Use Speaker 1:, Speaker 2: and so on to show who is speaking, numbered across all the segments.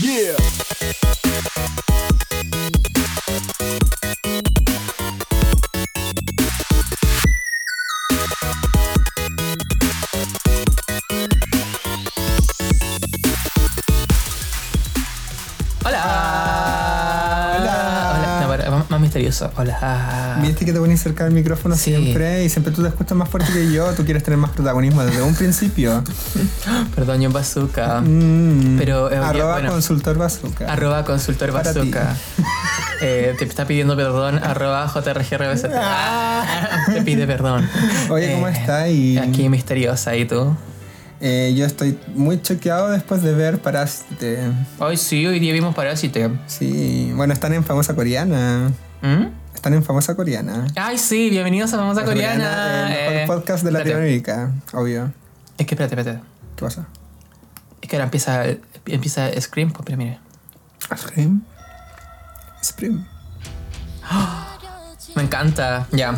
Speaker 1: Yeah.
Speaker 2: Hola. Hola. No, para- más- más misterioso. Hola.
Speaker 3: Viste que te pones cerca del micrófono
Speaker 2: Ah. Sí.
Speaker 3: siempre y siempre tú te escuchas más fuerte que yo, tú quieres tener más protagonismo desde un principio.
Speaker 2: Perdón, yo bazooka.
Speaker 3: Mm.
Speaker 2: Pero, eh,
Speaker 3: arroba
Speaker 2: bueno.
Speaker 3: consultor bazooka.
Speaker 2: Arroba consultor
Speaker 3: Para ti.
Speaker 2: bazooka. Eh, te está pidiendo perdón. Arroba jrgbz. Te pide perdón.
Speaker 3: Ah. Oye, ¿cómo
Speaker 2: Eh,
Speaker 3: está? Y,
Speaker 2: Aquí misteriosa, ¿y tú?
Speaker 3: eh, yo estoy muy choqueado después de ver Parásite.
Speaker 2: Hoy sí, hoy día vimos Parásite.
Speaker 3: Sí, bueno, están en famosa coreana.
Speaker 2: ¿Mm?
Speaker 3: Están en famosa coreana.
Speaker 2: Ay, sí, bienvenidos a Famosa Coreana.
Speaker 3: el mejor
Speaker 2: Eh,
Speaker 3: podcast de
Speaker 2: espérate.
Speaker 3: Latinoamérica, obvio.
Speaker 2: Es que espérate, espérate.
Speaker 3: ¿Qué pasa?
Speaker 2: Es que ahora empieza, empieza Scream, pues, pero mire.
Speaker 3: Scream. Scream.
Speaker 2: Me encanta, ya.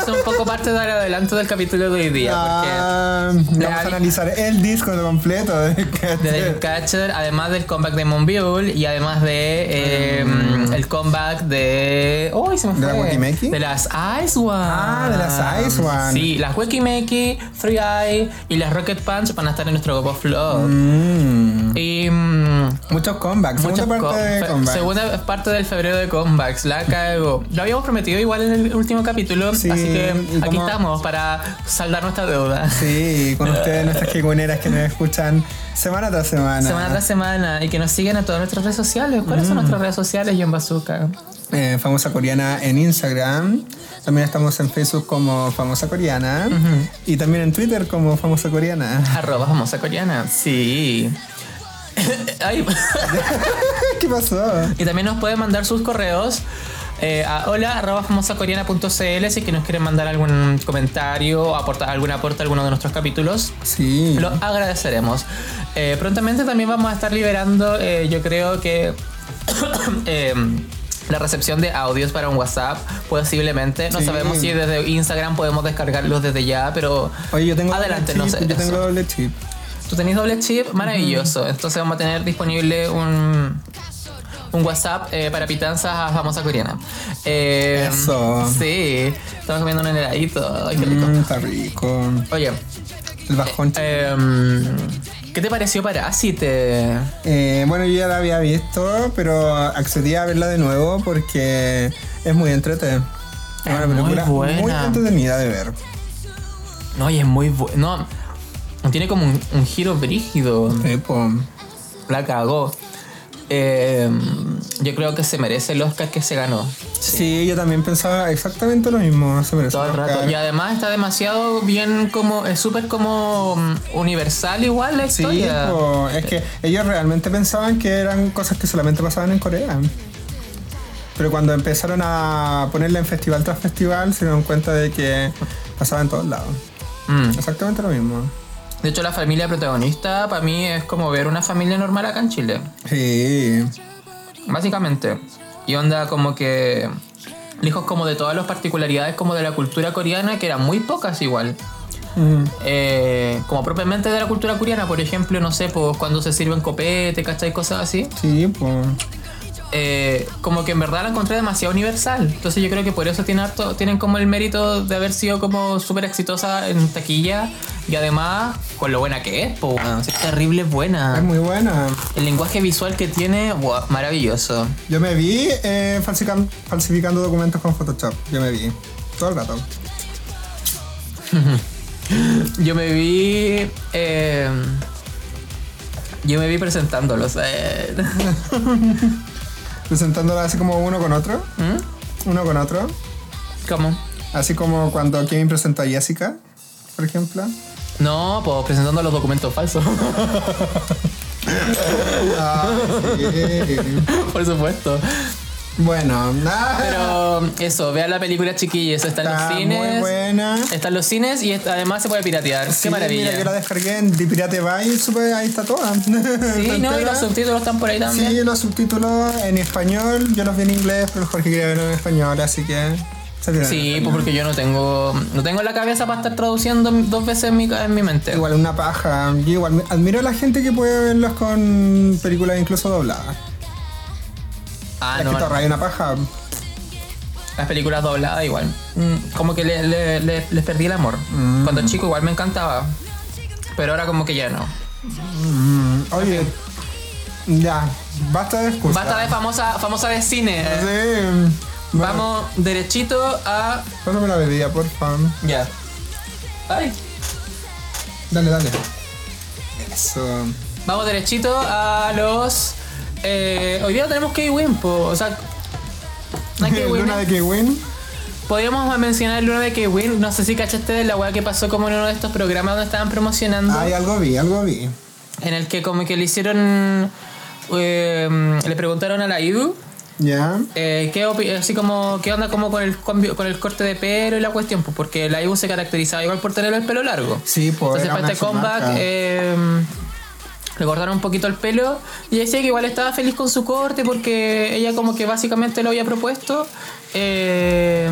Speaker 2: Es un poco parte del adelanto del capítulo de hoy día, porque...
Speaker 3: Ah, vamos
Speaker 2: le
Speaker 3: a
Speaker 2: al-
Speaker 3: analizar el disco completo de
Speaker 2: De
Speaker 3: Catcher.
Speaker 2: The Catcher, además del comeback de Monbiul y además de eh, el comeback de. ¡Uy! se me
Speaker 3: Mm. ¿De
Speaker 2: fue.
Speaker 3: la Wakimeki?
Speaker 2: De las Ice One.
Speaker 3: Ah, de las Ice One.
Speaker 2: Sí, las Wakimeki, Three Eye y las Rocket Punch van a estar en nuestro Gopo Flow.
Speaker 3: Mm.
Speaker 2: Y. mm,
Speaker 3: Muchos comebacks,
Speaker 2: muchas
Speaker 3: segunda
Speaker 2: co-
Speaker 3: parte de
Speaker 2: fe-
Speaker 3: comebacks.
Speaker 2: segunda parte del febrero de comebacks, la cago. Lo habíamos prometido igual en el último capítulo,
Speaker 3: Sí,
Speaker 2: así que
Speaker 3: y
Speaker 2: aquí
Speaker 3: como-
Speaker 2: estamos para saldar nuestra deuda.
Speaker 3: Sí, con ustedes, nuestras quegoneras que nos escuchan semana tras semana.
Speaker 2: Semana tras semana y que nos sigan a todas nuestras redes sociales. ¿Cuáles
Speaker 3: Mm.
Speaker 2: son nuestras redes sociales, John Bazooka?
Speaker 3: Eh, famosa Coreana en Instagram. También estamos en Facebook como Famosa Coreana. Y también en Twitter como Famosa Coreana.
Speaker 2: Arroba famosa coreana. Sí. Ay.
Speaker 3: ¿Qué pasó?
Speaker 2: y también nos pueden mandar sus correos eh, a hola arroba famosacoreana.cl si es que nos quieren mandar algún comentario o aportar algún aporte a alguno de nuestros capítulos.
Speaker 3: Sí.
Speaker 2: Lo agradeceremos. Eh, prontamente también vamos a estar liberando, eh, yo creo que eh, la recepción de audios para un WhatsApp, posiblemente. No
Speaker 3: Sí.
Speaker 2: sabemos si desde Instagram podemos descargarlos desde ya, pero
Speaker 3: Oye, yo tengo
Speaker 2: adelante,
Speaker 3: doble
Speaker 2: no
Speaker 3: chip,
Speaker 2: sé.
Speaker 3: Yo
Speaker 2: eso.
Speaker 3: tengo doble chip.
Speaker 2: Tú tenés doble chip, maravilloso. Entonces vamos a tener disponible un, un WhatsApp eh, para pitanzas a famosa coreana. Eh,
Speaker 3: Eso.
Speaker 2: Sí, estamos comiendo un heladito. Ay, qué rico. Eh,
Speaker 3: Mm, está rico.
Speaker 2: Oye,
Speaker 3: El bajón. chip.
Speaker 2: em, ¿qué te pareció Parásite?
Speaker 3: Eh, bueno, yo ya la había visto, pero accedí a verla de nuevo porque es muy entretenida. Es
Speaker 2: Es
Speaker 3: una
Speaker 2: muy
Speaker 3: película muy,
Speaker 2: buena.
Speaker 3: entretenida de ver.
Speaker 2: No, y es muy bueno. No, tiene como un, un giro brígido.
Speaker 3: Eh, po.
Speaker 2: La cagó. Em, yo creo que se merece el Oscar que se ganó.
Speaker 3: Sí. yo también pensaba exactamente lo mismo. Se merece
Speaker 2: Todo el
Speaker 3: un
Speaker 2: rato.
Speaker 3: Oscar.
Speaker 2: Y además está demasiado bien como. Es súper como mm, universal igual la
Speaker 3: Sí,
Speaker 2: historia.
Speaker 3: po, es que ellos realmente pensaban que eran cosas que solamente pasaban en Corea. Pero cuando empezaron a ponerla en festival tras festival, se dieron cuenta de que pasaba en todos lados.
Speaker 2: Mm.
Speaker 3: Exactamente lo mismo.
Speaker 2: De hecho, la familia protagonista para mí es como ver una familia normal acá en Chile.
Speaker 3: Sí.
Speaker 2: Básicamente. Y onda como que. Lejos como de todas las particularidades como de la cultura coreana, que eran muy pocas igual.
Speaker 3: Mm.
Speaker 2: Eh, como propiamente de la cultura coreana, por ejemplo, no sé, pues cuando se sirven copete, ¿cachai? Cosas así.
Speaker 3: Sí, pues.
Speaker 2: Eh, como que en verdad la encontré demasiado universal. Entonces yo creo que por eso tiene harto- tienen como el mérito de haber sido como súper exitosa en taquilla. Y además, con lo buena que es, pues, es terrible
Speaker 3: Es
Speaker 2: buena.
Speaker 3: muy buena.
Speaker 2: El lenguaje visual que tiene, wow, maravilloso.
Speaker 3: Yo me vi eh, falsican- falsificando documentos con Photoshop. Yo me vi. Todo el rato.
Speaker 2: Yo me vi... eh, yo me vi presentándolos. eh.
Speaker 3: Presentándola así como uno con otro.
Speaker 2: ¿Mm?
Speaker 3: Uno con otro.
Speaker 2: ¿Cómo?
Speaker 3: Así como cuando Kevin presentó a Jessica, por ejemplo.
Speaker 2: No, pues presentando los documentos falsos.
Speaker 3: Ah, sí.
Speaker 2: por supuesto.
Speaker 3: Bueno, nada.
Speaker 2: Pero eso, vean la película chiquillos, está en
Speaker 3: Está
Speaker 2: los cines.
Speaker 3: muy buena.
Speaker 2: Está en los cines y está- además se puede piratear.
Speaker 3: Sí,
Speaker 2: Qué maravilla.
Speaker 3: Mira, yo la descargué en The Pirate Bay, supe, ahí está toda.
Speaker 2: sí,
Speaker 3: Está
Speaker 2: no, y
Speaker 3: entera.
Speaker 2: los subtítulos están por ahí también.
Speaker 3: Sí, los subtítulos en español. Yo los vi en inglés, pero el Jorge quería verlo en español, así que Se tiran en
Speaker 2: Sí,
Speaker 3: español.
Speaker 2: pues porque yo no tengo no tengo la cabeza para estar traduciendo dos veces en mi, ca- en mi mente.
Speaker 3: Igual una paja. Yo igual admiro a la gente que puede verlos con películas incluso dobladas.
Speaker 2: Ah,
Speaker 3: la
Speaker 2: no, Mm.
Speaker 3: que te raya una paja.
Speaker 2: las películas dobladas igual. Mm, Como que le- le- le- les perdí el amor.
Speaker 3: Mm.
Speaker 2: Cuando chico igual me encantaba. Pero ahora como que ya no.
Speaker 3: Mm, Oye, ya, basta de excusas.
Speaker 2: Basta de famosa, famosa de cine.
Speaker 3: Sí. Bueno,
Speaker 2: Vamos derechito a.
Speaker 3: Pásame la bebida, por favor.
Speaker 2: Ya. Ay.
Speaker 3: Dale, dale. Eso.
Speaker 2: Vamos derechito a los. eh, hoy día tenemos K-Win, po. o sea. una K-Win.
Speaker 3: Luna de Kiwin.
Speaker 2: Podríamos mencionar Luna de K-Win. No sé si cachaste de la weá que pasó como en uno de estos programas donde estaban promocionando.
Speaker 3: Ay, algo vi, algo vi.
Speaker 2: En el que como que le hicieron. eh, le preguntaron a la IDU.
Speaker 3: Ya.
Speaker 2: Eh, ¿qué, opi- así como, ¿Qué onda como con el, cambio- con el corte de pelo y la cuestión? Pues porque la IBU se caracterizaba igual por tener el pelo largo.
Speaker 3: Sí, pues,
Speaker 2: Entonces
Speaker 3: era
Speaker 2: para
Speaker 3: una
Speaker 2: este comeback
Speaker 3: chimarca.
Speaker 2: eh, le cortaron un poquito el pelo y decía que igual estaba feliz con su corte porque ella como que básicamente lo había propuesto. eh,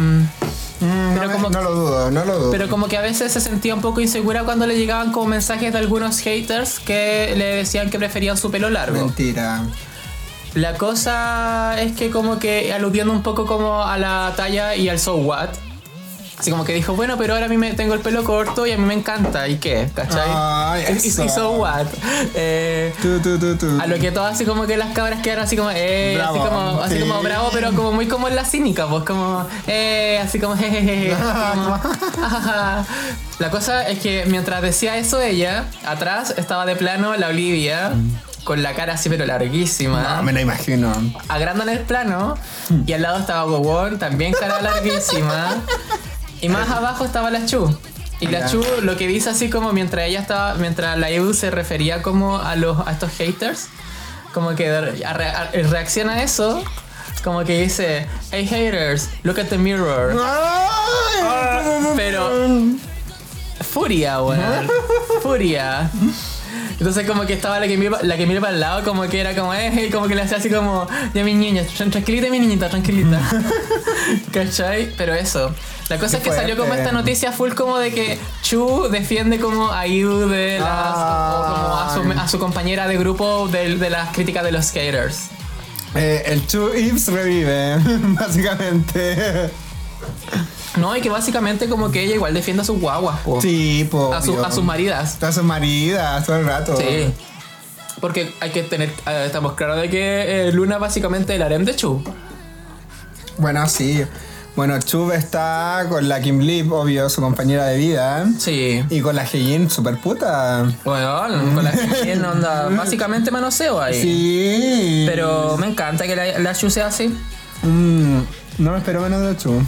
Speaker 3: Mm,
Speaker 2: Pero
Speaker 3: no, me-
Speaker 2: como-
Speaker 3: no lo dudo, no lo dudo.
Speaker 2: pero como que a veces se sentía un poco insegura cuando le llegaban como mensajes de algunos haters que le decían que preferían su pelo largo.
Speaker 3: Mentira.
Speaker 2: La cosa es que como que aludiendo un poco como a la talla y al so what. Así como que dijo, bueno, pero ahora a mí me tengo el pelo corto y a mí me encanta. ¿Y qué? ¿Cachai?
Speaker 3: Ay,
Speaker 2: y, y- y
Speaker 3: Ah, eso.
Speaker 2: so what. Eh,
Speaker 3: Tú, tú, tú, tú.
Speaker 2: a lo que todas así como que las cabras quedaron así como, eh, así
Speaker 3: Bravo,
Speaker 2: como, así
Speaker 3: sí.
Speaker 2: como bravo, pero como muy como en la cínica, pues como, eh, así como, jejeje. así como, ajaja. la cosa es que mientras decía eso ella, atrás estaba de plano la Olivia. Con la cara así pero larguísima
Speaker 3: No, Ah, me lo imagino.
Speaker 2: agrandan el plano y al lado estaba Gowon, también cara larguísima. y más abajo estaba la Chu. Y la
Speaker 3: Ya.
Speaker 2: Chu lo que dice así como mientras ella estaba, mientras la EU se refería como a los a estos haters, como que de- a- a- reacciona a eso, como que dice, hey haters, look at the mirror.
Speaker 3: Ay,
Speaker 2: Ah, pero- Furia, weón. Furia. Entonces como que estaba la que mira, la que mira para el lado, como que era como, eh, como que le hacía así como, ya mi niña, tran- tranquilita mi niñita, tranquilita. ¿Cachai? Pero eso. La cosa es que salió como
Speaker 3: fuerte.
Speaker 2: esta noticia full como de que Chu defiende como a Iu de las, o como a su,
Speaker 3: Ah.
Speaker 2: a su compañera de grupo de, de las críticas de los skaters.
Speaker 3: Eh, el Chu Ives revive, básicamente.
Speaker 2: No, y que básicamente como que ella igual defiende a sus guaguas, po.
Speaker 3: Sí, po.
Speaker 2: a, su-
Speaker 3: obvio.
Speaker 2: a sus maridas.
Speaker 3: A sus maridas todo el rato.
Speaker 2: Sí. Porque hay que tener, eh, estamos claros de que eh, Luna básicamente es el harem de Chu.
Speaker 3: Bueno, sí. Bueno, Chu está con la Kim Lip, obvio, su compañera de vida.
Speaker 2: Sí.
Speaker 3: Y con la Heijin, super puta.
Speaker 2: Bueno, con la gente onda. Básicamente manoseo ahí.
Speaker 3: Sí.
Speaker 2: Pero me encanta que la, la Chu sea así.
Speaker 3: Mm, no me espero menos de Chu.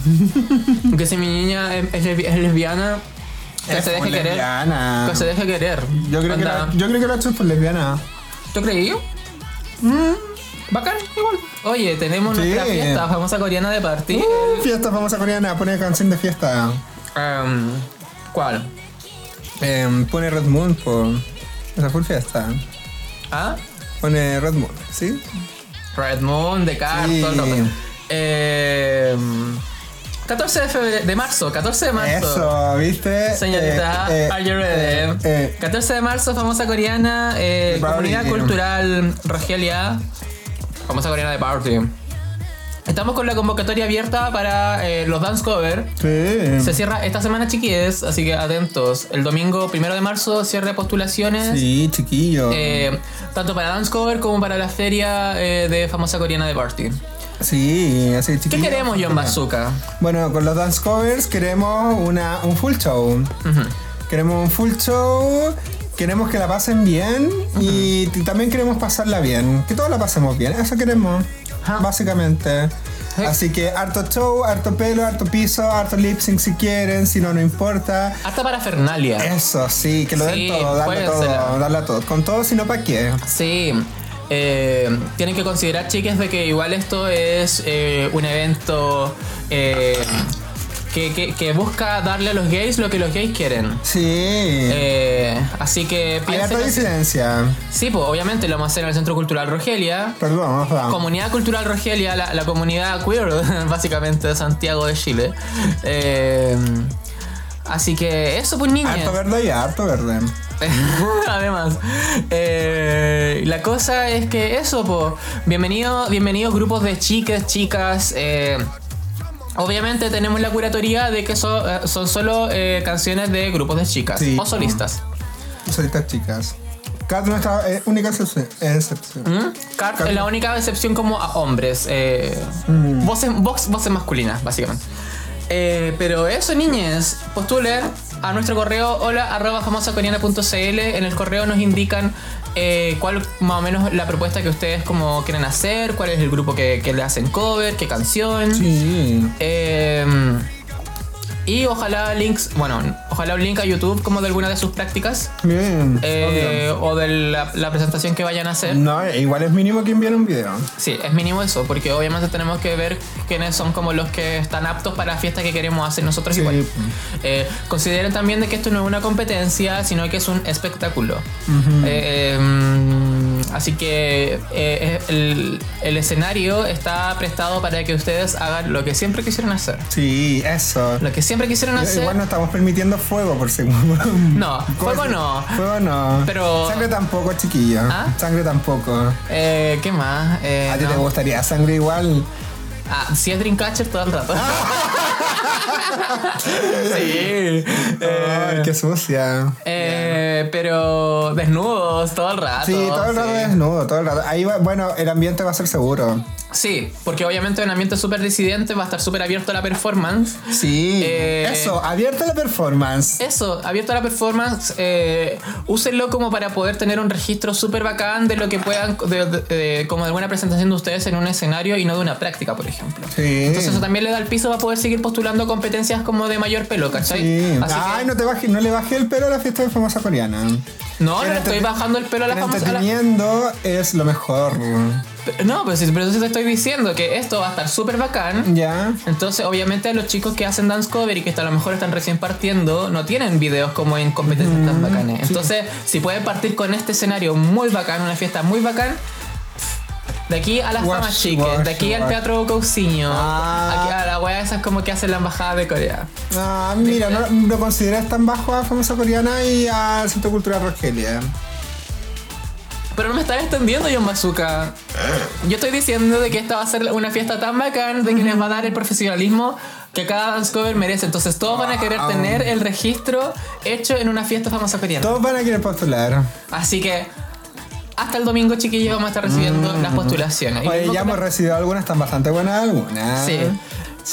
Speaker 2: Que si mi niña es, es lesbi- es lesbiana, que se deje
Speaker 3: muy
Speaker 2: querer.
Speaker 3: lesbiana.
Speaker 2: Que se deje querer.
Speaker 3: Yo creo, que
Speaker 2: Onda,
Speaker 3: la, yo creo que la Chu es por lesbiana.
Speaker 2: ¿Tú creí? Mm, Bacán, igual. Oye, tenemos
Speaker 3: Sí. Uh.
Speaker 2: nuestra fiesta famosa coreana de party.
Speaker 3: Fiesta famosa coreana, pone canción de fiesta.
Speaker 2: Em, ¿Cuál?
Speaker 3: Em, pone Red Moon por. Esa full fiesta.
Speaker 2: ¿Ah?
Speaker 3: Pone Red Moon, ¿sí?
Speaker 2: Red Moon, de
Speaker 3: Sí.
Speaker 2: Carton. no. Eh, 14 de, febrero, de marzo, 14 de marzo.
Speaker 3: Eso, ¿viste?
Speaker 2: Señorita,
Speaker 3: Eh, eh,
Speaker 2: are you ready?
Speaker 3: eh, eh. 14
Speaker 2: 14 de marzo, famosa coreana, eh,
Speaker 3: De Barbie.
Speaker 2: comunidad cultural Rogelia, famosa coreana de Party. Estamos con la convocatoria abierta para eh, los dance cover.
Speaker 3: eh, Sí.
Speaker 2: Se cierra esta semana, chiquillos, así que atentos. El domingo primero de marzo, cierre de postulaciones.
Speaker 3: Sí, chiquillo.
Speaker 2: eh, tanto para dance cover como para la feria eh, de famosa coreana de Party.
Speaker 3: sí, así
Speaker 2: ¿Qué
Speaker 3: chiquillo.
Speaker 2: queremos, John Bazooka?
Speaker 3: Bueno, con los dance covers queremos una, un full show. Queremos un full show. Queremos que la pasen bien y t- también queremos pasarla bien. Que todos la pasemos bien, eso queremos,
Speaker 2: Ajá.
Speaker 3: básicamente.
Speaker 2: Ah. Sí.
Speaker 3: Así que harto show, harto pelo, harto piso, harto lip sync si quieren, si no, no importa.
Speaker 2: Hasta para Fernalia.
Speaker 3: Eso, sí, que lo
Speaker 2: Sí,
Speaker 3: den todo, darle
Speaker 2: juéguensela.
Speaker 3: todo, darle todo. Con todo, si no, ¿para qué?
Speaker 2: Sí. eh, tienen que considerar, chicas, de que igual esto es eh, un evento eh, que, que- que busca darle a los gays lo que los gays quieren.
Speaker 3: Sí.
Speaker 2: Eh, así que
Speaker 3: Hay harta
Speaker 2: piensen-
Speaker 3: disidencia.
Speaker 2: Sí, pues obviamente lo vamos a hacer en el Centro Cultural Rogelia.
Speaker 3: Perdón, perdón.
Speaker 2: Comunidad Cultural Rogelia, la, la comunidad queer, básicamente, de Santiago de Chile. Eh, así que eso, pues niñas.
Speaker 3: Harto verde y harto verde.
Speaker 2: Además, eh, la cosa es que eso, po. Bienvenido, bienvenidos grupos de chicas, chicas. eh, obviamente tenemos la curatoría de que so- eh, son solo eh, canciones de grupos de chicas
Speaker 3: Sí,
Speaker 2: o solistas.
Speaker 3: Solitas chicas. Kat, nuestra eh, única excepción. excepción.
Speaker 2: ¿Mm? Cart es la única excepción como a hombres. eh, voces, vox- voces masculinas, básicamente. Eh, pero eso, niñes, postulen a nuestro correo hola arroba famosacoreana.cl. En el correo nos indican eh, cuál más o menos la propuesta que ustedes como quieren hacer, cuál es el grupo que, que le hacen cover, qué canción.
Speaker 3: Sí.
Speaker 2: Eh, y ojalá links, bueno, ojalá un link a YouTube como de alguna de sus prácticas.
Speaker 3: Bien.
Speaker 2: eh, o de la, la presentación que vayan a hacer.
Speaker 3: No, igual es mínimo que envíen un video.
Speaker 2: Sí, es mínimo eso, porque obviamente tenemos que ver quiénes son como los que están aptos para la fiesta que queremos hacer nosotros
Speaker 3: Sí.
Speaker 2: igual. Eh, consideren también de que esto no es una competencia, sino que es un espectáculo. Eh, eh, mm, así que eh, el, el escenario está prestado para que ustedes hagan lo que siempre quisieron hacer.
Speaker 3: Sí, eso.
Speaker 2: Lo que siempre quisieron hacer...
Speaker 3: Igual no estamos permitiendo fuego por segundo.
Speaker 2: No, fuego no.
Speaker 3: Fuego no.
Speaker 2: Pero-
Speaker 3: Sangre tampoco, chiquillo.
Speaker 2: ¿Ah?
Speaker 3: Sangre tampoco.
Speaker 2: Eh, ¿Qué más? Eh,
Speaker 3: ¿A ti
Speaker 2: no.
Speaker 3: te gustaría sangre igual?
Speaker 2: Ah, sí es Dreamcatcher todo el rato. sí.
Speaker 3: Ay, qué sucia.
Speaker 2: Eh, pero desnudos todo el rato.
Speaker 3: Sí, todo el rato
Speaker 2: sí.
Speaker 3: desnudo, todo el rato. Ahí va, bueno, el ambiente va a ser seguro.
Speaker 2: Sí, porque obviamente un ambiente súper disidente va a estar súper abierto a la performance.
Speaker 3: Sí.
Speaker 2: Eh,
Speaker 3: Eso, abierta la performance.
Speaker 2: Eso, abierto a la performance, eh, úsenlo como para poder tener un registro súper bacán de lo que puedan, de- de- de- como de alguna presentación de ustedes en un escenario y no de una práctica, por ejemplo.
Speaker 3: Sí.
Speaker 2: Entonces eso también le da el piso para poder seguir postulando competencias como de mayor pelo, ¿cachai?
Speaker 3: Sí.
Speaker 2: Así que-
Speaker 3: Ay, no te bajes, no le bajé el pelo a la fiesta de famosa coreana.
Speaker 2: no, no
Speaker 3: el
Speaker 2: le estoy
Speaker 3: entreten-
Speaker 2: bajando el pelo a la
Speaker 3: el
Speaker 2: famosa. a la-
Speaker 3: Entreteniendo es lo mejor.
Speaker 2: No, pues, pero, si, pero si te estoy diciendo que esto va a estar súper bacán.
Speaker 3: Ya.
Speaker 2: Entonces, obviamente, los chicos que hacen dance cover y que a lo mejor están recién partiendo, no tienen videos como en competencias
Speaker 3: Mm,
Speaker 2: tan bacanes. Entonces, si pueden partir con este escenario muy bacán, una fiesta muy bacán, de aquí a las
Speaker 3: Guash,
Speaker 2: famas chicas,
Speaker 3: guash,
Speaker 2: de aquí al
Speaker 3: guash.
Speaker 2: Teatro Cousiño,
Speaker 3: Ah.
Speaker 2: aquí a la wea esas como que hacen la embajada de Corea.
Speaker 3: Ah, mira, no no lo consideras tan bajo a famosa coreana y al Centro Cultural Rogelia.
Speaker 2: Pero no me estás entendiendo, John Bazooka. Yo estoy diciendo de que esta va a ser una fiesta tan bacán de que les va a dar el profesionalismo que cada dance cover merece. Entonces todos van a querer
Speaker 3: Wow.
Speaker 2: tener el registro hecho en una fiesta famosa coreana.
Speaker 3: Todos van a querer postular.
Speaker 2: Así que hasta el domingo, chiquillos, vamos a estar recibiendo las postulaciones. Y
Speaker 3: Mm. Oye,
Speaker 2: mismo
Speaker 3: ya
Speaker 2: con
Speaker 3: hemos recibido algunas, están bastante buenas algunas.
Speaker 2: Sí.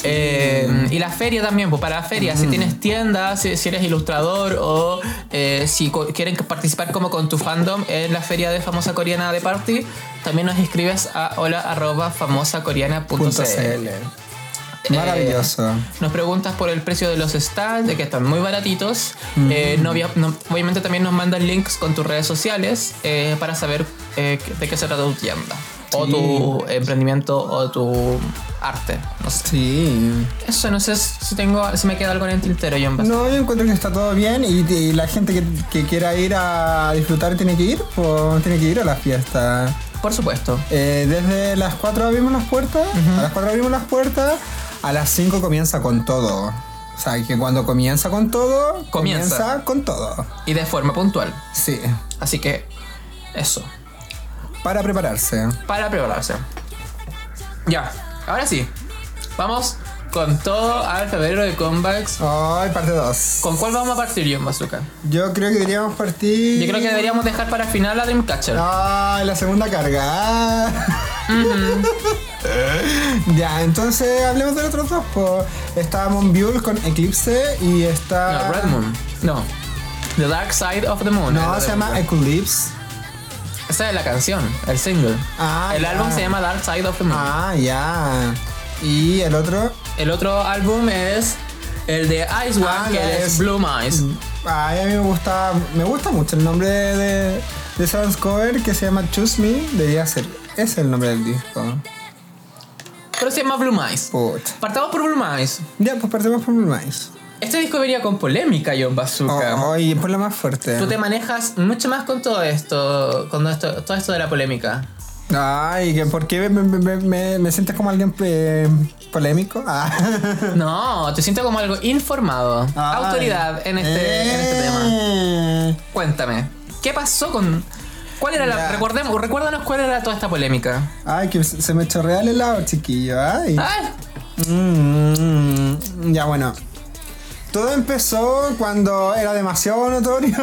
Speaker 2: Eh, y la feria también, pues para la feria, si tienes tiendas, si, si eres ilustrador o eh, si co- quieren que participar como con tu fandom en la feria de famosa coreana de party, también nos escribes a hola arroba
Speaker 3: Punto
Speaker 2: famosacoreana.cl.
Speaker 3: CL.
Speaker 2: Eh,
Speaker 3: Maravilloso.
Speaker 2: Nos preguntas por el precio de los stands, de que están muy baratitos. Eh, no había- no- obviamente también nos mandan links con tus redes sociales eh, para saber eh, de qué se trata tu tienda. O
Speaker 3: Sí.
Speaker 2: tu emprendimiento o tu arte. No sé.
Speaker 3: Sí.
Speaker 2: Eso no sé si tengo, si me queda algo en el tintero, John Bass.
Speaker 3: No, yo encuentro que está todo bien y, y la gente que, que quiera ir a disfrutar tiene que ir, pues tiene que ir a la fiesta.
Speaker 2: Por supuesto.
Speaker 3: Eh, desde las 4 abrimos las puertas, a las 4 abrimos las puertas, a las 5 comienza con todo. O sea, que cuando comienza con todo,
Speaker 2: Comienza.
Speaker 3: con todo.
Speaker 2: Y de forma puntual.
Speaker 3: Sí,
Speaker 2: Así que eso.
Speaker 3: para prepararse.
Speaker 2: Para prepararse. Ya. Ahora sí. Vamos con todo al febrero de comebacks.
Speaker 3: Hoy parte 2.
Speaker 2: ¿Con cuál vamos a partir, John Bazooka?
Speaker 3: Yo creo que deberíamos partir...
Speaker 2: Yo creo que deberíamos dejar para final a Dreamcatcher.
Speaker 3: Ay, la segunda carga. ya, entonces hablemos de los otros dos. po. Está Monbiul con Eclipse y está.
Speaker 2: No, Red Moon. No. The Dark Side of the Moon.
Speaker 3: No,
Speaker 2: El-
Speaker 3: se llama Eclipse.
Speaker 2: Esa es la canción, el single.
Speaker 3: Ah,
Speaker 2: el
Speaker 3: ya.
Speaker 2: álbum se llama Dark Side of the Moon.
Speaker 3: Ah, ya. Y el otro.
Speaker 2: El otro álbum es el de Ice One,
Speaker 3: Ah,
Speaker 2: que
Speaker 3: es-
Speaker 2: es Blue Eyes.
Speaker 3: Ay, a mí me gusta. Me gusta mucho el nombre de. de, de ese dance cover que se llama Choose Me. Debería ser. Ese es el nombre del disco.
Speaker 2: Pero se llama Blue Mice.
Speaker 3: Puta.
Speaker 2: Partamos por Blue Mice.
Speaker 3: Ya, pues partimos por Blue Mice.
Speaker 2: Este disco venía con polémica, John Bazooka.
Speaker 3: Oh, Oye, por la más fuerte.
Speaker 2: Tú te manejas mucho más con todo esto, con todo esto, todo esto de la polémica.
Speaker 3: Ay, que ¿por qué me, me- me- me- me sientes como alguien eh, polémico? Ah.
Speaker 2: No, te siento como algo informado.
Speaker 3: Ay.
Speaker 2: Autoridad en este, en este tema.
Speaker 3: Eh.
Speaker 2: Cuéntame, ¿qué pasó con.? ¿Cuál era la.?
Speaker 3: Ya.
Speaker 2: Recordemos, recuérdanos cuál era toda esta polémica. Ah,
Speaker 3: Ay, que se se me chorrea el helado, chiquillo. Ay.
Speaker 2: ¡Ay!
Speaker 3: Mm, mm, ya bueno. Todo empezó cuando era demasiado notorio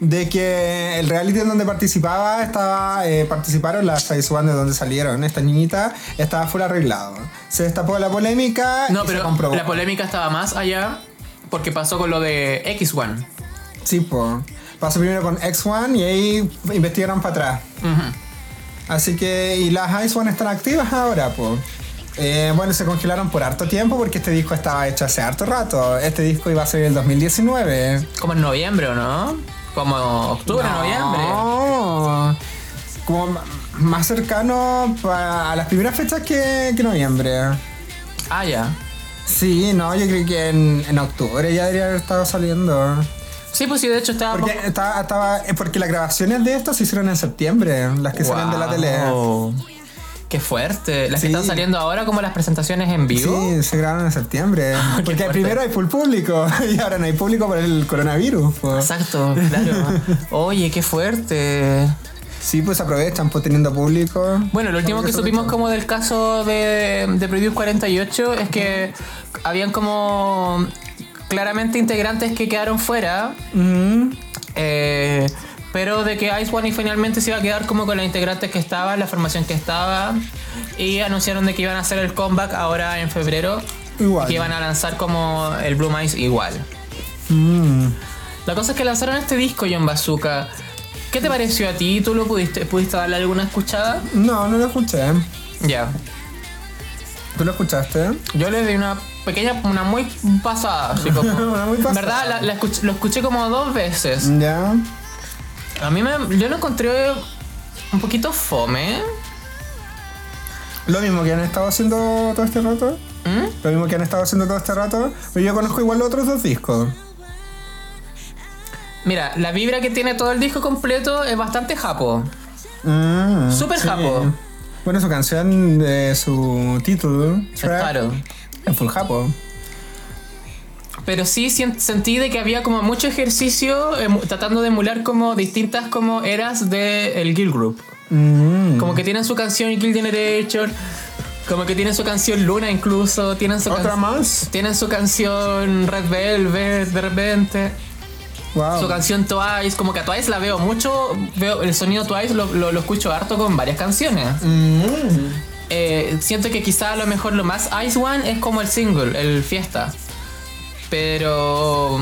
Speaker 3: de que el reality en donde participaba estaba eh, participaron las seis bandas de donde salieron esta niñita estaba full arreglado. Se destapó la polémica y
Speaker 2: No,
Speaker 3: se
Speaker 2: pero
Speaker 3: comprobó.
Speaker 2: la polémica estaba más allá porque pasó con lo de X1.
Speaker 3: Sí, po. Pasó primero con X1 y ahí investigaron para atrás.
Speaker 2: Ujú.
Speaker 3: Así que, y las Ice One están activas ahora, po. Eh, bueno, se congelaron por harto tiempo porque este disco estaba hecho hace harto rato. Este disco iba a salir el 2019.
Speaker 2: Como en noviembre, ¿o no? Como octubre, noviembre.
Speaker 3: No. Como m- más cercano pa- a las primeras fechas que, que noviembre.
Speaker 2: Ah, ya.
Speaker 3: Sí, no, yo creo que en, en octubre ya debería haber estado saliendo.
Speaker 2: Sí, pues sí, de hecho estaba.
Speaker 3: Porque, estaba, estaba- eh, porque las grabaciones de esto se hicieron en septiembre, las que salen de la tele.
Speaker 2: Wow. Qué fuerte. Las
Speaker 3: Sí.
Speaker 2: que están saliendo ahora como las presentaciones en vivo.
Speaker 3: Sí, se grabaron en septiembre.
Speaker 2: Ah, Qué
Speaker 3: Porque
Speaker 2: fuerte.
Speaker 3: primero hay full público y ahora no hay público por el coronavirus. po.
Speaker 2: Exacto, claro. Oye, qué fuerte.
Speaker 3: Sí, pues aprovechan pues, teniendo público.
Speaker 2: Bueno, lo último que supimos como del caso de, de Produce 48 es que habían como claramente integrantes que quedaron fuera,
Speaker 3: Mm,
Speaker 2: eh, pero de que Ice One finalmente se iba a quedar como con las integrantes que estaban, la formación que estaba, y anunciaron de que iban a hacer el comeback ahora en febrero,
Speaker 3: igual.
Speaker 2: que iban a lanzar como el Blue Mice igual.
Speaker 3: Mm.
Speaker 2: La cosa es que lanzaron este disco, John Bazooka. ¿Qué te pareció a ti? ¿Tú lo pudiste, pudiste darle alguna escuchada?
Speaker 3: No, no lo escuché.
Speaker 2: Ya.
Speaker 3: ¿Tú lo escuchaste?
Speaker 2: Yo le di una pequeña, una muy pasada, así como-
Speaker 3: Una muy pasada.
Speaker 2: ¿Verdad? La- la escuch- lo escuché como dos veces.
Speaker 3: Ya.
Speaker 2: A mí me, yo lo encontré un poquito fome.
Speaker 3: Lo mismo que han estado haciendo todo este rato.
Speaker 2: ¿Mm?
Speaker 3: Lo mismo que han estado haciendo todo este rato. Pero yo conozco igual los otros dos discos.
Speaker 2: Mira, la vibra que tiene todo el disco completo es bastante japo.
Speaker 3: Mm,
Speaker 2: Súper japo.
Speaker 3: Bueno, su canción, de su título, track,
Speaker 2: Claro.
Speaker 3: es full japo.
Speaker 2: Pero sí sien- sentí de que había como mucho ejercicio emu- tratando de emular como distintas como eras del el Guild Group.
Speaker 3: Mm.
Speaker 2: Como que tienen su canción Kill Generation, como que tienen su canción Luna incluso, tienen su
Speaker 3: ¿Otra
Speaker 2: can-
Speaker 3: más?
Speaker 2: Tienen su canción Red Velvet de repente,
Speaker 3: Wow.
Speaker 2: su canción Twice, como que a Twice la veo mucho, veo el sonido Twice lo, lo- lo escucho harto con varias canciones.
Speaker 3: Mm.
Speaker 2: Eh, siento que quizá a lo mejor lo más Ice One es como el single, el Fiesta. Pero...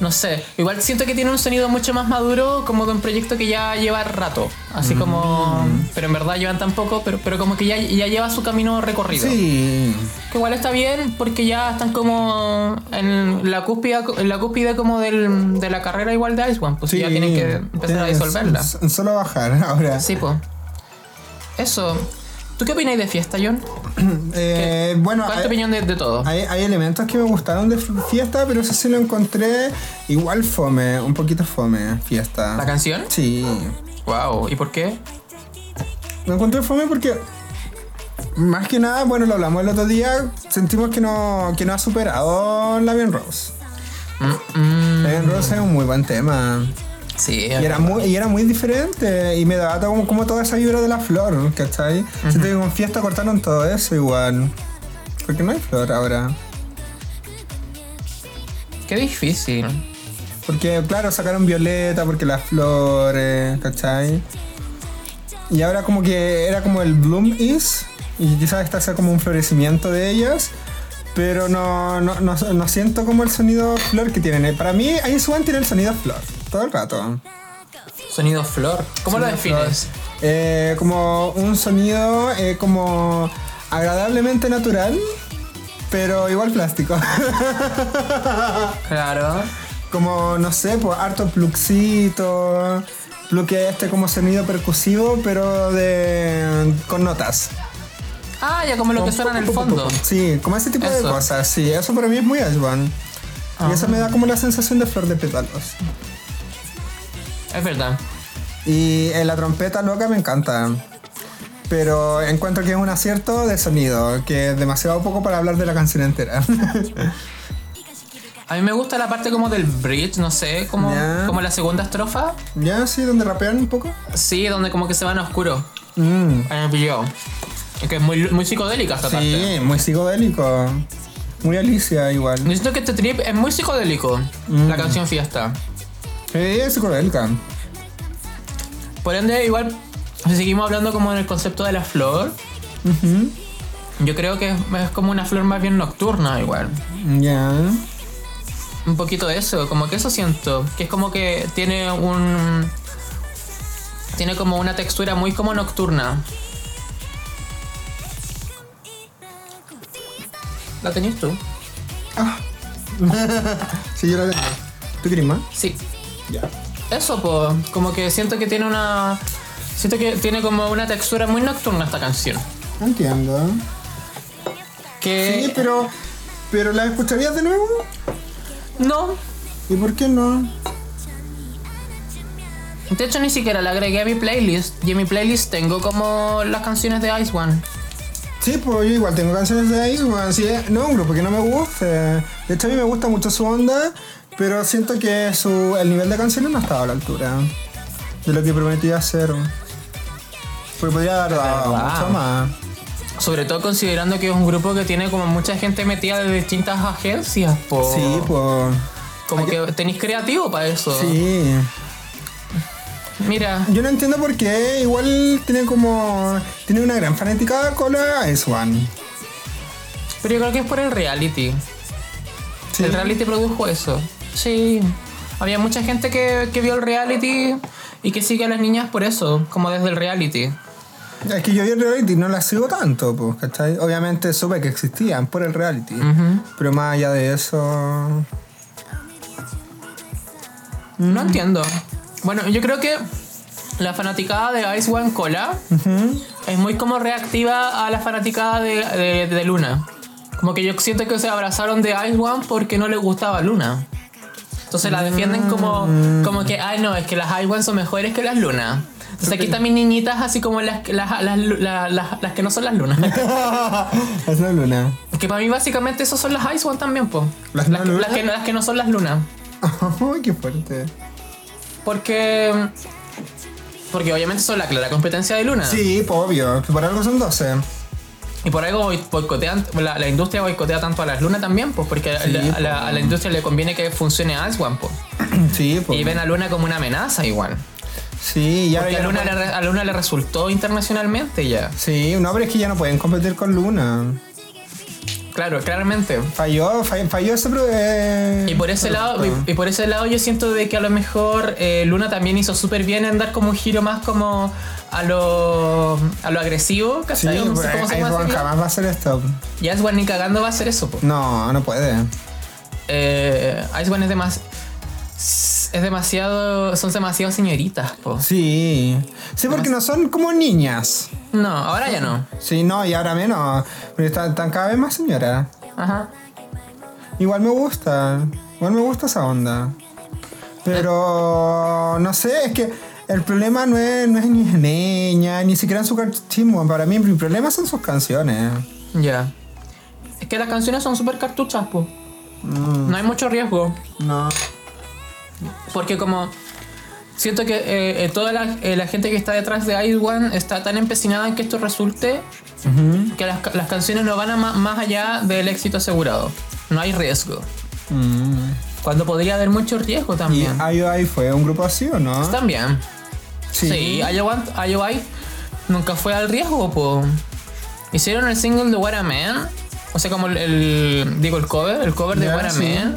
Speaker 2: No sé, igual siento que tiene un sonido mucho más maduro como de un proyecto que ya lleva rato. Así como...
Speaker 3: Mm.
Speaker 2: Pero en verdad llevan tan poco, pero, pero como que ya, ya lleva su camino recorrido.
Speaker 3: Sí.
Speaker 2: Que igual está bien porque ya están como en la cúspide, en la cúspide como del- de la carrera igual de Ice One. Pues
Speaker 3: sí.
Speaker 2: ya tienen que empezar a
Speaker 3: Tienes-
Speaker 2: disolverla.
Speaker 3: s- Solo bajar ahora.
Speaker 2: Sí, pues. Eso. ¿Tú qué opináis de Fiesta, John?
Speaker 3: Eh, bueno,
Speaker 2: ¿Cuál es
Speaker 3: hay-
Speaker 2: tu opinión de, de todo?
Speaker 3: Hay, hay elementos que me gustaron de fiesta, pero eso sí lo encontré igual fome, un poquito fome, fiesta.
Speaker 2: ¿La canción?
Speaker 3: Sí.
Speaker 2: Wow. ¿Y por qué?
Speaker 3: Lo encontré fome porque, más que nada, bueno, lo hablamos el otro día, sentimos que no, que no ha superado la Bien Rose.
Speaker 2: Mm, mm,
Speaker 3: La Bien Rose es un muy buen tema.
Speaker 2: sí.
Speaker 3: Y era muy, y era muy diferente, y me daba todo como, como toda esa vibra de la flor, ¿cachai? Siento que con fiesta cortaron todo eso igual. Porque no hay flor ahora.
Speaker 2: Qué difícil.
Speaker 3: Porque, claro, sacaron Violeta, porque las flores, ¿cachai? Y ahora como que era como el bloom is, y quizás esta sea como un florecimiento de ellas, pero no, no, no, no siento como el sonido flor que tienen. Eh, Para mí, Ice One tiene el sonido flor, todo el rato.
Speaker 2: Sonido flor. ¿Cómo lo
Speaker 3: Sonido
Speaker 2: defines?
Speaker 3: flor. Eh, como un sonido eh, como agradablemente natural, pero igual plástico.
Speaker 2: Claro.
Speaker 3: como no sé, pues harto pluxito, pluque este como sonido percusivo, pero de con notas.
Speaker 2: Ah, ya como lo que suena en el fondo.
Speaker 3: Sí, como ese tipo
Speaker 2: Eso.
Speaker 3: de cosas. Sí, eso para mí es muy Ashwan.
Speaker 2: Ah.
Speaker 3: Y eso me da como la sensación de flor de pétalos.
Speaker 2: Es verdad.
Speaker 3: Y eh, la trompeta loca me encanta. Pero encuentro que es un acierto de sonido, que es demasiado poco para hablar de la canción entera.
Speaker 2: A mí me gusta la parte como del bridge, no sé, como,
Speaker 3: Ya.
Speaker 2: como la segunda estrofa.
Speaker 3: ¿Ya? ¿Sí? ¿Donde rapean un poco?
Speaker 2: Sí, donde como que se van a oscuro
Speaker 3: Mm,
Speaker 2: en el video. Es que es muy, muy psicodélica esta parte.
Speaker 3: sí, muy psicodélico. Muy Alicia igual.
Speaker 2: Yo siento que este trip es muy psicodélico,
Speaker 3: Mm.
Speaker 2: la canción Fiesta.
Speaker 3: Sí, Eh, es psicodélica.
Speaker 2: Por ende, igual, si seguimos hablando como en el concepto de la flor,
Speaker 3: Ujú.
Speaker 2: yo creo que es, es como una flor más bien nocturna igual.
Speaker 3: Ya.
Speaker 2: Un poquito eso, como que eso siento, que es como que tiene un... Tiene como una textura muy como nocturna. ¿La tenías tú?
Speaker 3: Ah. Sí, yo la tengo. ¿Tú quieres más?
Speaker 2: Sí.
Speaker 3: Ya.
Speaker 2: Eso, pues, como que siento que tiene una... Siento que tiene como una textura muy nocturna esta canción.
Speaker 3: Entiendo.
Speaker 2: Que... Eh,
Speaker 3: Sí, pero. ¿Pero la escucharías de nuevo?
Speaker 2: No,
Speaker 3: ¿Y por qué no?
Speaker 2: De hecho, ni siquiera la agregué a mi playlist. Y en mi playlist tengo como las canciones de Ice One.
Speaker 3: Sí, pues yo igual tengo canciones de ahí, bueno, sí, no un grupo que no me gusta. De hecho a mí me gusta mucho su onda, pero siento que su, el nivel de canciones no estaba a la altura de lo que prometía hacer. Porque podría haber dado
Speaker 2: verdad.
Speaker 3: mucho más.
Speaker 2: Sobre todo considerando que es un grupo que tiene como mucha gente metida de distintas agencias. Po.
Speaker 3: Sí, pues.
Speaker 2: Como que tenéis creativo para eso.
Speaker 3: Sí.
Speaker 2: Mira,
Speaker 3: Yo no entiendo por qué, igual tiene como. Tiene una gran fanática con la Ice One.
Speaker 2: pero yo creo que es por el reality.
Speaker 3: Sí.
Speaker 2: El reality produjo eso. Sí. Había mucha gente que, que vio el reality y que sigue a las niñas por eso, como desde el reality.
Speaker 3: Es que yo vi el reality, no la sigo tanto, pues, ¿cachai? Obviamente supe que existían por el reality. Pero más allá de eso.
Speaker 2: No
Speaker 3: Mm.
Speaker 2: entiendo. Bueno, yo creo que la fanaticada de Ice One Cola es muy como reactiva a la fanaticada de, de- de Luna. Como que yo siento que se abrazaron de Ice One porque no le gustaba Luna. Entonces la defienden como,
Speaker 3: Mm.
Speaker 2: como que, ay no, es que las Ice One son mejores que las Luna. Entonces aquí están mis niñitas así como las, las, las, las- las- las que no son las Lunas.
Speaker 3: Las no luna.
Speaker 2: que para mí básicamente esos son las Ice One también, po.
Speaker 3: ¿Las no
Speaker 2: que-
Speaker 3: Luna?
Speaker 2: que, no- las que no son las Lunas.
Speaker 3: Ay, qué fuerte.
Speaker 2: Porque. Porque obviamente son la clara competencia de Luna.
Speaker 3: Sí, pues, obvio. Por algo son 12.
Speaker 2: Y por algo boi- boicotean, la, la industria boicotea tanto a las Luna también, pues, porque a la-
Speaker 3: Sí,
Speaker 2: a, la,
Speaker 3: po.
Speaker 2: a la industria le conviene que funcione Aswan, pues.
Speaker 3: sí, pues.
Speaker 2: Y ven a Luna como una amenaza igual.
Speaker 3: Sí, y ahora
Speaker 2: Porque
Speaker 3: ya
Speaker 2: a
Speaker 3: no
Speaker 2: Luna, le,
Speaker 3: pueden-
Speaker 2: re- a Luna le resultó internacionalmente ya.
Speaker 3: Sí, no, pero es que ya no pueden competir con Luna.
Speaker 2: Claro, claramente.
Speaker 3: Falló, fall- falló ese pro- eh,
Speaker 2: Y por ese lado,
Speaker 3: producto.
Speaker 2: y, y por ese lado yo siento de que a lo mejor eh, Luna también hizo súper bien en dar como un giro más como a lo, a lo agresivo,
Speaker 3: Sí, pues,
Speaker 2: ¿cachai? no sé cómo se
Speaker 3: Ice
Speaker 2: llama ese
Speaker 3: One
Speaker 2: video.
Speaker 3: jamás va a hacer esto.
Speaker 2: Y Aswan ni cagando va a hacer eso, pues. po.
Speaker 3: No, no puede.
Speaker 2: eh, Ice One es demas- es demasiado son demasiado señoritas po.
Speaker 3: Sí. Sí, porque no son como niñas.
Speaker 2: no ahora ya no
Speaker 3: Sí, no, y ahora menos. Pero están, están cada vez más señoras.
Speaker 2: ajá
Speaker 3: Igual me gusta. Igual me gusta esa onda. Pero no sé, es que el problema no es, no es ni niña, ni siquiera en su cartuchismo. Para mí, mi problema son sus canciones.
Speaker 2: ya es que las canciones son súper cartuchas po. no hay mucho riesgo
Speaker 3: No.
Speaker 2: porque como siento que eh, eh, toda la, eh, la gente que está detrás de Ice One está tan empecinada en que esto resulte que las, ca- las canciones no van a ma- más allá del éxito asegurado no hay riesgo
Speaker 3: Mm.
Speaker 2: cuando podría haber mucho riesgo
Speaker 3: ¿Y ah,
Speaker 2: también
Speaker 3: IOI fue un grupo así o no?
Speaker 2: también Sí, Iowa, Iowa nunca fue al riesgo, po. Hicieron el single de What a Man, o sea, como el, el- digo, el cover, el cover de
Speaker 3: Ya,
Speaker 2: What a
Speaker 3: sí.
Speaker 2: Man,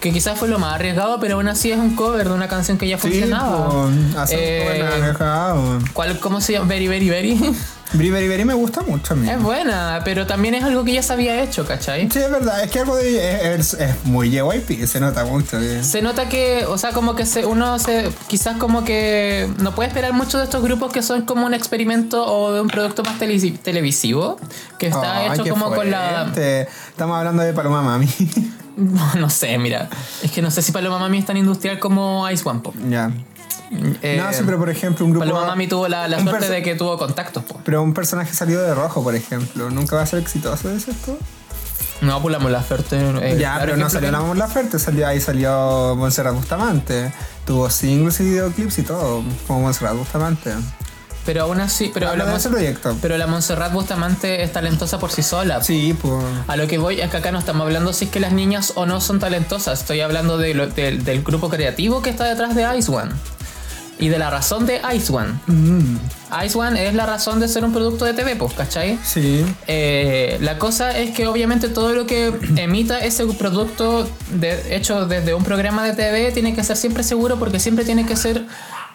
Speaker 2: que quizás fue lo más arriesgado, pero aún así es un cover de una canción que ya
Speaker 3: Sí,
Speaker 2: funcionaba.
Speaker 3: po, hace un
Speaker 2: Eh,
Speaker 3: poco de navegado.
Speaker 2: ¿Cuál, cómo se llama? Very, very, very.
Speaker 3: Bribery Berry me gusta mucho a mí.
Speaker 2: Es buena, pero también es algo que ya se había hecho, ¿cachai?
Speaker 3: Sí, es verdad, es que algo de. Es, es- es muy JYP, se nota mucho. eh.
Speaker 2: Se nota que, o sea, como que se, uno se, quizás como que no puede esperar mucho de estos grupos que son como un experimento o de un producto más televisi- televisivo, que está
Speaker 3: Ay,
Speaker 2: hecho
Speaker 3: qué
Speaker 2: como con la...
Speaker 3: fuerte. Estamos hablando de Paloma Mami.
Speaker 2: No sé, mira, es que no sé si Paloma Mami es tan industrial como Ice One Pop.
Speaker 3: ya.
Speaker 2: Eh,
Speaker 3: no, sí, pero por ejemplo, un grupo.
Speaker 2: Paloma Mami tuvo la, la
Speaker 3: un
Speaker 2: suerte
Speaker 3: perso-
Speaker 2: de que tuvo contactos, po.
Speaker 3: Pero un personaje salido de rojo, por ejemplo, nunca va a ser exitoso, ¿es esto?
Speaker 2: No, pues la Mola Ferte, eh,
Speaker 3: ya,
Speaker 2: claro,
Speaker 3: pero no
Speaker 2: ejemplo
Speaker 3: salió
Speaker 2: que-
Speaker 3: la Mon Laferte, salió ahí salió Montserrat Bustamante. Tuvo singles y videoclips y todo, como Montserrat Bustamante.
Speaker 2: Pero aún así, pero
Speaker 3: Habla
Speaker 2: la
Speaker 3: de ese
Speaker 2: Mon-
Speaker 3: proyecto.
Speaker 2: Pero la Montserrat Bustamante es talentosa por sí sola.
Speaker 3: Sí, pues.
Speaker 2: A lo que voy es que acá no estamos hablando si es que las niñas o no son talentosas. Estoy hablando de lo- de- del grupo creativo que está detrás de Ice One. Y de la razón de Ice One.
Speaker 3: Mm,
Speaker 2: Ice One es la razón de ser un producto de TV, pues, ¿cachai?
Speaker 3: sí.
Speaker 2: Eh, la cosa es que obviamente todo lo que emita ese producto de, hecho desde un programa de TV tiene que ser siempre seguro porque siempre tiene que ser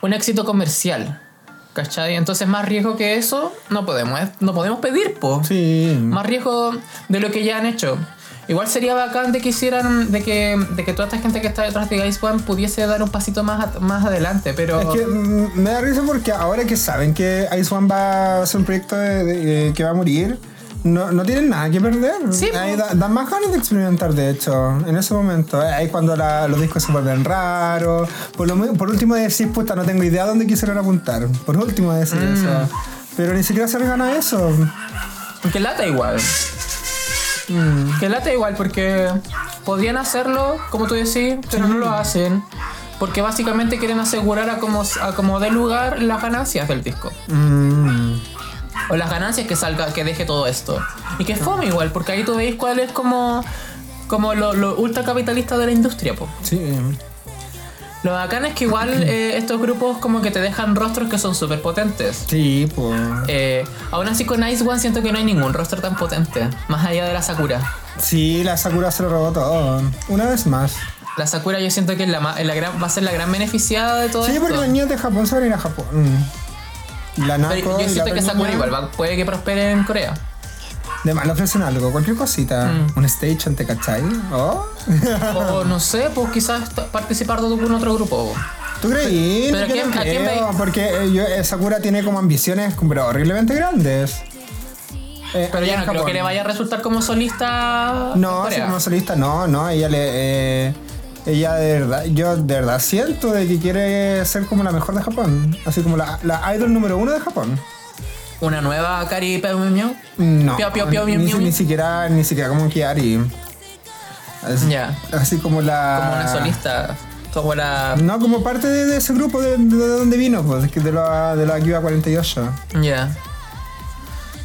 Speaker 2: un éxito comercial. ¿Cachai? Entonces más riesgo que eso no podemos, no podemos pedir, po.
Speaker 3: Sí.
Speaker 2: Más riesgo de lo que ya han hecho. Igual sería bacán de que hicieran, de que, de que toda esta gente que está detrás de Ice One pudiese dar un pasito más, at- más adelante, pero...
Speaker 3: Es que mm, me da risa porque ahora que saben que Ice One va a ser un proyecto de- de- eh, que va a morir, no, no tienen nada que perder.
Speaker 2: Sí,
Speaker 3: Ahí
Speaker 2: pues.
Speaker 3: da- dan más ganas de experimentar, de hecho, en ese momento. Ahí es cuando la- los discos se vuelven raros. Por, lo, mi- por último decís, puta, no tengo idea dónde quisieron apuntar. Por último decís
Speaker 2: Mm.
Speaker 3: eso. Pero ni siquiera se gana eso.
Speaker 2: Que lata igual. Que lata igual porque podrían hacerlo, como tú decís, pero no lo hacen. Porque básicamente quieren asegurar a como, a como dé lugar las ganancias del disco.
Speaker 3: Mm.
Speaker 2: O las ganancias que salga, que deje todo esto. Y que fome igual, porque ahí tú veis cuál es como, como lo, lo ultracapitalista de la industria, po.
Speaker 3: Sí.
Speaker 2: Lo bacán es que igual eh, estos grupos como que te dejan rostros que son súper potentes.
Speaker 3: Sí, pues.
Speaker 2: Eh, aún así con Ice One siento que no hay ningún rostro tan potente, más allá de la Sakura.
Speaker 3: Sí, la Sakura se lo robó todo. Una vez más.
Speaker 2: La Sakura yo siento que es la, ma- la gran, va a ser la gran beneficiada de todo
Speaker 3: Sí,
Speaker 2: esto.
Speaker 3: porque los niños de Japón se van a ir a Japón. La Nako
Speaker 2: Mm. Pero yo
Speaker 3: y la
Speaker 2: siento que
Speaker 3: otra
Speaker 2: Sakura
Speaker 3: niña,
Speaker 2: igual va- puede que prospere en Corea.
Speaker 3: De mal ofrecen algo, cualquier cosita.
Speaker 2: Mm.
Speaker 3: Un stage ante cachai. Oh.
Speaker 2: O no sé, pues quizás t- participar de algún otro grupo.
Speaker 3: ¿Tú creí?
Speaker 2: Pero ¿a
Speaker 3: Yo
Speaker 2: quién-
Speaker 3: no
Speaker 2: a quién
Speaker 3: creo,
Speaker 2: veis?
Speaker 3: Porque eh, yo- eh, Sakura tiene como ambiciones pero horriblemente grandes. Eh,
Speaker 2: Pero
Speaker 3: allá
Speaker 2: ya
Speaker 3: en
Speaker 2: no creo
Speaker 3: Japón.
Speaker 2: que le vaya a resultar como solista. en
Speaker 3: No,
Speaker 2: Corea.
Speaker 3: sí, como solista, no, no. Ella le. eh, ella de verdad, yo de verdad siento de que quiere ser como la mejor de Japón. Así como la, la idol número uno de Japón.
Speaker 2: Una nueva Cari Peumio.
Speaker 3: No.
Speaker 2: Pio, pio, pio, miu,
Speaker 3: ni,
Speaker 2: miu,
Speaker 3: ni
Speaker 2: miu.
Speaker 3: siquiera, ni siquiera como Kiari. Así,
Speaker 2: Ya.
Speaker 3: así como la.
Speaker 2: Como una solista. Como la.
Speaker 3: No, como parte de, de ese grupo de, de- de donde vino, pues, que de la, de la Akiba 48.
Speaker 2: Ya.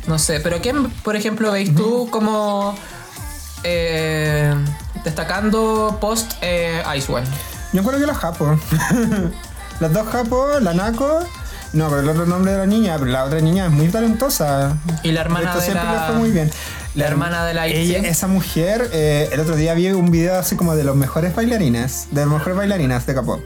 Speaker 2: No sé, pero ¿quién, por ejemplo, veis tú como. eh, destacando post eh, Ice One?
Speaker 3: Yo creo que los japos. Las dos japos, la Nako. No, pero el otro nombre de la niña, pero la otra niña es muy talentosa.
Speaker 2: Y la hermana
Speaker 3: Esto
Speaker 2: de
Speaker 3: siempre
Speaker 2: la-
Speaker 3: le fue muy bien.
Speaker 2: la hermana de la
Speaker 3: ella,
Speaker 2: Itzy.
Speaker 3: Esa mujer, eh, el otro día vi un video así como de los mejores bailarines, de las mejores bailarinas de K-pop.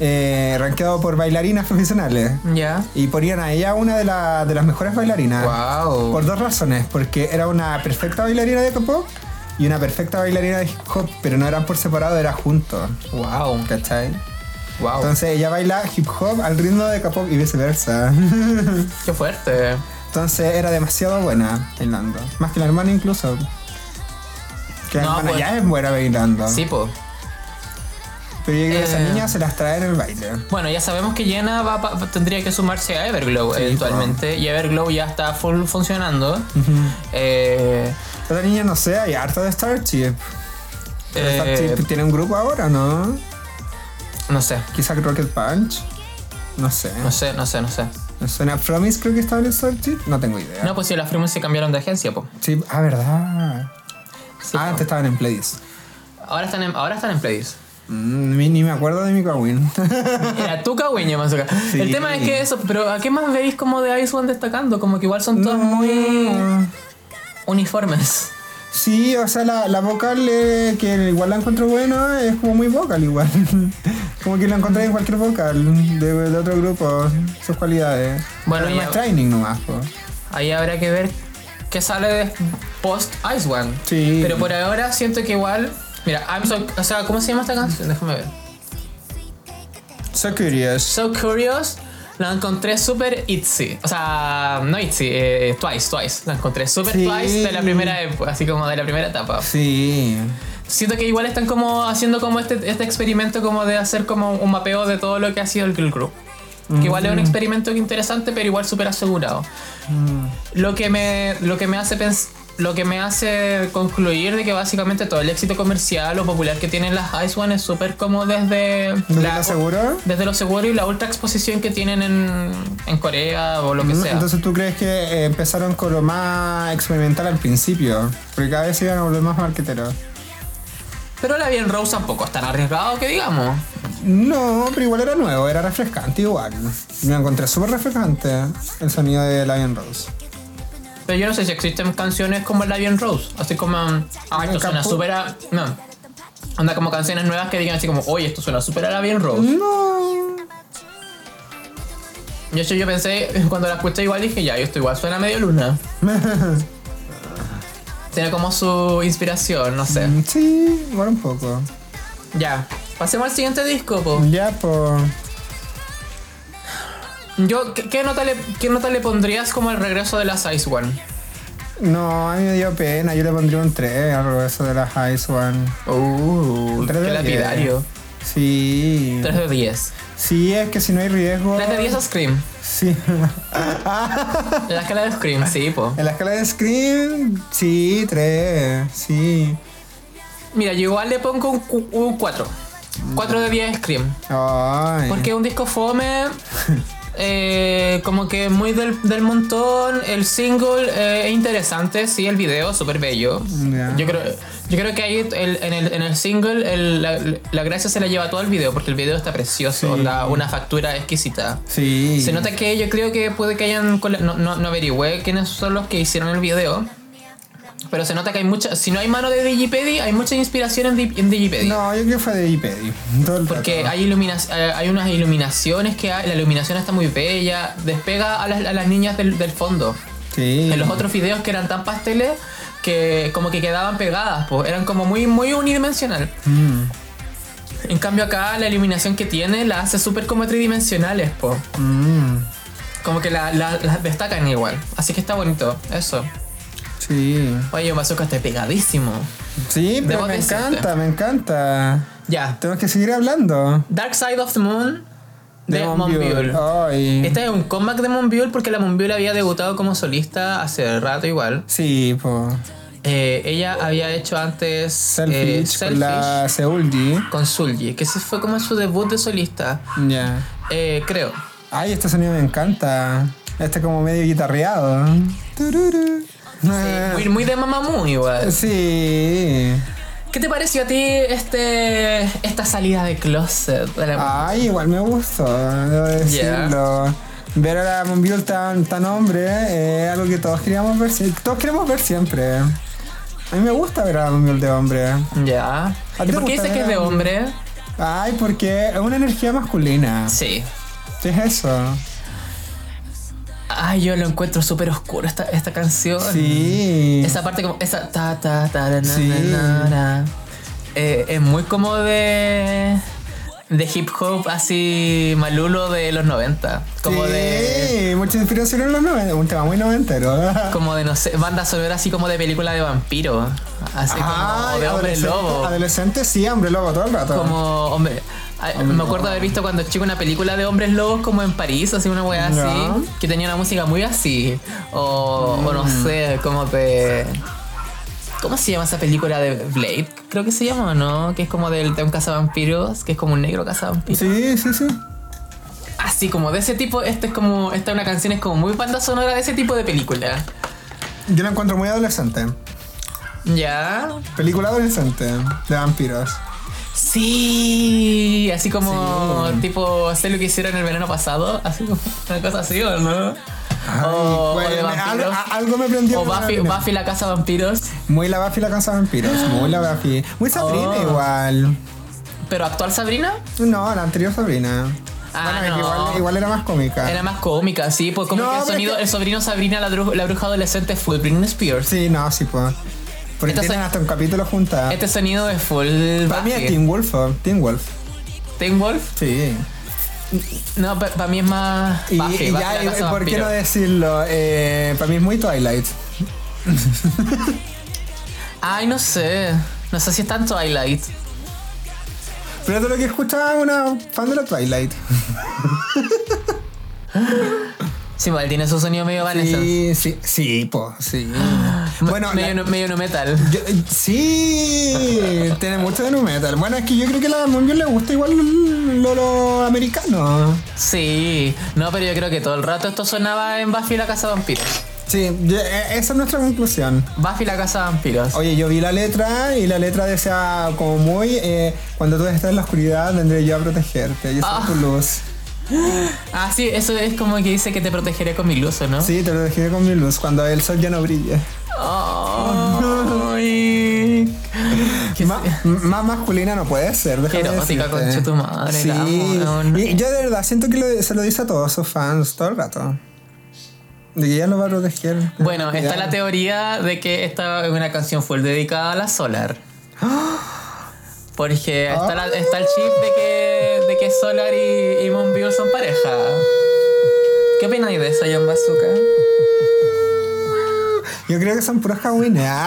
Speaker 3: Eh, rankeado por bailarinas profesionales.
Speaker 2: Ya.
Speaker 3: Y ponían a ella una de, la- de las mejores bailarinas.
Speaker 2: Wow.
Speaker 3: Ah. Por dos razones, porque era una perfecta bailarina de K-pop y una perfecta bailarina de hip hop, pero no eran por separado, era juntos.
Speaker 2: Wow.
Speaker 3: ¿Cachai?
Speaker 2: Wow.
Speaker 3: Entonces ella baila hip hop al ritmo de K-pop y viceversa.
Speaker 2: Qué fuerte.
Speaker 3: Entonces era demasiado buena bailando. Más que la hermana incluso. Que la
Speaker 2: No,
Speaker 3: hermana
Speaker 2: pues-
Speaker 3: ya es buena bailando.
Speaker 2: Sí, po.
Speaker 3: Pero yo creo que esa
Speaker 2: Eh.
Speaker 3: niña se las trae en el baile.
Speaker 2: Bueno, ya sabemos que Yena va pa- tendría que sumarse a Everglow
Speaker 3: Sí,
Speaker 2: eventualmente. Y Everglow ya está full funcionando. Eh,
Speaker 3: La otra niña no sé, hay harta de Starship. Pero
Speaker 2: eh,
Speaker 3: Starship tiene un grupo ahora, ¿no?
Speaker 2: no sé,
Speaker 3: Quizá Rocket Punch. No sé.
Speaker 2: no sé, no sé, no sé.
Speaker 3: ¿Me suena Promise? Creo que estaba en Starship. No tengo idea.
Speaker 2: No, pues si las firmas se cambiaron de agencia, po.
Speaker 3: Sí, ah, verdad.
Speaker 2: Sí,
Speaker 3: ah,
Speaker 2: po.
Speaker 3: antes estaban en Pledis.
Speaker 2: Ahora están en, ahora están en Pledis.
Speaker 3: Mm, ni, ni me acuerdo de mi Win.
Speaker 2: Era tu cagüeña, Mazuka.
Speaker 3: Sí.
Speaker 2: El tema es que eso, pero ¿a qué más veis como de Ice One destacando? Como que igual son todas muy uniformes.
Speaker 3: Sí, o sea, la, la vocal eh, que igual la encuentro buena es como muy vocal igual. como que la encontré en cualquier vocal de, de otro grupo, sus cualidades.
Speaker 2: Bueno,
Speaker 3: Pero
Speaker 2: y-
Speaker 3: más training nomás, po.
Speaker 2: Ahí habrá que ver qué sale de post Ice One.
Speaker 3: Sí.
Speaker 2: Pero por ahora siento que igual. Mira, I'm so, o sea, ¿cómo se llama esta canción? Déjame ver.
Speaker 3: So curious.
Speaker 2: So Curious la encontré súper itzy. O sea, no itzy, eh, twice, twice. La encontré súper
Speaker 3: Sí.
Speaker 2: twice de la primera, ep- así como de la primera etapa.
Speaker 3: Sí.
Speaker 2: Siento que igual están como haciendo como este, este experimento como de hacer como un mapeo de todo lo que ha sido el girl group. Que igual
Speaker 3: Mm.
Speaker 2: es un experimento interesante, pero igual súper asegurado.
Speaker 3: Mm.
Speaker 2: Lo que me, lo que me hace pens- Lo que me hace concluir de que básicamente todo el éxito comercial o popular que tienen las Ice One es súper como desde
Speaker 3: ¿No te seguro?
Speaker 2: desde lo seguro y la ultra exposición que tienen en, en Corea o lo que
Speaker 3: Mm,
Speaker 2: sea.
Speaker 3: Entonces tú crees que eh, empezaron con lo más experimental al principio, porque cada vez se iban a volver más marqueteros.
Speaker 2: Pero la Bien Rose tampoco es tan arriesgado que digamos.
Speaker 3: No, pero igual era nuevo, era refrescante igual. Me encontré súper refrescante el sonido de Lion Rose.
Speaker 2: Pero yo no sé si existen canciones como la Bien Rose. Así como. um, Ah, esto
Speaker 3: Nunca
Speaker 2: suena
Speaker 3: pu-
Speaker 2: súper a. No. Anda como canciones nuevas que digan así como, oye, esto suena súper a la Bien Rose.
Speaker 3: No.
Speaker 2: Y eso yo pensé, cuando la escuché igual dije, ya, esto igual suena medio luna. Tiene como su inspiración, no sé.
Speaker 3: Sí, igual un poco.
Speaker 2: Ya. Pasemos al siguiente disco, po.
Speaker 3: Ya, pues, por.
Speaker 2: Yo, ¿qué, qué nota le, ¿Qué nota le pondrías como el regreso de las Ice One?
Speaker 3: No, a mí me dio pena, yo le pondría un 3 al regreso de la Ice One.
Speaker 2: Uh,
Speaker 3: Tres de
Speaker 2: qué
Speaker 3: diez.
Speaker 2: lapidario.
Speaker 3: Sí.
Speaker 2: 3 de 10.
Speaker 3: Sí, es que si no hay riesgo.
Speaker 2: 3 de 10 a Scream.
Speaker 3: Sí.
Speaker 2: La escala de Scream, sí, po.
Speaker 3: En la escala de Scream, sí, 3, sí.
Speaker 2: Mira, yo igual le pongo un, cu- un 4. 4 de 10 a Scream.
Speaker 3: Ay.
Speaker 2: Porque es un disco fome. eh, como que muy del, del montón. El single eh, es interesante, sí, el video súper bello.
Speaker 3: Ya.
Speaker 2: Yo, creo, yo creo que ahí el- en, el, en el single el- la, la gracia se la lleva todo el video porque el video está precioso,
Speaker 3: Sí.
Speaker 2: da una factura exquisita.
Speaker 3: Sí.
Speaker 2: Se nota que yo creo que puede que hayan. cole- No, no, no averigüé quiénes son los que hicieron el video. Pero se nota que hay mucha. Si no hay mano de Digipedi, hay mucha inspiración en, Di- en Digipedi.
Speaker 3: No, yo creo que fue de Ipedi.
Speaker 2: Porque hay, ilumina eh, hay unas iluminaciones que hay, la iluminación está muy bella, despega a las, a las niñas del, del fondo.
Speaker 3: Sí.
Speaker 2: En los otros videos que eran tan pasteles que como que quedaban pegadas, pues eran como muy, muy unidimensional.
Speaker 3: Mm,
Speaker 2: En cambio acá la iluminación que tiene la hace súper como tridimensionales, pues.
Speaker 3: mm,
Speaker 2: Como que la- la- las destacan igual. Así que está bonito, eso.
Speaker 3: sí.
Speaker 2: Oye, Bazooka, está pegadísimo.
Speaker 3: Sí, pero
Speaker 2: Debo
Speaker 3: me
Speaker 2: decirte.
Speaker 3: encanta, me encanta.
Speaker 2: Ya.
Speaker 3: Tenemos que seguir hablando.
Speaker 2: Dark Side of the Moon de, Monbiul.
Speaker 3: Ah. Ay.
Speaker 2: Este es un comeback de Monbiul porque la Monbiul había debutado como solista hace rato igual.
Speaker 3: Sí, po.
Speaker 2: Eh, ella había hecho antes eh,
Speaker 3: Selfish, con
Speaker 2: Selfish
Speaker 3: la Seoul G.
Speaker 2: con Sulji, que ese fue como su debut de solista,
Speaker 3: Ya.
Speaker 2: eh, creo.
Speaker 3: Ay, este sonido me encanta. Este como medio guitarreado. Tururu. Ah,
Speaker 2: Muy, muy de Mamamoo igual.
Speaker 3: Sí.
Speaker 2: ¿Qué te pareció a ti este, esta salida de closet? de la-
Speaker 3: Ay, igual me gustó, debo decirlo. Ver a la Monbiul tan, tan hombre eh, es algo que todos queríamos ver, si- todos queremos ver siempre. A mí me gusta ver a la Monbiul de hombre.
Speaker 2: Ya.
Speaker 3: ¿A
Speaker 2: ¿Y
Speaker 3: ti
Speaker 2: por
Speaker 3: te
Speaker 2: qué
Speaker 3: gusta
Speaker 2: dice que
Speaker 3: ver
Speaker 2: es de
Speaker 3: a-
Speaker 2: hombre?
Speaker 3: Ay, porque es una energía masculina.
Speaker 2: Sí.
Speaker 3: ¿Qué es eso?
Speaker 2: Ay, yo lo encuentro súper oscuro esta, esta canción.
Speaker 3: Sí.
Speaker 2: Esa parte como esa ta ta ta na, na,
Speaker 3: Sí.
Speaker 2: na, na. Eh, es muy como de de hip hop así malulo de los 90, como
Speaker 3: sí,
Speaker 2: de
Speaker 3: mucha inspiración en los 90, un tema muy noventero.
Speaker 2: como de no sé, banda sonora así como de película de vampiro, así como
Speaker 3: Ay,
Speaker 2: de hombre
Speaker 3: adolescente,
Speaker 2: lobo,
Speaker 3: adolescente, sí, hombre lobo todo el rato.
Speaker 2: como hombre ay, me acuerdo haber visto cuando chico una película de hombres lobos como en París, así una wea
Speaker 3: Ya.
Speaker 2: así, que tenía una música muy así. O, o no
Speaker 3: Mm.
Speaker 2: sé, como de. ¿Cómo se llama esa película de Blade? Creo que se llama, ¿no? Que es como del, de un cazavampiros, que es como un negro cazavampiros.
Speaker 3: Sí, sí, sí.
Speaker 2: Así como de ese tipo, esta es como. Esta es una canción es como muy banda sonora de ese tipo de película.
Speaker 3: Yo la encuentro muy adolescente.
Speaker 2: ¿Ya?
Speaker 3: Película adolescente de vampiros.
Speaker 2: Sí, así como tipo sé lo que hicieron el verano pasado, así como una cosa así, ¿o no?
Speaker 3: Ay,
Speaker 2: o, o
Speaker 3: güey,
Speaker 2: Oh, de
Speaker 3: me- ah, algo,
Speaker 2: vampiros.
Speaker 3: a- algo me prendió.
Speaker 2: O
Speaker 3: con
Speaker 2: Buffy,
Speaker 3: alguien.
Speaker 2: Buffy la casa de vampiros,
Speaker 3: Muy la Buffy la casa de vampiros. Muy la Buffy. Muy Sabrina
Speaker 2: Oh.
Speaker 3: igual.
Speaker 2: pero actual Sabrina.
Speaker 3: No, la anterior Sabrina.
Speaker 2: Ah,
Speaker 3: bueno, es que
Speaker 2: no.
Speaker 3: igual, igual era más cómica.
Speaker 2: Era más cómica, sí, pues como
Speaker 3: No,
Speaker 2: que el
Speaker 3: pero
Speaker 2: sonido,
Speaker 3: que-
Speaker 2: el sobrino Sabrina, la, dru- la bruja adolescente fue Britney Spears.
Speaker 3: Sí, no, sí, pues. Porque
Speaker 2: Entonces-
Speaker 3: tienen hasta un capítulo juntado.
Speaker 2: Este sonido es full.
Speaker 3: Para mí es
Speaker 2: baje.
Speaker 3: Teen Wolf, oh, Teen Wolf.
Speaker 2: Teen Wolf?
Speaker 3: Sí.
Speaker 2: No, para mí es más.
Speaker 3: Y,
Speaker 2: baje,
Speaker 3: y
Speaker 2: baje
Speaker 3: ya,
Speaker 2: la
Speaker 3: y-
Speaker 2: casa
Speaker 3: ¿por qué
Speaker 2: vampiro.
Speaker 3: no decirlo? Eh, para mí es muy Twilight.
Speaker 2: Ay, no sé. No sé si es tan Twilight.
Speaker 3: Pero de lo que escuchaba una fan de la Twilight.
Speaker 2: Sí, igual tiene su sonido medio Vanessa.
Speaker 3: Sí, sí, sí, po, sí. Bueno,
Speaker 2: medio,
Speaker 3: la-
Speaker 2: no, medio no metal.
Speaker 3: yo- eh, sí, tiene mucho de nu metal. Bueno, es que yo creo que a la Monbiol le gusta igual lo, lo americano.
Speaker 2: Sí. No, pero yo creo que todo el rato esto sonaba en Buffy la Casa Vampiros.
Speaker 3: Sí, yo- e- esa es nuestra conclusión.
Speaker 2: Buffy la Casa Vampiros.
Speaker 3: Oye, yo vi la letra y la letra decía como muy eh, cuando tú estás en la oscuridad vendré yo a protegerte, yo soy
Speaker 2: Ah.
Speaker 3: tu luz.
Speaker 2: Ah, sí, eso es como que dice que te protegeré con mi luz, ¿o ¿no?
Speaker 3: Sí, te protegeré con mi luz cuando el sol ya no brille.
Speaker 2: Ay. Qué
Speaker 3: Ma- m- más masculina no puede ser,
Speaker 2: Qué
Speaker 3: déjame
Speaker 2: erótica,
Speaker 3: decirte.
Speaker 2: concha tu madre,
Speaker 3: Sí.
Speaker 2: la amo, no, no.
Speaker 3: Y yo de verdad siento que lo- se lo dice a todos sus fans todo el rato. De que ella lo va a proteger.
Speaker 2: Bueno,
Speaker 3: Ya.
Speaker 2: está la teoría de que esta es una canción full dedicada a la Solar. Porque está,
Speaker 3: Ah.
Speaker 2: la- está el chip de que, de que Solar y, y Monbiul son pareja. ¿Qué opináis de eso, John Bazooka?
Speaker 3: Yo creo que son puros jagüines.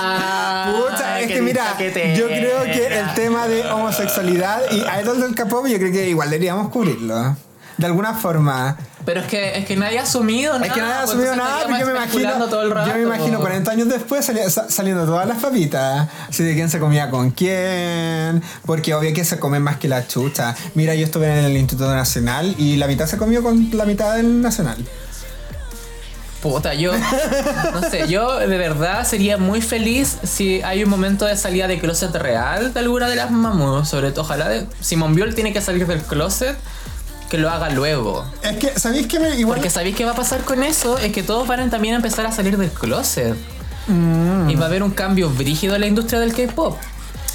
Speaker 3: Ah. Pucha, es que mira, yo creo que el tema de homosexualidad y idol del K-pop, yo creo que igual deberíamos cubrirlo. De alguna forma.
Speaker 2: Pero es que, es que nadie ha asumido nada.
Speaker 3: es que nadie ha
Speaker 2: pues,
Speaker 3: asumido
Speaker 2: entonces
Speaker 3: nada, pero
Speaker 2: estaríamos
Speaker 3: yo me imagino.
Speaker 2: especulando todo el rato.
Speaker 3: yo me imagino 40 años después sali- sa- saliendo todas las papitas. Así de quién se comía con quién. Porque obvio que se comen más que la chucha. Mira, yo estuve en el Instituto Nacional y la mitad se comió con la mitad del Nacional.
Speaker 2: Puta, yo. No sé, yo de verdad sería muy feliz si hay un momento de salida de closet real de alguna de las mamus. Sobre todo, ojalá de, si Monbiol tiene que salir del closet, que lo haga luego.
Speaker 3: Es que, ¿sabéis que me, igual
Speaker 2: Porque sabéis qué va a pasar con eso, es que todos van a también empezar a salir del closet.
Speaker 3: Mm.
Speaker 2: Y va a haber un cambio brígido en la industria del K-pop.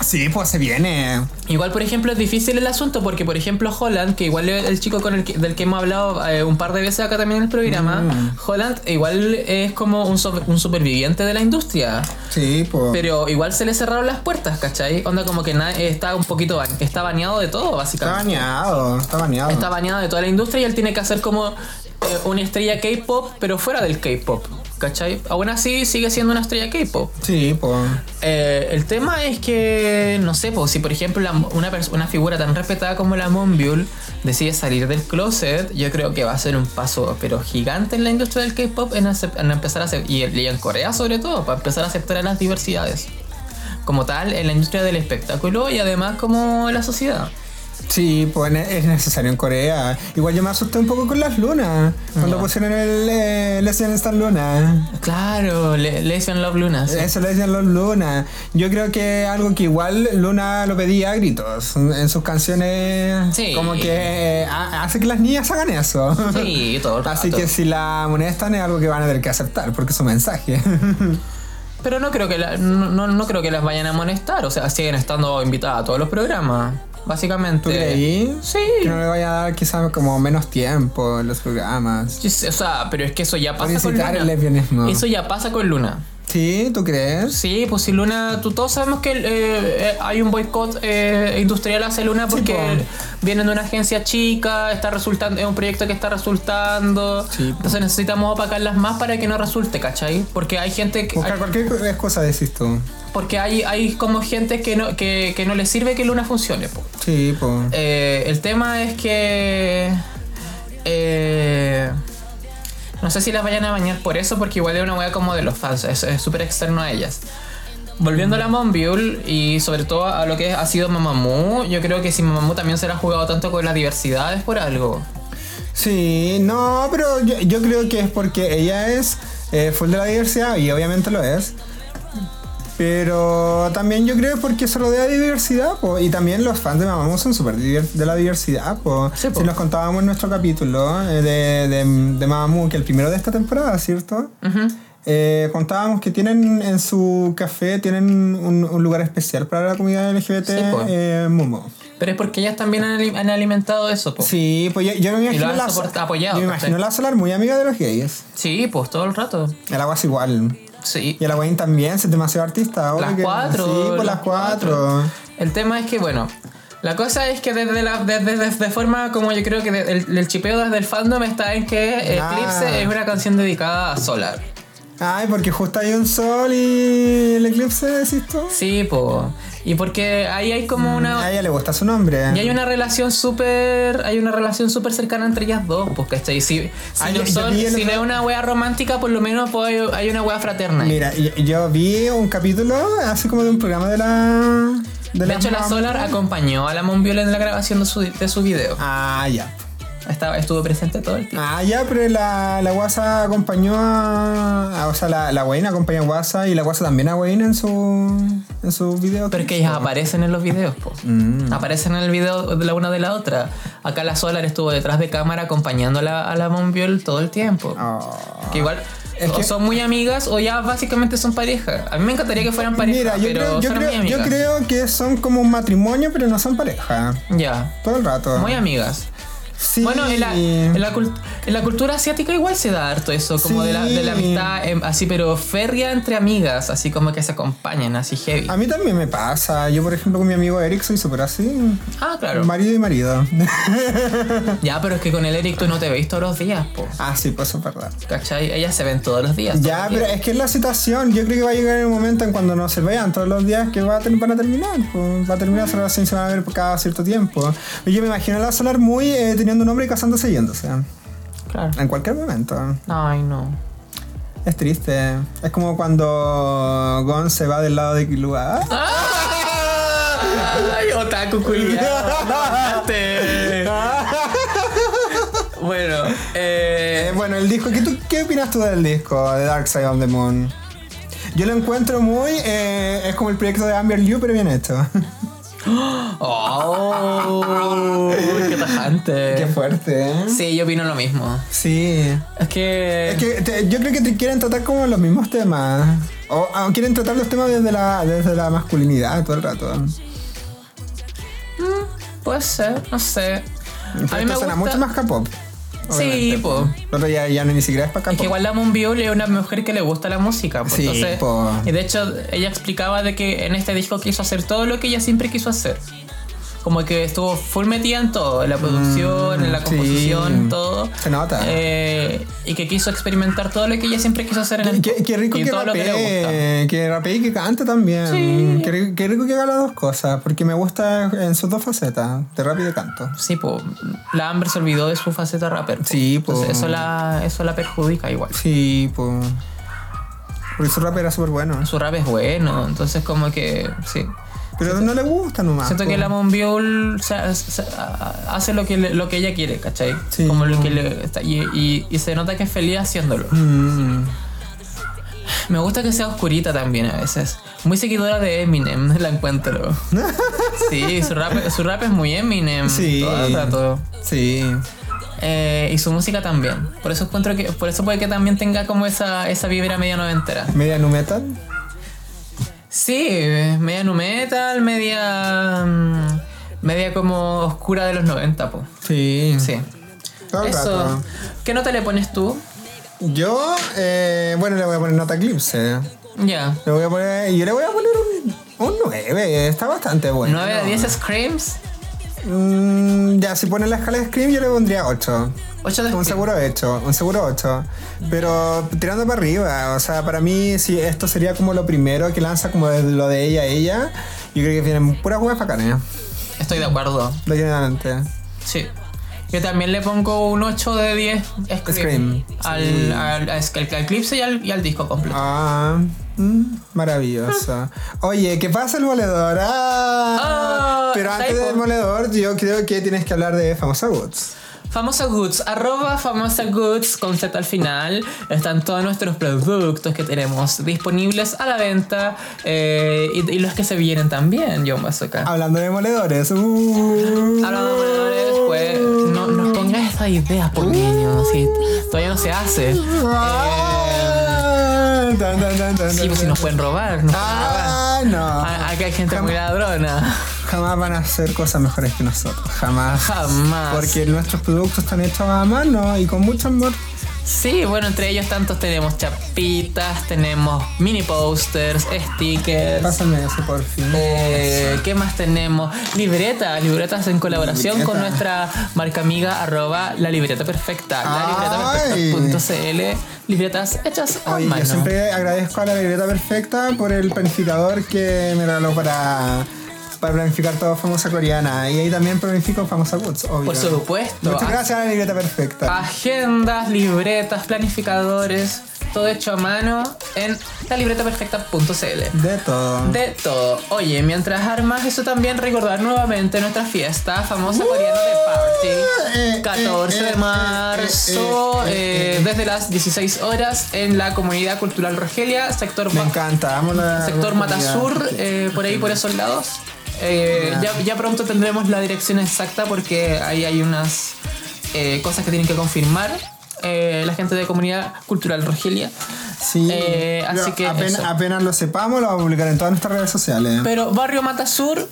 Speaker 3: Sí, pues se viene.
Speaker 2: Igual, por ejemplo, es difícil el asunto porque, por ejemplo, Holland, que igual es el chico con el que- del que hemos hablado eh, un par de veces acá también en el programa, Holland igual es como un, so- un superviviente de la industria.
Speaker 3: Sí, pues.
Speaker 2: Pero igual se le cerraron las puertas, ¿cachai? Onda como que na- está un poquito ban- está baneado de todo,
Speaker 3: Está
Speaker 2: básicamente.
Speaker 3: bañado, está bañado.
Speaker 2: Está baneado de toda la industria y él tiene que hacer como eh, una estrella K-pop, pero fuera del K-pop, ¿cachai? Aún así sigue siendo una estrella K-pop.
Speaker 3: Sí, pues.
Speaker 2: Eh, el tema es que, no sé, pues, si por ejemplo la- una, pers- una figura tan respetada como la Monbiul decide salir del closet, yo creo que va a ser un paso, pero gigante en la industria del K-pop en, acep- en empezar a acep- y, y en Corea sobre todo, para empezar a aceptar a las diversidades. Como tal, en la industria del espectáculo y además como en la sociedad.
Speaker 3: Sí, pues ne- es necesario en Corea. Igual yo me asusté un poco con las lunas. Cuando
Speaker 2: Ya.
Speaker 3: pusieron el eh, Lesbian Stan Luna.
Speaker 2: Claro, le Lesbian Love Luna. sí.
Speaker 3: Eso le decían los Luna. Yo creo que algo que igual Luna lo pedía a gritos en sus canciones.
Speaker 2: Sí.
Speaker 3: Como que eh, ha- hace que las niñas hagan eso.
Speaker 2: Sí, todo el
Speaker 3: Así
Speaker 2: rato.
Speaker 3: que si la molestan es algo que van a tener que aceptar porque es su mensaje.
Speaker 2: Pero no creo que la- no, no- no creo que las vayan a amonestar, o sea, siguen estando invitadas a todos los programas, básicamente.
Speaker 3: ¿Tú creí?
Speaker 2: Sí.
Speaker 3: Que no le vaya a dar quizás como menos tiempo en los programas.
Speaker 2: Sí, sí, O sea, pero es que eso ya pasa con
Speaker 3: Publicitar el
Speaker 2: Luna.
Speaker 3: lesbianismo.
Speaker 2: Eso ya pasa con Luna.
Speaker 3: Sí, ¿tú crees?
Speaker 2: Sí, pues si Luna, tú todos sabemos que eh, eh, hay un boicot eh, industrial hacia Luna porque vienen de una agencia chica, está resultando, es un proyecto que está resultando.
Speaker 3: Sí, po.
Speaker 2: Entonces necesitamos opacarlas más para que no resulte, ¿cachai? Porque hay gente que.
Speaker 3: Buscar
Speaker 2: hay-
Speaker 3: cualquier co- excusa, decís tú.
Speaker 2: porque hay, hay como gente que no, que, que no le sirve que Luna funcione, po.
Speaker 3: Sí, po.
Speaker 2: Eh, el tema es que. eh, no sé si las vayan a bañar por eso, porque igual es una wea como de los fans, es es súper externo a ellas. Volviendo a la Monbiul y sobre todo a lo que ha sido Mamamoo, yo creo que si Mamamoo también se la ha jugado tanto con las diversidades por algo.
Speaker 3: Sí, no, pero yo, yo creo que es porque ella es eh, full de la diversidad y obviamente lo es. Pero también yo creo porque se rodea de diversidad, po, y también los fans de Mamamoo son súper diver- de la diversidad. Po.
Speaker 2: Sí, po.
Speaker 3: Si nos contábamos en nuestro capítulo eh, de, de, de Mamamoo, que el primero de esta temporada, ¿cierto? Eh, contábamos que tienen en su café tienen un, un lugar especial para la comunidad LGBT
Speaker 2: Sí, po.
Speaker 3: eh, Momo.
Speaker 2: Pero es porque ellas también han, ali- han alimentado eso, po. Sí.
Speaker 3: Sí, pues yo, yo me
Speaker 2: Y lo
Speaker 3: imagino
Speaker 2: han
Speaker 3: la
Speaker 2: soport- apoyado,
Speaker 3: Yo me
Speaker 2: ¿cachai?
Speaker 3: imagino la solar muy amiga de los gays.
Speaker 2: pues todo el rato.
Speaker 3: El agua es igual.
Speaker 2: Sí.
Speaker 3: Y el Wayne también, si es demasiado artista. obvio
Speaker 2: Las
Speaker 3: que-
Speaker 2: cuatro,
Speaker 3: Sí, por
Speaker 2: las
Speaker 3: las cuatro.
Speaker 2: El tema es que, bueno, la cosa es que desde la de, de- de- de forma como yo creo que de- el, el chipeo desde el fandom está en que
Speaker 3: Ah.
Speaker 2: Eclipse es una canción dedicada a Solar.
Speaker 3: Ay, porque justo hay un sol y el eclipse, decís tú.
Speaker 2: Sí, po. Y porque ahí hay como
Speaker 3: A
Speaker 2: una...
Speaker 3: ella le gusta su nombre.
Speaker 2: Y hay una relación súper... Hay una relación súper cercana entre ellas dos, pues, ¿cachai? Si, si,
Speaker 3: Ah,
Speaker 2: no
Speaker 3: yo- yo
Speaker 2: son-
Speaker 3: vi el
Speaker 2: si no
Speaker 3: otro-
Speaker 2: es una wea romántica, por lo menos pues, hay- hay una wea fraterna. ahí.
Speaker 3: Mira, y- yo, vi un capítulo hace como de un programa de la.
Speaker 2: de
Speaker 3: las
Speaker 2: hecho, la
Speaker 3: mam-
Speaker 2: Solar acompañó a la Mon Viola en la grabación de su, de su video.
Speaker 3: Ah, ya.
Speaker 2: Estaba, estuvo presente todo el tiempo.
Speaker 3: Ah, ya, pero la, la guasa acompañó a, a- O sea, la, la Wayne acompaña a guasa y la guasa también a Wayne en su. En su video.
Speaker 2: Pero es que ellas aparecen en los videos, po.
Speaker 3: Mm.
Speaker 2: Aparecen en el video de la una de la otra. Acá la Solar estuvo detrás de cámara acompañando a la, a la Monbiol todo el tiempo.
Speaker 3: Oh.
Speaker 2: Que igual
Speaker 3: Es
Speaker 2: o
Speaker 3: que-
Speaker 2: son muy amigas o ya básicamente son pareja. A mí me encantaría que fueran pareja,
Speaker 3: Mira, yo
Speaker 2: pero
Speaker 3: creo, yo,
Speaker 2: son
Speaker 3: creo,
Speaker 2: muy
Speaker 3: yo
Speaker 2: amigas.
Speaker 3: creo que son como un matrimonio, pero no son pareja.
Speaker 2: Ya,
Speaker 3: Todo el rato.
Speaker 2: muy amigas.
Speaker 3: Sí.
Speaker 2: Bueno, en la, en la cult- en la cultura asiática igual se da harto eso, como de, la,
Speaker 3: Sí.
Speaker 2: de la amistad em, así, pero férrea entre amigas, así como que se acompañan, así heavy.
Speaker 3: A mí también me pasa. Yo, por ejemplo, con mi amigo Eric soy súper así.
Speaker 2: Ah, claro.
Speaker 3: Marido y marido.
Speaker 2: Ya, pero es que con el Eric tú no te veis todos los días, po.
Speaker 3: ah, sí, pues eso es verdad.
Speaker 2: ¿Cachai? Ellas se ven todos los días.
Speaker 3: Ya,
Speaker 2: todos los
Speaker 3: pero
Speaker 2: días.
Speaker 3: es que es la situación. Yo creo que va a llegar el momento en cuando no se vean todos los días que va a ter- van a terminar. pues. Va a
Speaker 2: Mm.
Speaker 3: terminar esa relación y se van a ver por cada cierto tiempo. Y yo me imagino a la Solar muy eh, teniendo un hombre y casándose y yéndose.
Speaker 2: Claro.
Speaker 3: En cualquier momento.
Speaker 2: Ay, no.
Speaker 3: Es triste. Es como cuando Gon se va del lado de Kilua. ¡Ah!
Speaker 2: Ay, otaku culiao, mate. Bueno,
Speaker 3: ah. Eh,
Speaker 2: eh,
Speaker 3: bueno, el disco, ¿qué, tú, ¿qué opinas tú del disco de Dark Side of the Moon? Yo lo encuentro muy. eh, es como el proyecto de Amber Liu, pero bien hecho.
Speaker 2: oh, qué
Speaker 3: Qué
Speaker 2: tajante.
Speaker 3: fuerte, ¿eh?
Speaker 2: Sí, yo opino lo mismo.
Speaker 3: Sí.
Speaker 2: Es que,
Speaker 3: Es que te- yo creo que te quieren tratar como los mismos temas. O, o quieren tratar los temas desde la, desde la masculinidad todo el rato.
Speaker 2: puede ser, no sé.
Speaker 3: Pero
Speaker 2: A mí
Speaker 3: esto
Speaker 2: me gusta.
Speaker 3: suena mucho más K-pop.
Speaker 2: sí,
Speaker 3: obviamente.
Speaker 2: po.
Speaker 3: Lo otro ya, ya ni siquiera es para
Speaker 2: Es que
Speaker 3: K-pop.
Speaker 2: igual la Monbiol es una mujer que le gusta la música. pues,
Speaker 3: Sí,
Speaker 2: entonces,
Speaker 3: po.
Speaker 2: y de hecho, ella explicaba de que en este disco quiso hacer todo lo que ella siempre quiso hacer. Como que estuvo full metida en todo, en la producción, en la
Speaker 3: Mm, sí.
Speaker 2: composición, todo.
Speaker 3: Se nota.
Speaker 2: Eh, y que quiso experimentar todo lo que ella siempre quiso hacer en el
Speaker 3: Qué- Qué, qué rico
Speaker 2: y
Speaker 3: que
Speaker 2: todo lo que le gusta.
Speaker 3: rapee, que rapee y que cante también.
Speaker 2: Sí.
Speaker 3: Qué, rico- qué rico que haga las dos cosas, porque me gusta en sus dos facetas, de rap y de canto.
Speaker 2: Sí, po. La Amber se olvidó de su faceta rapper. po.
Speaker 3: Sí, po.
Speaker 2: Entonces, eso la, eso la perjudica igual.
Speaker 3: Sí, pues. Porque su rap era súper bueno.
Speaker 2: Su rap es bueno, entonces como que sí.
Speaker 3: Pero no le gusta nomás. pues.
Speaker 2: Siento
Speaker 3: po.
Speaker 2: que la Monbiol se- se- hace lo que, le- lo que ella quiere, ¿cachai?
Speaker 3: Sí.
Speaker 2: Como lo que le está- y, y- y se nota que es feliz haciéndolo.
Speaker 3: Mm.
Speaker 2: Me gusta que sea oscurita también a veces. Muy seguidora de Eminem, la encuentro. Sí, su rap, su rap es muy Eminem.
Speaker 3: Sí.
Speaker 2: Todo el rato.
Speaker 3: Sí.
Speaker 2: Eh, y su música también. Por eso encuentro que. Por eso puede que también tenga como esa, esa vibra media noventera.
Speaker 3: Media nu metal.
Speaker 2: Sí, media nu metal, media. mm, media como oscura de los 90, po.
Speaker 3: Sí.
Speaker 2: Sí.
Speaker 3: Todo el
Speaker 2: Eso.
Speaker 3: rato.
Speaker 2: ¿Qué nota le pones tú?
Speaker 3: Yo, eh, bueno, le voy a poner nota eclipse.
Speaker 2: Ya.
Speaker 3: Le voy a poner, yo le voy a poner un, un 9. Está bastante bueno.
Speaker 2: 9 de 10 Screams,
Speaker 3: Mm, ya, si pone la escala de Scream, yo le pondría 8.
Speaker 2: 8 de Scream.
Speaker 3: Un seguro 8, un seguro 8. Pero tirando para arriba, o sea, para mí, si esto sería como lo primero que lanza, como de- lo de ella a ella, yo creo que vienen puras huevas bacanas,
Speaker 2: Estoy de acuerdo.
Speaker 3: literalmente.
Speaker 2: Sí. Yo también le pongo un 8 de 10 Scream.
Speaker 3: Scream,
Speaker 2: Al, al, al- al eclipse y al, y al disco completo.
Speaker 3: Ah, mm, maravilloso. Oye, ¿qué pasa el moledor? Ah,
Speaker 2: Ah,
Speaker 3: pero antes
Speaker 2: typo.
Speaker 3: del moledor, yo creo que tienes que hablar de Famosa Woods.
Speaker 2: Famosa Goods, arroba Famosa Goods, con Z al final. Están todos nuestros productos que tenemos disponibles a la venta eh, y, y los que se vienen también, John Bazooka.
Speaker 3: Hablando de moledores. uh.
Speaker 2: Hablando de moledores, pues no nos pongas estas ideas por niños, si todavía no se hace.
Speaker 3: Ah, tan, tan, tan, tan,
Speaker 2: Eh. Sí,
Speaker 3: tan,
Speaker 2: pues si
Speaker 3: tan.
Speaker 2: nos pueden robar, nos pueden robar.
Speaker 3: Ah, no.
Speaker 2: Ah, Acá hay gente muy ladrona.
Speaker 3: jamás van a hacer cosas mejores que nosotros. Jamás.
Speaker 2: Jamás.
Speaker 3: Porque nuestros productos están hechos a mano y con mucho amor.
Speaker 2: Sí, bueno, entre ellos tantos tenemos chapitas, tenemos mini posters, stickers.
Speaker 3: Pásame eso por fin.
Speaker 2: Eh, ¿Qué más tenemos? Libretas, libretas en colaboración con
Speaker 3: Libreta.
Speaker 2: nuestra marca amiga arroba la libreta perfecta, la
Speaker 3: Ay.
Speaker 2: libreta perfecta.cl, libretas hechas a
Speaker 3: Oye,
Speaker 2: mano.
Speaker 3: yo siempre agradezco a la libreta perfecta por el planificador que me regaló para, para planificar todo famosa coreana. Y ahí también planifico famosa Woods, obvio.
Speaker 2: Por supuesto. Ah.
Speaker 3: Muchas
Speaker 2: a-
Speaker 3: gracias a la libreta perfecta.
Speaker 2: Agendas, libretas, planificadores, todo hecho a mano en lalibretaperfecta.cl.
Speaker 3: De todo.
Speaker 2: De todo. Oye, mientras armas eso también recordar nuevamente nuestra fiesta famosa coreana de
Speaker 3: eh,
Speaker 2: Party. 14
Speaker 3: eh,
Speaker 2: de
Speaker 3: eh,
Speaker 2: marzo,
Speaker 3: eh, eh,
Speaker 2: eh, desde las 16 horas en la comunidad cultural Rogelia, sector,
Speaker 3: Me
Speaker 2: Ma-
Speaker 3: encanta, amo la.
Speaker 2: sector Matasur, eh, por ahí por esos lados. Eh, ya, ya pronto tendremos la dirección exacta porque ahí hay unas eh, cosas que tienen que confirmar. eh, la gente de comunidad cultural Rogelia.
Speaker 3: Sí.
Speaker 2: Eh, así
Speaker 3: Yo
Speaker 2: que
Speaker 3: Apenas,
Speaker 2: eso.
Speaker 3: apenas lo sepamos, lo vamos a publicar en todas nuestras redes sociales.
Speaker 2: Pero Barrio Matasur,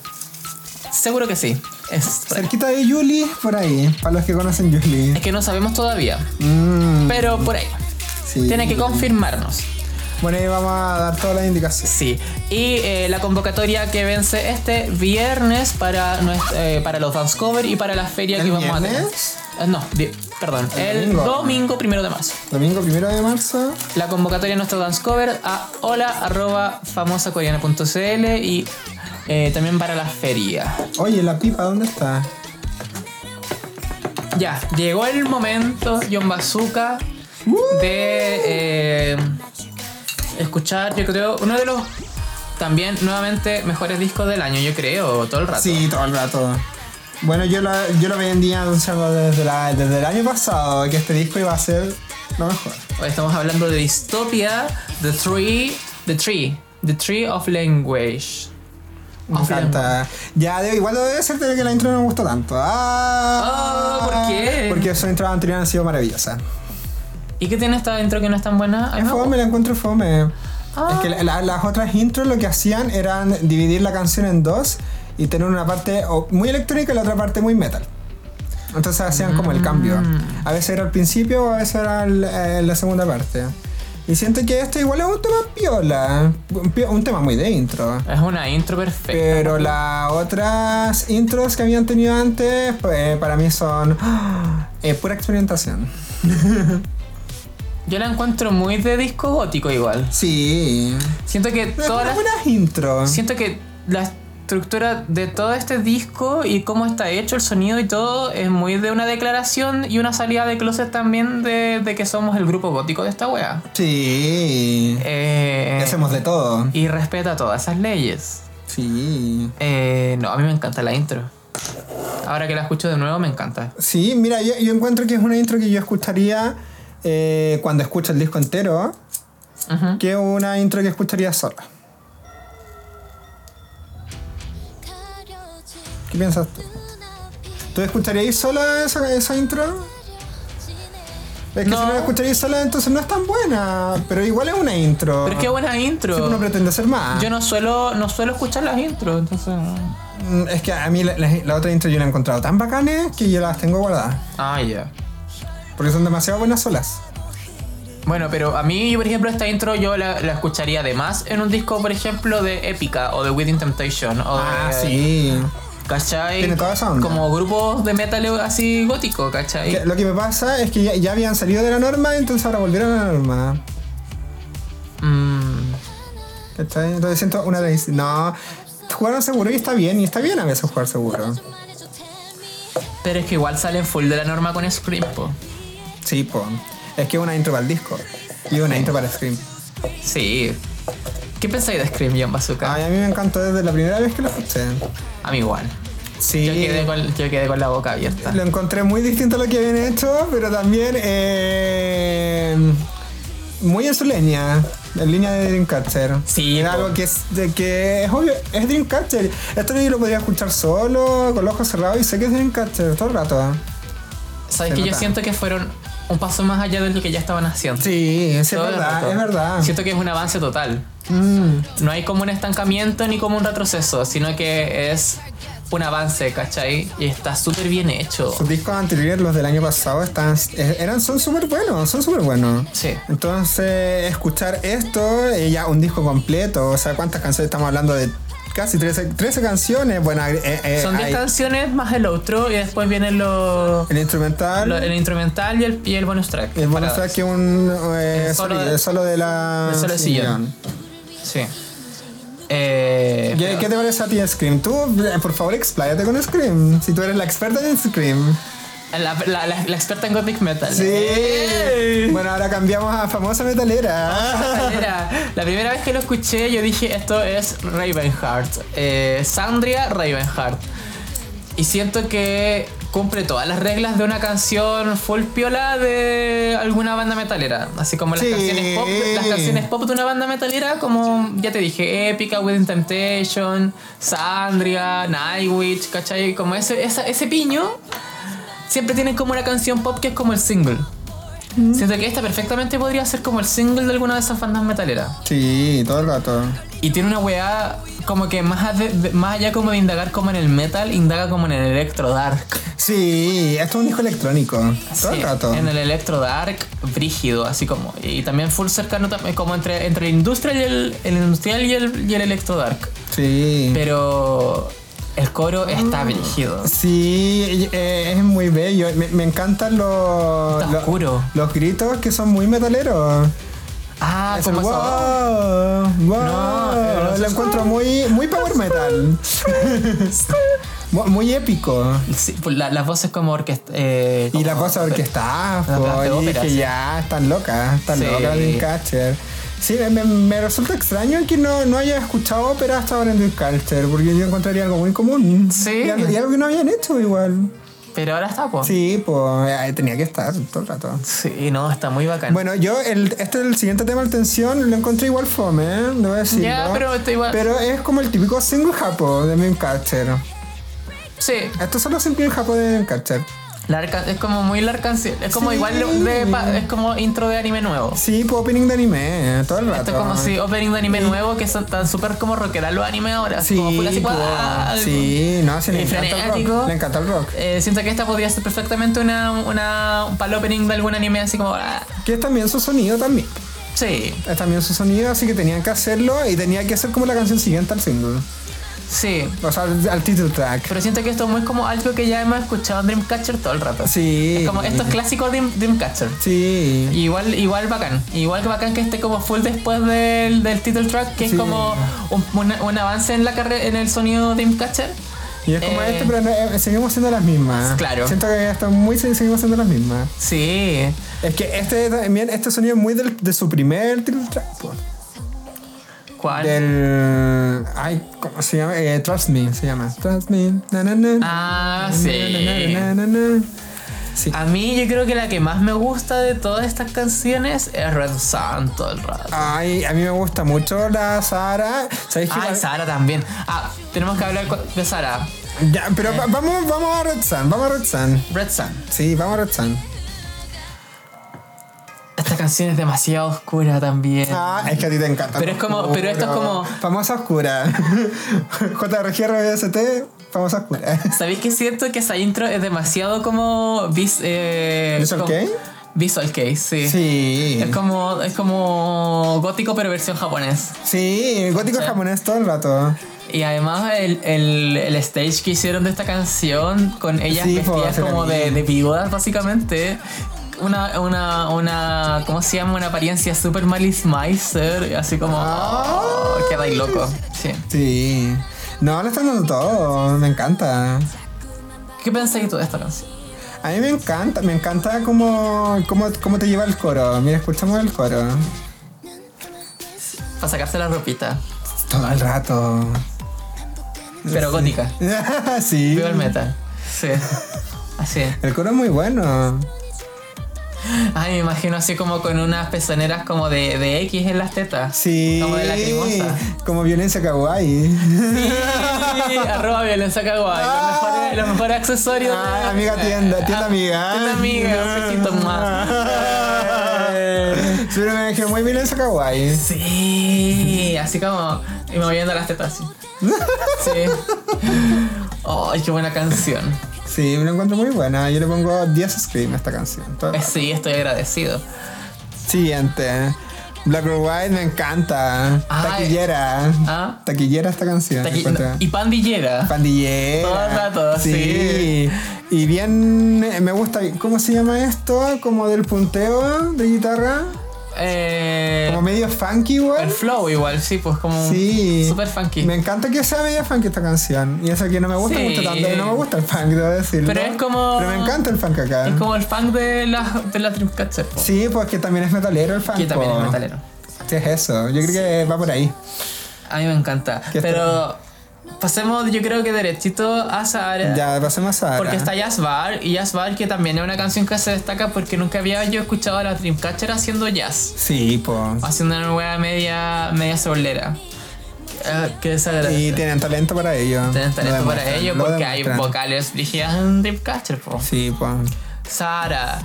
Speaker 2: seguro que sí. Es,
Speaker 3: Cerquita de Yuli, por ahí, para los que conocen Yuli.
Speaker 2: es que no sabemos todavía,
Speaker 3: Mm,
Speaker 2: pero por ahí.
Speaker 3: sí.
Speaker 2: Tiene que confirmarnos.
Speaker 3: Bueno, ahí vamos a dar todas las indicaciones.
Speaker 2: Sí. Y eh, la convocatoria que vence este viernes para, nues- eh, para los Dance Cover y para la feria
Speaker 3: ¿El
Speaker 2: que vamos
Speaker 3: viernes?
Speaker 2: a tener. Eh, No, di- perdón.
Speaker 3: El
Speaker 2: El,
Speaker 3: domingo.
Speaker 2: domingo primero de marzo.
Speaker 3: Domingo primero de marzo.
Speaker 2: La convocatoria de nuestro Dance Cover a hola arroba famosacoreana.cl y eh, también para la feria.
Speaker 3: Oye, la pipa, ¿dónde está?
Speaker 2: Ya, llegó el momento, John Bazooka, Uh. de eh, escuchar, yo creo, uno de los también nuevamente mejores discos del año, yo creo, todo el rato.
Speaker 3: Sí, todo el rato. Bueno, yo lo, yo lo venía anunciando desde, la- desde el año pasado que este disco iba a ser lo mejor.
Speaker 2: Hoy estamos hablando de Dystopia, The Tree, The Tree, The Tree of Language.
Speaker 3: Me
Speaker 2: Of
Speaker 3: encanta. Ya, de- igual debe ser de que la intro no me gustó tanto. Ah,
Speaker 2: Ah, ¿por qué?
Speaker 3: Porque sus intros anteriores han sido maravillosas.
Speaker 2: ¿Y qué tiene esta intro que no es tan buena? Ay,
Speaker 3: Es
Speaker 2: me
Speaker 3: fome, la encuentro fome. Es que la- la- las otras intros lo que hacían eran dividir la canción en dos y tener una parte o muy electrónica y la otra parte muy metal. Entonces hacían como el cambio. A veces era al principio o a veces era al- eh, la segunda parte. Y siento que esto igual es un tema piola. Un pi- Un tema muy de intro.
Speaker 2: gusta. Es una intro perfecta.
Speaker 3: Pero las otras intros que habían tenido antes, pues, para mí son ¡ah! eh, pura experimentación.
Speaker 2: Yo la encuentro muy de disco gótico igual.
Speaker 3: Sí.
Speaker 2: Siento que
Speaker 3: Pero
Speaker 2: todas
Speaker 3: Todas
Speaker 2: las
Speaker 3: buenas intros.
Speaker 2: Siento que la estructura de todo este disco y cómo está hecho el sonido y todo es muy de una declaración y una salida de closet también de, de que somos el grupo gótico de esta wea.
Speaker 3: Sí.
Speaker 2: Eh,
Speaker 3: Hacemos de todo.
Speaker 2: y respeta todas esas leyes.
Speaker 3: Sí.
Speaker 2: Eh, no, a mí me encanta la intro. Ahora que la escucho de nuevo me encanta.
Speaker 3: Sí, mira, yo, yo encuentro que es una intro que yo escucharía eh, cuando escucho el disco entero,
Speaker 2: Ujú.
Speaker 3: que una intro que escucharía sola. ¿Qué piensas tú? ¿Tú escucharías sola esa, esa intro? Es que
Speaker 2: No.
Speaker 3: si no la escucharías sola, entonces no es tan buena, pero igual es una intro.
Speaker 2: Pero es que buena
Speaker 3: Sí, pues no
Speaker 2: intro.
Speaker 3: pretende hacer más.
Speaker 2: Yo no suelo, no suelo escuchar las intros, entonces...
Speaker 3: Mm, Es que a mí la, la- la otra intro yo la he encontrado tan bacanes que yo las tengo guardadas.
Speaker 2: Ah, ya.
Speaker 3: Porque son demasiado buenas solas.
Speaker 2: Bueno, pero a mí, por ejemplo, esta intro yo la, la escucharía además en un disco, por ejemplo, de Épica o de Within Temptation o de...
Speaker 3: Ah, sí.
Speaker 2: ¿Cachai?
Speaker 3: Tiene toda esa onda.
Speaker 2: Como grupos de metal así gótico, ¿cachai?
Speaker 3: Que- Lo que me pasa es que ya, ya habían salido de la norma, entonces ahora volvieron a la norma.
Speaker 2: Mm,
Speaker 3: ¿Cachai? Entonces siento una vez, no, jugaron seguro y está bien, y está bien a veces jugar seguro.
Speaker 2: pero es que igual salen full de la norma con Scream, po.
Speaker 3: Sí, po. Es que es una intro para el disco y una intro para Scream.
Speaker 2: Sí. ¿Qué pensáis de Scream, John Bazooka?
Speaker 3: Ay, a mí me encantó desde la primera vez que lo escuché.
Speaker 2: A mí igual.
Speaker 3: Sí.
Speaker 2: Yo, quedé con, yo quedé con la boca abierta.
Speaker 3: Lo encontré muy distinto a lo que habían hecho, pero también eh, muy en su línea, en línea de Dreamcatcher.
Speaker 2: Sí,
Speaker 3: Era
Speaker 2: po.
Speaker 3: algo que es, de que es obvio, es Dreamcatcher. Esto yo lo podría escuchar solo, con los ojos cerrados y sé que es Dreamcatcher todo el rato. ¿ah?
Speaker 2: ¿Sabes
Speaker 3: se
Speaker 2: que yo
Speaker 3: nota.
Speaker 2: siento que fueron un paso más allá de lo que ya estaban haciendo?
Speaker 3: Sí, sí, es
Speaker 2: Todo el
Speaker 3: verdad,
Speaker 2: rato.
Speaker 3: es verdad.
Speaker 2: Siento que es un avance total.
Speaker 3: Mm,
Speaker 2: No hay como un estancamiento ni como un retroceso, sino que es un avance, ¿cachai? Y está súper bien hecho.
Speaker 3: Sus discos anteriores, los del año pasado, están, eh, eran, son súper buenos, son súper buenos.
Speaker 2: Sí.
Speaker 3: Entonces, escuchar esto, eh, ya un disco completo, o sea, ¿cuántas canciones estamos hablando de? Casi 13, 13 canciones, bueno, eh, eh,
Speaker 2: Son 10
Speaker 3: hay
Speaker 2: canciones más el outro y después vienen los...
Speaker 3: el instrumental, eh,
Speaker 2: lo- el instrumental y el, y el bonus track.
Speaker 3: el bonus
Speaker 2: Paradas.
Speaker 3: track que un eh,
Speaker 2: El solo
Speaker 3: solo,
Speaker 2: de-
Speaker 3: el solo de la
Speaker 2: el solo de sillón. Sí. Eh,
Speaker 3: ¿Qué, qué te parece a ti Scream? Tú, eh, por favor, expláyate con Scream. Si tú eres la experta en Scream.
Speaker 2: la, la- la- la experta en Gothic Metal.
Speaker 3: Sí.
Speaker 2: ¡Eh!
Speaker 3: Bueno, ahora cambiamos a famosa metalera.
Speaker 2: Era- la primera vez que lo escuché yo dije esto es Ravenheart. Eh, Sandria Ravenheart. Y siento que cumple todas las reglas de una canción full piola de alguna banda metalera. Así como las,
Speaker 3: Sí.
Speaker 2: canciones, pop, las canciones pop de una banda metalera, como ya te dije, Epica, Within Temptation, Sandria, Nightwitch, ¿cachai? Como ese, esa- ese piño, siempre tienen como una canción pop que es como el single. Siento que esta perfectamente podría ser como el single de alguna de esas bandas metaleras.
Speaker 3: Sí, todo el rato.
Speaker 2: Y tiene una weá como que más, ade- de- más allá como de indagar como en el metal, indaga como en el electro dark.
Speaker 3: Sí, esto es un disco electrónico. Todo
Speaker 2: Sí,
Speaker 3: el rato.
Speaker 2: En el electro dark, brígido, así como. Y también full cercano tam- eh, como entre, entre el industrial y el, el industrial y el, y el electro dark.
Speaker 3: Sí.
Speaker 2: Pero el coro
Speaker 3: Mm.
Speaker 2: está brígido.
Speaker 3: Sí, eh, es muy bello. Me, me encantan los,
Speaker 2: Está
Speaker 3: los-
Speaker 2: oscuro.
Speaker 3: los gritos que son muy metaleros.
Speaker 2: Ah,
Speaker 3: Es el
Speaker 2: como esa-
Speaker 3: wow, wow.
Speaker 2: No, pero no
Speaker 3: lo
Speaker 2: sé.
Speaker 3: encuentro muy, muy power metal. Mu- muy épico.
Speaker 2: Sí, pues la- las voces como orquesta. eh,
Speaker 3: Y
Speaker 2: como-
Speaker 3: la cosa orquestada,
Speaker 2: Las
Speaker 3: po,
Speaker 2: de
Speaker 3: y
Speaker 2: ópera,
Speaker 3: que
Speaker 2: sí.
Speaker 3: ya están locas, están
Speaker 2: Sí.
Speaker 3: locas Dreamcatcher. Sí, me, me- me resulta extraño que no, no haya escuchado ópera hasta ahora en Dreamcatcher, porque yo encontraría algo muy común.
Speaker 2: Sí.
Speaker 3: Y algo, y algo que no habían hecho igual.
Speaker 2: Pero ahora está, pues.
Speaker 3: Sí, pues ahí tenía que estar todo el rato.
Speaker 2: Sí, no, está muy bacán.
Speaker 3: Bueno, yo, el, este el siguiente tema, Tensión, lo encontré igual fome, ¿eh? Debo decirlo.
Speaker 2: Ya, pero está igual-
Speaker 3: Pero es como el típico single japo de Dreamcatcher.
Speaker 2: sí,
Speaker 3: Estos son los singles japo de Dreamcatcher.
Speaker 2: la arca- es como muy larga canción. Es como
Speaker 3: Sí.
Speaker 2: igual de, pa- es como intro de anime nuevo.
Speaker 3: Sí, pues opening de anime, eh, todo el rato.
Speaker 2: Esto es como si opening de anime nuevo que son tan súper como rockera los animes ahora.
Speaker 3: Sí,
Speaker 2: como ah, full así,
Speaker 3: pues,
Speaker 2: ¡guau!
Speaker 3: sí, no, sí, le
Speaker 2: Y
Speaker 3: encanta el
Speaker 2: frenético.
Speaker 3: rock. Le encanta el rock.
Speaker 2: Eh, siento que esta podría ser perfectamente una, una para el opening de algún anime así como. ah,
Speaker 3: Que es también su sonido también.
Speaker 2: Sí,
Speaker 3: Es también su sonido, así que tenían que hacerlo y tenía que hacer como la canción siguiente al single.
Speaker 2: sí.
Speaker 3: O sea, al, al title track.
Speaker 2: Pero siento que esto es muy como algo que ya hemos escuchado en Dreamcatcher todo el rato.
Speaker 3: Sí.
Speaker 2: Es como estos clásicos de Dreamcatcher.
Speaker 3: Sí.
Speaker 2: Igual, igual bacán. Igual que bacán que esté como full después del, del title track, que
Speaker 3: Sí.
Speaker 2: es como un, un- un avance en la carre- en el sonido de Dreamcatcher.
Speaker 3: Y es como
Speaker 2: Eh.
Speaker 3: este, pero no, eh, seguimos siendo las mismas.
Speaker 2: Claro.
Speaker 3: Siento que ya están muy seguimos siendo las mismas.
Speaker 2: Sí.
Speaker 3: Es que este también, este sonido es muy del- de su primer title track. po.
Speaker 2: ¿Cuál?
Speaker 3: Del. Ay, ¿cómo se llama? Eh, Trust Me se llama. Trust Me. Na, na, na.
Speaker 2: Ah,
Speaker 3: Na,
Speaker 2: sí.
Speaker 3: na, na, na, na, na. Sí.
Speaker 2: A mí yo creo que la que más me gusta de todas estas canciones es Red Sun todo el rato.
Speaker 3: Ay, a mí me gusta mucho la Sara. ¿Sabes qué?
Speaker 2: Ay, Sara también. Ah, tenemos que hablar cu- de Sara.
Speaker 3: Ya, pero va- vamos, vamos a Red Sun, vamos a Red Sun.
Speaker 2: Red Sun.
Speaker 3: Sí, vamos a Red Sun.
Speaker 2: Esta canción es demasiado oscura también.
Speaker 3: Ah, es que a ti te encanta.
Speaker 2: Pero es como- pero esto es como-
Speaker 3: Famosa oscura. JRG RBST, famosa oscura.
Speaker 2: ¿Sabéis que siento que esa intro es demasiado como... vis- eh,
Speaker 3: ¿Visual
Speaker 2: como-
Speaker 3: Kei?
Speaker 2: Visual Kei, sí.
Speaker 3: Sí.
Speaker 2: Es como, es como gótico pero versión japonés.
Speaker 3: Sí, gótico japonés todo el rato.
Speaker 2: Y además el, el- el stage que hicieron de esta canción con ellas
Speaker 3: Sí, pues, po,
Speaker 2: vestidas
Speaker 3: se la
Speaker 2: como de,
Speaker 3: vi.
Speaker 2: de viudas básicamente. Una, una, una, ¿cómo se llama? Una apariencia super Malice Miser, así como,
Speaker 3: Ah.
Speaker 2: oh, quedáis loco. Sí.
Speaker 3: Sí. No, lo están dando todo, me encanta.
Speaker 2: ¿Qué pensáis tú de esta canción?
Speaker 3: A mí me encanta, me encanta cómo, cómo, cómo te lleva el coro. Mira, escuchamos el coro.
Speaker 2: Para sacarse la ropita,
Speaker 3: Todo el rato.
Speaker 2: pero gótica.
Speaker 3: sí.
Speaker 2: Viva el metal. Sí. Así es.
Speaker 3: El coro es muy bueno.
Speaker 2: Ay, me imagino así como con unas pezoneras como de, de X en las tetas.
Speaker 3: Sí.
Speaker 2: Como de lacrimosa.
Speaker 3: Como violencia kawaii.
Speaker 2: Sí, arroba violencia kawaii. Los mejores, los mejores accesorios. Ah,
Speaker 3: Ah, amiga tienda, tienda amiga.
Speaker 2: Tienda amiga, un besito más.
Speaker 3: Pero me dejé muy violencia kawaii.
Speaker 2: Sí, así como. Y moviendo las tetas así. Sí. Ay, qué buena canción.
Speaker 3: Sí, me lo encuentro muy buena. Yo le pongo 10 Scream a esta canción. Todo-
Speaker 2: Eh, Sí, estoy agradecido.
Speaker 3: Siguiente. Black or White me encanta.
Speaker 2: Ay.
Speaker 3: Taquillera.
Speaker 2: Ah.
Speaker 3: Taquillera esta canción.
Speaker 2: Taqui-
Speaker 3: encuentro.
Speaker 2: y Pandy llega.
Speaker 3: Pandillera.
Speaker 2: Todo el rato, sí.
Speaker 3: Y bien, eh, me gusta. bien- ¿Cómo se llama esto? Como del punteo de guitarra.
Speaker 2: Eh,
Speaker 3: Como medio funky, igual.
Speaker 2: el flow igual, sí, pues como
Speaker 3: Sí.
Speaker 2: super funky.
Speaker 3: Me encanta que sea medio funky esta canción. Y eso que no me gusta
Speaker 2: Sí.
Speaker 3: mucho tanto. No me gusta el funk, debo decirlo.
Speaker 2: Pero es como-
Speaker 3: Pero me encanta el funk acá.
Speaker 2: Es como el funk de las de las Dreamcatcher, po,
Speaker 3: Sí, porque también es metalero el funk.
Speaker 2: que también es
Speaker 3: po.
Speaker 2: metalero.
Speaker 3: Sí, es eso. Yo creo que va por ahí.
Speaker 2: A mí me encanta.
Speaker 3: ¿Qué
Speaker 2: Pero pasemos, yo creo que derechito a Sahara.
Speaker 3: Ya, pasemos a.
Speaker 2: Porque está Jazz Bar y Jazz Bar que también es una canción que se destaca porque nunca había yo escuchado a la Dreamcatcher haciendo jazz,
Speaker 3: Sí, pues.
Speaker 2: haciendo una nueva media media soulera. Eh, que desagradable.
Speaker 3: Y tienen talento para ello.
Speaker 2: Tienen
Speaker 3: Lo
Speaker 2: talento para
Speaker 3: demuestran,
Speaker 2: ello
Speaker 3: lo
Speaker 2: porque hay
Speaker 3: demuestran.
Speaker 2: vocales dirigidas en Dreamcatcher, po.
Speaker 3: Sí, pues.
Speaker 2: Sara.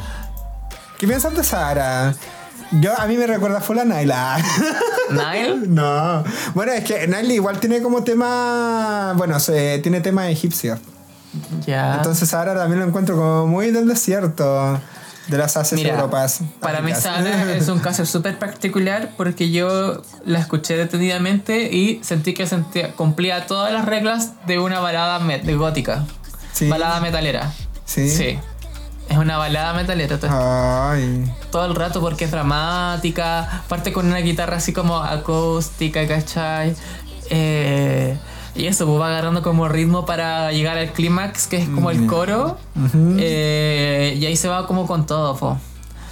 Speaker 3: ¿Qué piensas de Sara? Yo, a mí me recuerda full a Naila.
Speaker 2: Nile.
Speaker 3: no. Bueno, es que Naila igual tiene como tema. Bueno, se, tiene tema egipcio.
Speaker 2: Ya.
Speaker 3: Entonces Sara también lo encuentro como muy del desierto. De las Asias y
Speaker 2: Mira,
Speaker 3: Europas.
Speaker 2: para mí
Speaker 3: Áfricas.
Speaker 2: Sara es un caso súper particular porque yo la escuché detenidamente y sentí que sentía- cumplía todas las reglas de una balada met- de gótica.
Speaker 3: Sí.
Speaker 2: Balada metalera.
Speaker 3: Sí.
Speaker 2: Es una balada metalera todo,
Speaker 3: Ay.
Speaker 2: todo el rato porque es dramática, parte con una guitarra así como acústica, ¿cachai? Eh, y eso, pues, va agarrando como ritmo para llegar al clímax, que es como el coro. Eh, y ahí se va como con todo, po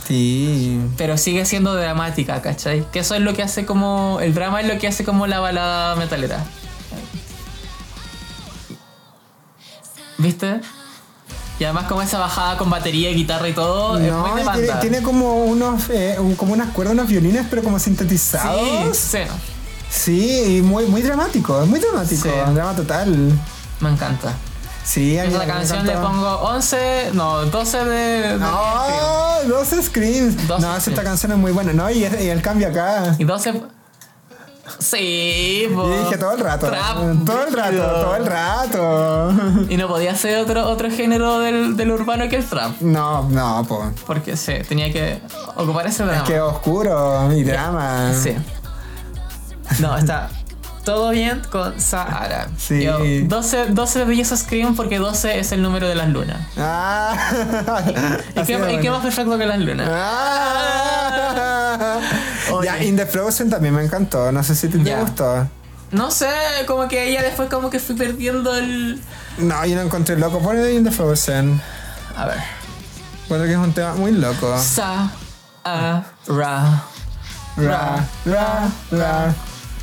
Speaker 3: Sí.
Speaker 2: pero sigue siendo dramática, ¿cachai? Que eso es lo que hace como. El drama es lo que hace como la balada metalera. ¿Viste? Y además, como esa bajada con batería, guitarra y todo, es
Speaker 3: No,
Speaker 2: muy de
Speaker 3: y tiene,
Speaker 2: banda.
Speaker 3: tiene como unos eh, un- como unas cuerdas, unos violines, pero como
Speaker 2: Sí,
Speaker 3: sintetizados.
Speaker 2: sí,
Speaker 3: Sí, y muy, muy dramático, es muy dramático,
Speaker 2: Sí.
Speaker 3: drama total.
Speaker 2: me encanta.
Speaker 3: Sí, a
Speaker 2: A
Speaker 3: mí
Speaker 2: esa
Speaker 3: me
Speaker 2: canción le
Speaker 3: encantó.
Speaker 2: pongo 11, no, 12 de. de-
Speaker 3: ¡Ah! Dos screams.
Speaker 2: Dos
Speaker 3: no, esta
Speaker 2: screams.
Speaker 3: canción es muy buena, ¿no? Y, es- y el cambio acá.
Speaker 2: Y 12. Sí,
Speaker 3: Yo
Speaker 2: po.
Speaker 3: dije todo el rato.
Speaker 2: Trap,
Speaker 3: todo el rato,
Speaker 2: brígido.
Speaker 3: todo el rato.
Speaker 2: Y no podía ser otro, otro género del, del urbano que el trap.
Speaker 3: No, no, po.
Speaker 2: Porque sí, tenía que ocupar ese drama.
Speaker 3: Qué oscuro y drama.
Speaker 2: Sí. No, está todo bien con Sahara.
Speaker 3: Sí.
Speaker 2: Yo, 12, 12 de belleza Scream porque 12 es el número de las lunas.
Speaker 3: Ah.
Speaker 2: ¿Y
Speaker 3: Así
Speaker 2: qué, y
Speaker 3: de bueno.
Speaker 2: qué más perfecto que las lunas?
Speaker 3: Ah.
Speaker 2: Oye.
Speaker 3: Ya, In the Frozen también me encantó. No sé si te, te
Speaker 2: Ya.
Speaker 3: gustó.
Speaker 2: No sé, como que ella después como que fui perdiendo el...
Speaker 3: No, yo no encontré loco. Pone In the Frozen.
Speaker 2: A ver.
Speaker 3: Encuentro que es un tema muy loco.
Speaker 2: Sahara.
Speaker 3: Ra, ra, ra.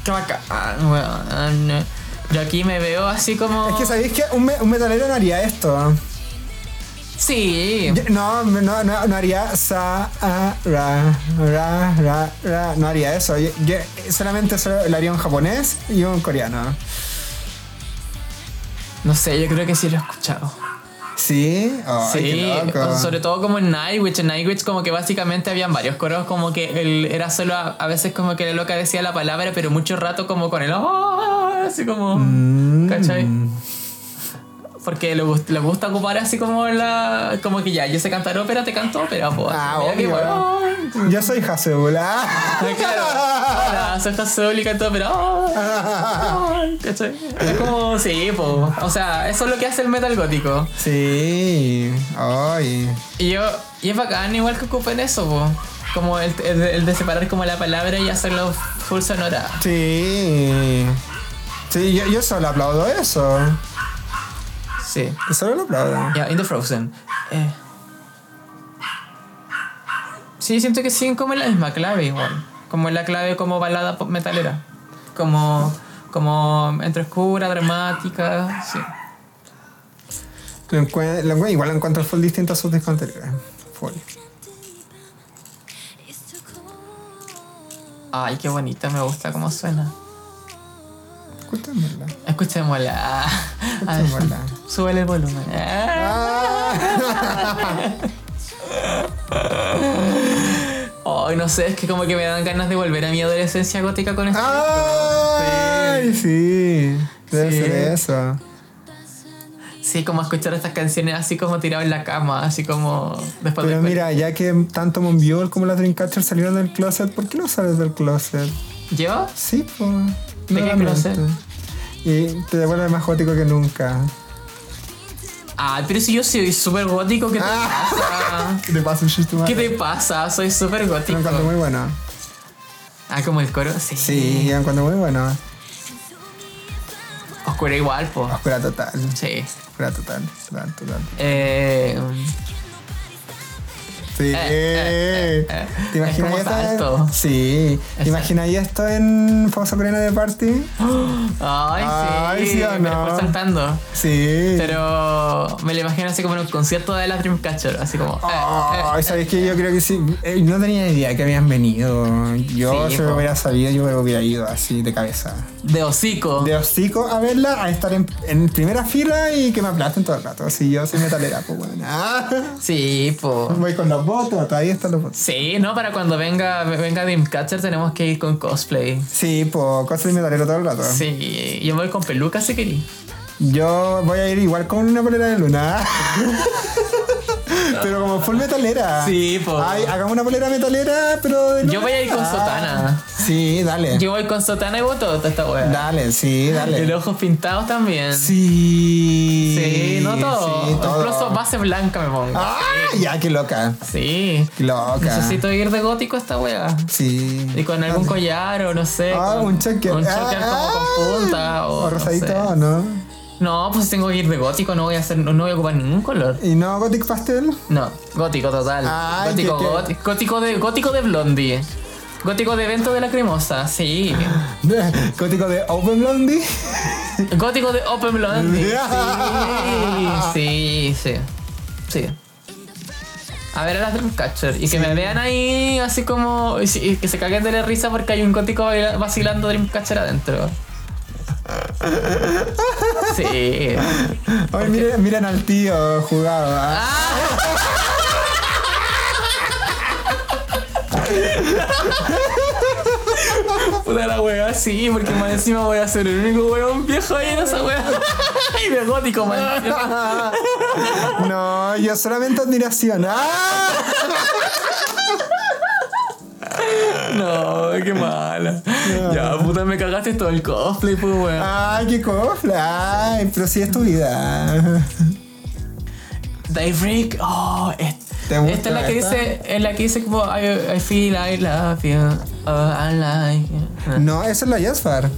Speaker 2: Qué bacán, weón. Yo aquí me veo así como...
Speaker 3: Es que sabéis que un, me- un metalero no haría esto. ¿ah?
Speaker 2: Sí.
Speaker 3: Yo- No, no, no, no haría sa, a, ra, ra, ra, ra. No haría eso. Yo, yo solamente eso lo haría un japonés y un coreano.
Speaker 2: No sé, yo creo que sí lo he escuchado.
Speaker 3: Sí, Ay,
Speaker 2: Sí,
Speaker 3: qué loco.
Speaker 2: sobre todo como en Nightwitch. En Nightwitch como que básicamente habían varios coros, como que él era solo a, a veces como que la loca decía la palabra, pero mucho rato como con el... "Ah", así como...
Speaker 3: Mm.
Speaker 2: ¿Cachai? Porque le, gust- le gusta ocupar así como la... Como que ya, yo sé cantar ópera, te canto ópera. po.
Speaker 3: Ah,
Speaker 2: Mira qué
Speaker 3: obvio.
Speaker 2: weón.
Speaker 3: Yo soy Haseul. ah.
Speaker 2: Claro. Hola, soy José y canto ópera. Ah, ah, ¿Cachai? Es como... Sí, po. O sea, eso es lo que hace el metal gótico.
Speaker 3: Sí, ay.
Speaker 2: Y yo, y es bacán igual que ocupen eso, po. Como el, el- el de separar como la palabra y hacerlo full sonora.
Speaker 3: Sí. Sí, yo, yo solo aplaudo eso.
Speaker 2: Sí.
Speaker 3: Yo solo lo aplaudo.
Speaker 2: Ya, In the Frozen. Eh. Sí, siento que siguen como en la misma clave igual. Como en la clave como balada pop metalera. Como, como entre oscura, dramática, sí.
Speaker 3: Lo encue- lo encue- igual lo encuentro full distinto a sus discos anteriores. Full.
Speaker 2: Ay, qué bonita, me gusta cómo suena.
Speaker 3: Escúchamela.
Speaker 2: Escuchémosla. A ver,
Speaker 3: Escuchémosla.
Speaker 2: Súbele el volumen. Ah. Ay, no sé, es que como que me dan ganas de volver a mi adolescencia gótica con esto.
Speaker 3: ¡Ay! Sí. Debe
Speaker 2: Sí.
Speaker 3: ser eso.
Speaker 2: Sí, como escuchar estas canciones así como tirado en la cama, así como después del-
Speaker 3: Pero mira, ya que tanto Monbiol como la Dreamcatcher salieron del closet, ¿por qué no sales del closet?
Speaker 2: ¿Yo?
Speaker 3: Sí, pues.
Speaker 2: ¿De qué
Speaker 3: nuevamente.
Speaker 2: closet?
Speaker 3: Y te devuelve más gótico que nunca.
Speaker 2: Ah, pero si yo soy súper gótico, ¿qué te
Speaker 3: Ah.
Speaker 2: pasa?
Speaker 3: ¿Qué te pasa, un chiste
Speaker 2: ¿Qué te pasa? Soy súper
Speaker 3: Lo
Speaker 2: gótico.
Speaker 3: encuentro muy bueno.
Speaker 2: Ah, como el coro, sí.
Speaker 3: Sí, lo encuentro muy bueno.
Speaker 2: Oscuro igual, po.
Speaker 3: Oscura total.
Speaker 2: Sí.
Speaker 3: Oscura total. Total, total.
Speaker 2: Eh,
Speaker 3: Sí.
Speaker 2: eh, eh, eh.
Speaker 3: ¿Te imaginas
Speaker 2: Es como
Speaker 3: esto?
Speaker 2: salto.
Speaker 3: Sí. ¿Te
Speaker 2: Es
Speaker 3: imaginas esto en Famosa Coreana de Party?
Speaker 2: ay,
Speaker 3: Ay,
Speaker 2: sí.
Speaker 3: sí o
Speaker 2: me lo
Speaker 3: no.
Speaker 2: fue saltando.
Speaker 3: Sí.
Speaker 2: Pero me lo imagino así como en un concierto de la Dreamcatcher, así como. eh,
Speaker 3: Ay,
Speaker 2: eh, eh.
Speaker 3: ¿sabes qué? Yo creo que sí. Eh, no tenía idea que habían venido. Yo,
Speaker 2: Sí,
Speaker 3: si me
Speaker 2: po.
Speaker 3: hubiera sabido, yo me hubiera ido así de cabeza.
Speaker 2: eh, de hocico.
Speaker 3: De hocico a verla, a estar en, en primera fila y que me aplasten todo el rato. Si yo soy metalera, pues bueno. Ah,
Speaker 2: Sí, po.
Speaker 3: voy con los votos, todavía están los votos.
Speaker 2: Sí, no, para cuando venga, venga Dreamcatcher tenemos que ir con cosplay.
Speaker 3: Sí, pues cosplay metalero todo el rato.
Speaker 2: Sí, yo voy con peluca si querí.
Speaker 3: Yo voy a ir igual con una polera de luna. pero como full metalera.
Speaker 2: Sí, po.
Speaker 3: Ay, hagamos una polera metalera, pero de
Speaker 2: Yo voy a ir con
Speaker 3: Ah,
Speaker 2: sotana.
Speaker 3: Sí, dale.
Speaker 2: Yo voy con sotana y botota esta wea.
Speaker 3: Dale, sí,
Speaker 2: Y
Speaker 3: dale.
Speaker 2: los ojos pintados también.
Speaker 3: Sí.
Speaker 2: Sí, no todo.
Speaker 3: Sí, todo.
Speaker 2: Incluso base blanca me pongo.
Speaker 3: Ah, ya, qué loca.
Speaker 2: Sí.
Speaker 3: Qué loca.
Speaker 2: Necesito ir de gótico a esta wea.
Speaker 3: Sí.
Speaker 2: Y con algún collar o no sé.
Speaker 3: Ah,
Speaker 2: con-
Speaker 3: un choker.
Speaker 2: Un choker como con punta o.
Speaker 3: O rosadito,
Speaker 2: No, sé.
Speaker 3: ¿no?
Speaker 2: No, pues tengo que ir de gótico, no voy a hacer, no voy a ocupar ningún color.
Speaker 3: ¿Y no Gothic Pastel?
Speaker 2: No, gótico total.
Speaker 3: Ay,
Speaker 2: gótico,
Speaker 3: que-
Speaker 2: gótico,
Speaker 3: que-
Speaker 2: gótico de gótico de blondie. Gótico de evento de la cremosa, sí.
Speaker 3: Gótico de Open Blondie.
Speaker 2: Gótico de Open Blondie.
Speaker 3: Ya.
Speaker 2: Sí, sí, sí. Sí. A ver a las Dreamcatcher y que me vean ahí así como. Y, si- y que se caguen de la risa porque hay un gótico baila- vacilando Dreamcatcher adentro. Sí.
Speaker 3: Ay, miren, miren al tío jugado. ah.
Speaker 2: Puta la wea, sí, porque más encima voy a ser el único weón viejo ahí en esa wea. Y de gótico, man. Ah.
Speaker 3: No, yo solamente admiración. ¡Ah!
Speaker 2: No, qué mala. Ya, puta, me cagaste todo el cosplay, pues weón.
Speaker 3: ¡Ay, qué cofla! ¡Ay, pero sí es tu vida!
Speaker 2: Ah. Daybreak, oh, es-
Speaker 3: ¿Te gusta
Speaker 2: esta es la que
Speaker 3: esta?
Speaker 2: dice, es la que dice como I, I feel I love you, oh, I like you.
Speaker 3: No, esa es la Jazzbar.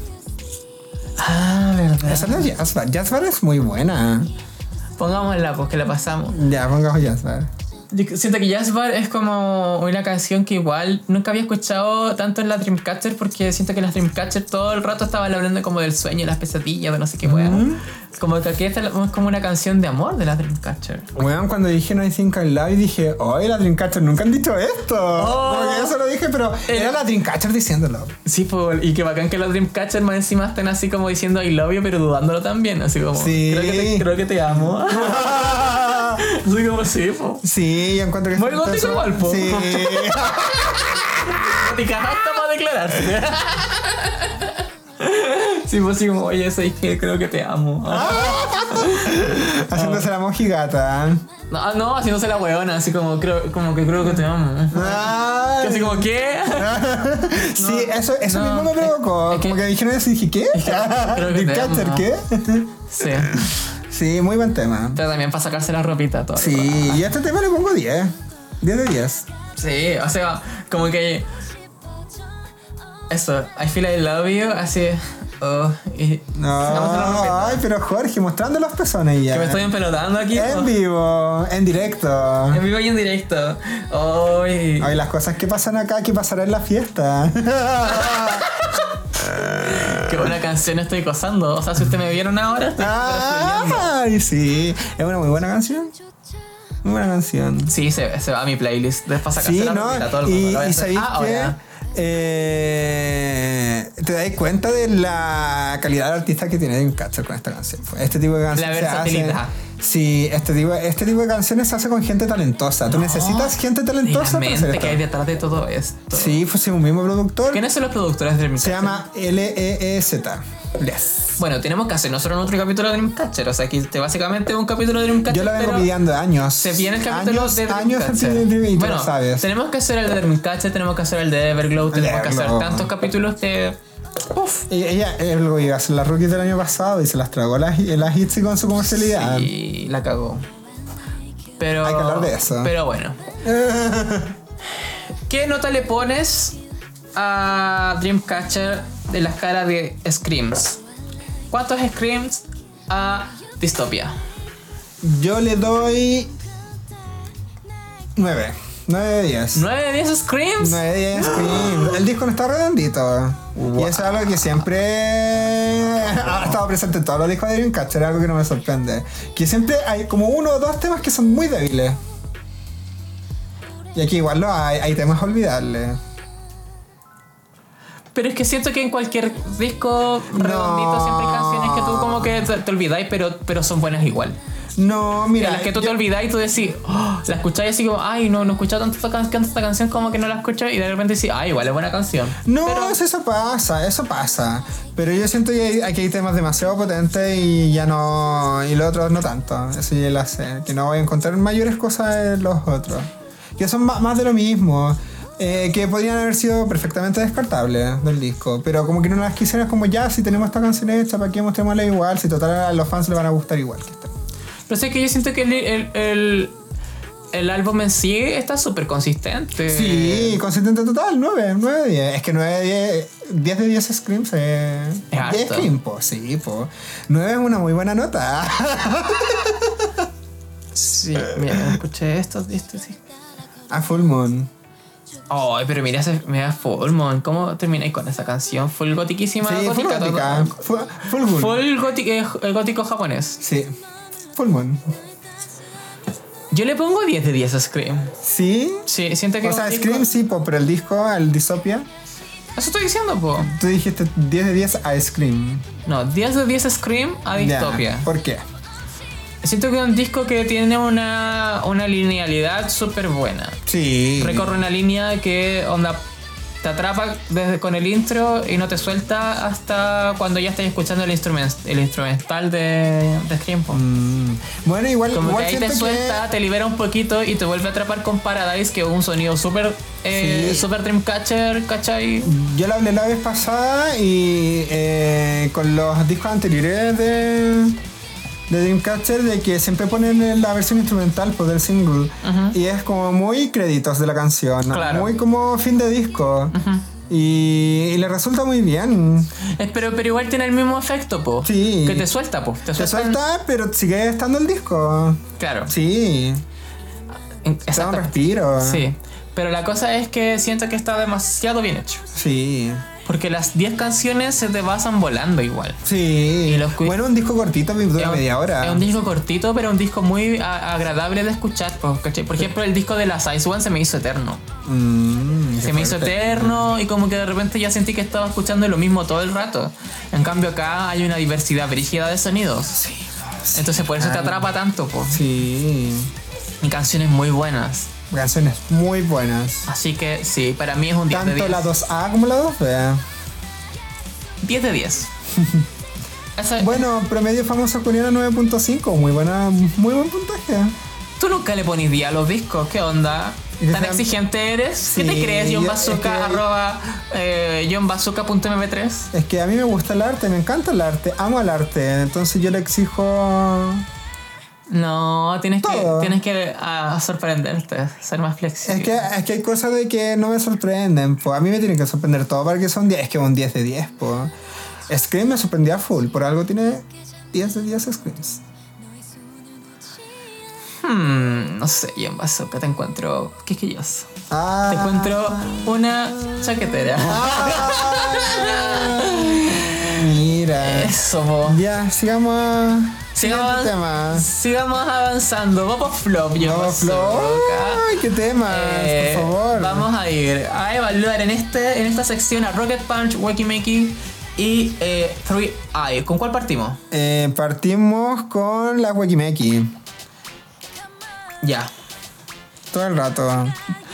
Speaker 2: Ah, verdad.
Speaker 3: Esa es la Jazzbar. Jazzbar es muy buena.
Speaker 2: Pongámosla, pues que la pasamos.
Speaker 3: Ya, pongamos Jazzbar.
Speaker 2: Yo Siento que Jazz Bar es como una canción que igual nunca había escuchado tanto en la Dreamcatcher porque siento que en la Dreamcatcher todo el rato estaban hablando como del sueño, las pesadillas, de no sé qué weá.
Speaker 3: Mm.
Speaker 2: Como que aquí esta es como una canción de amor de la Dreamcatcher.
Speaker 3: Weón, cuando dije No I Think I Love, you, dije, ¡Ay, la Dreamcatcher! Nunca han dicho esto.
Speaker 2: Oh. Eh.
Speaker 3: Porque yo se lo dije, pero era la Dreamcatcher diciéndolo.
Speaker 2: Sí, pues, y que bacán que la Dreamcatcher más encima estén así como diciendo I love you pero dudándolo también, así como
Speaker 3: Sí.
Speaker 2: creo, que te, creo que te amo. así como sí, po.
Speaker 3: sí, yo encuentro que
Speaker 2: Muy
Speaker 3: es
Speaker 2: gótico
Speaker 3: fantástico.
Speaker 2: igual, po.
Speaker 3: Sí.
Speaker 2: Y hasta para declararse. sí, pues sí, como, oye, soy que creo que te amo.
Speaker 3: Ah. Haciéndose la mojigata.
Speaker 2: No, ah, no, haciéndose la weona, así como, creo, como que creo que te amo.
Speaker 3: Ay.
Speaker 2: Así como, ¿qué?
Speaker 3: sí, eso, eso
Speaker 2: no,
Speaker 3: mismo me
Speaker 2: es-
Speaker 3: provocó.
Speaker 2: es que-
Speaker 3: como que dijeron eso y dije, ¿qué?
Speaker 2: creo que te
Speaker 3: ¿Dreamcatcher
Speaker 2: amo.
Speaker 3: qué?
Speaker 2: Sí,
Speaker 3: sí, muy buen tema.
Speaker 2: pero también para sacarse la ropita todo. el rato.
Speaker 3: Sí, y a este tema le pongo 10. 10 de 10.
Speaker 2: Sí, o sea, como que... Eso, I feel I love you, así... Oh, y... sacándose la ropita.
Speaker 3: No, ay, pero Jorge, mostrando los pezones ya.
Speaker 2: Que me estoy empelotando aquí.
Speaker 3: En
Speaker 2: oh,
Speaker 3: vivo, en directo.
Speaker 2: en vivo y en directo. Oh, y-
Speaker 3: Ay, las cosas que pasan acá, que pasará en la fiesta.
Speaker 2: qué buena canción estoy cosando. O sea, si ustedes me vieron ahora, estoy...
Speaker 3: Ah. Ay, sí. Es una muy buena canción. Muy buena canción.
Speaker 2: Sí, se, se va a mi playlist. Después sacarse
Speaker 3: Sí,
Speaker 2: la
Speaker 3: ¿no?
Speaker 2: ropita todo el mundo.
Speaker 3: Y,
Speaker 2: lo voy a
Speaker 3: y
Speaker 2: hacer
Speaker 3: sabéis
Speaker 2: ahora.
Speaker 3: que eh, te dais cuenta de la calidad de artista que tiene Dreamcatcher con esta canción. Este tipo de canciones. se
Speaker 2: versatilidad.
Speaker 3: hacen- Sí, este tipo, este tipo de canciones se hace con gente talentosa. Tú necesitas gente
Speaker 2: Y la
Speaker 3: talentosa para hacer
Speaker 2: mente
Speaker 3: esto.
Speaker 2: que hay detrás de todo esto.
Speaker 3: Sí, fue un mismo productor.
Speaker 2: ¿Quiénes son los productores de mi
Speaker 3: E Se llama L-E-E-Z. Yes.
Speaker 2: Bueno, tenemos que hacer nosotros otro capítulo de Dreamcatcher. O sea, que este básicamente es un capítulo de Dreamcatcher.
Speaker 3: Yo lo vengo
Speaker 2: pero
Speaker 3: pidiendo años.
Speaker 2: Se viene el capítulo
Speaker 3: años,
Speaker 2: de
Speaker 3: años
Speaker 2: Dreamcatcher.
Speaker 3: antes de- y tú
Speaker 2: bueno,
Speaker 3: lo sabes.
Speaker 2: tenemos que hacer el de Dreamcatcher, tenemos que hacer el de Everglow, tenemos que hacer
Speaker 3: Everglow.
Speaker 2: tantos capítulos que. Uf.
Speaker 3: Y Ella, eh, luego iba a hacer las rookies del año pasado y se las tragó las, las Itzy con su comercialidad.
Speaker 2: Y la cagó. Pero.
Speaker 3: Hay que hablar de eso.
Speaker 2: Pero bueno. ¿Qué nota le pones a Dreamcatcher de la escala de Screams? ¿Cuántos Screams a Dystopia?
Speaker 3: Yo le doy 9. 9 de 10.
Speaker 2: ¿9 de 10 Screams?
Speaker 3: 9 de 10. sí. El disco no está redondito. Y eso es algo que siempre ha estado presente en todos los discos de Dreamcatcher, algo que no me sorprende. Que siempre hay como uno o dos temas que son muy débiles. Y aquí igual lo hay, hay temas olvidables.
Speaker 2: Pero es que siento que en cualquier disco redondito siempre hay canciones que tú como que te, te olvidáis, pero, pero son buenas igual.
Speaker 3: No,
Speaker 2: En
Speaker 3: mira.
Speaker 2: las que tú
Speaker 3: yo-
Speaker 2: te olvidáis y tú decís, "Oh", la escucháis así como, ay, no, no he escuchado tanto esta, can- tanto esta canción como que no la escucho, y de repente decís, ay, igual es buena canción.
Speaker 3: No,
Speaker 2: Pero-
Speaker 3: eso- eso pasa, eso pasa. Pero yo siento que hay- aquí hay temas demasiado potentes y ya no. Y los otros no tanto. Eso ya lo sé. Que no voy a encontrar mayores cosas en los otros. Que son ma- más, de lo mismo. eh, que podrían haber sido perfectamente descartables del disco. Pero como que no las quisieron, es como ya, si tenemos esta canción hecha, ¿para qué mostrémosla igual? Si total a los fans le van a gustar igual. que esta.
Speaker 2: Pero sé que yo siento que el, el, el, el álbum en sí está súper consistente. Eh,
Speaker 3: Sí, consistente total, 9, 9 de 10. Es que 9 de 10, 10 de 10 Screams es.
Speaker 2: Es harto.
Speaker 3: 10 Screams, po, sí, po. 9 es una muy buena nota.
Speaker 2: Sí, mira, escuché esto, esto, sí.
Speaker 3: A Full Moon.
Speaker 2: Ay, pero mira, ese- mira Full Moon, ¿cómo termináis con esa canción? Full gotiquísima,
Speaker 3: Sí, full
Speaker 2: gótica,
Speaker 3: gótica.
Speaker 2: todo-
Speaker 3: Full, full Moon.
Speaker 2: Full goti- eh, eh, gótico japonés.
Speaker 3: Sí. Full Moon.
Speaker 2: Yo le pongo 10 de 10 a Scream.
Speaker 3: Sí.
Speaker 2: Sí, siento que.
Speaker 3: O
Speaker 2: es un
Speaker 3: sea,
Speaker 2: disco-
Speaker 3: Scream sí, po, pero el disco, el Disopia,
Speaker 2: Eso estoy diciendo, po.
Speaker 3: tú dijiste 10 de 10 a Scream.
Speaker 2: No, 10 de 10 Scream a
Speaker 3: Ya,
Speaker 2: Distopia.
Speaker 3: ¿Por qué?
Speaker 2: Siento que es un disco que tiene una, una linealidad súper buena.
Speaker 3: Sí.
Speaker 2: Recorre una línea que onda te atrapa desde con el intro y no te suelta hasta cuando ya estás escuchando el, instrument, el instrumental de, de Scream. po.
Speaker 3: Mm. Bueno, igual,
Speaker 2: Como
Speaker 3: igual
Speaker 2: que ahí
Speaker 3: siento
Speaker 2: te suelta, te libera un poquito y te vuelve a atrapar con Paradise, que es un sonido súper eh,
Speaker 3: Sí.
Speaker 2: súper Dreamcatcher, ¿cachai?
Speaker 3: Yo lo hablé la vez pasada y eh, con los discos anteriores de, de Dreamcatcher de que siempre ponen la versión instrumental por del single y es como muy créditos de la canción, ¿no?
Speaker 2: Claro.
Speaker 3: muy como fin de disco y, y le resulta muy bien.
Speaker 2: Es, pero, pero igual tiene el mismo efecto, po.
Speaker 3: Sí.
Speaker 2: Que te suelta, po. Te
Speaker 3: Se
Speaker 2: suelta.
Speaker 3: suelta pero sigue estando el disco.
Speaker 2: Claro.
Speaker 3: Sí,
Speaker 2: En-
Speaker 3: te da un
Speaker 2: exacto.
Speaker 3: respiro.
Speaker 2: Sí. Pero la cosa es que siento que está demasiado bien hecho.
Speaker 3: Sí.
Speaker 2: Porque las 10 canciones se te pasan volando igual.
Speaker 3: Sí.
Speaker 2: Y los cu-
Speaker 3: Bueno, un disco cortito, dura
Speaker 2: Es un-
Speaker 3: media hora.
Speaker 2: Es un disco cortito, pero un disco muy a- agradable de escuchar. po, ¿cachai? Por ejemplo, el disco de la Size One se me hizo eterno.
Speaker 3: Mm,
Speaker 2: Se
Speaker 3: qué
Speaker 2: me hizo
Speaker 3: fuerte.
Speaker 2: eterno y como que de repente ya sentí que estaba escuchando lo mismo todo el rato. En cambio acá hay una diversidad brígida de sonidos. Entonces por eso te atrapa tanto. po.
Speaker 3: Ah, Sí.
Speaker 2: Y canciones muy buenas.
Speaker 3: Canciones muy buenas.
Speaker 2: Así que sí, para mí es un 10 de
Speaker 3: Tanto
Speaker 2: 10.
Speaker 3: la 2A como la 2B.
Speaker 2: 10 de 10. Esa-
Speaker 3: Bueno, promedio famoso coreano 9.5. Muy buena, muy buen puntaje.
Speaker 2: Tú nunca le pones día a los discos, ¿qué onda?
Speaker 3: Y que
Speaker 2: ¿Tan
Speaker 3: sean-
Speaker 2: exigente eres? ¿Qué te
Speaker 3: Sí,
Speaker 2: crees, John
Speaker 3: es
Speaker 2: Bazooka,
Speaker 3: que-
Speaker 2: arroba eh, johnbazooka.mp3?
Speaker 3: Es que a mí me gusta el arte, me encanta el arte, amo el arte. Entonces yo le exijo.
Speaker 2: No, tienes que,
Speaker 3: Todo.
Speaker 2: tienes que ah, sorprenderte, ser más flexible.
Speaker 3: Es que, es que hay cosas de que no me sorprenden. po. A mí me tiene que sorprender todo para que son 10. Es que un 10 de 10. Po. Scream me sorprendía full. Por algo tiene 10 de 10 Screams.
Speaker 2: Hmm, no sé, John Bazooka, te encuentro quisquilloso.
Speaker 3: Ah.
Speaker 2: Te encuentro una chaquetera.
Speaker 3: Mira.
Speaker 2: Eso, po.
Speaker 3: Ya, sigamos.
Speaker 2: Sigamos,
Speaker 3: Siguiente tema.
Speaker 2: sigamos avanzando. Vamos flop, John
Speaker 3: Vamos, Flor.
Speaker 2: Bazooka.
Speaker 3: Ay, qué temas,
Speaker 2: Eh,
Speaker 3: por favor.
Speaker 2: Vamos a ir a evaluar en, este, en esta sección a Rocket Punch, Wacky Makey y eh, 3i. ¿Con cuál partimos?
Speaker 3: Eh, partimos con la Wakimeki.
Speaker 2: Ya.
Speaker 3: Todo el rato.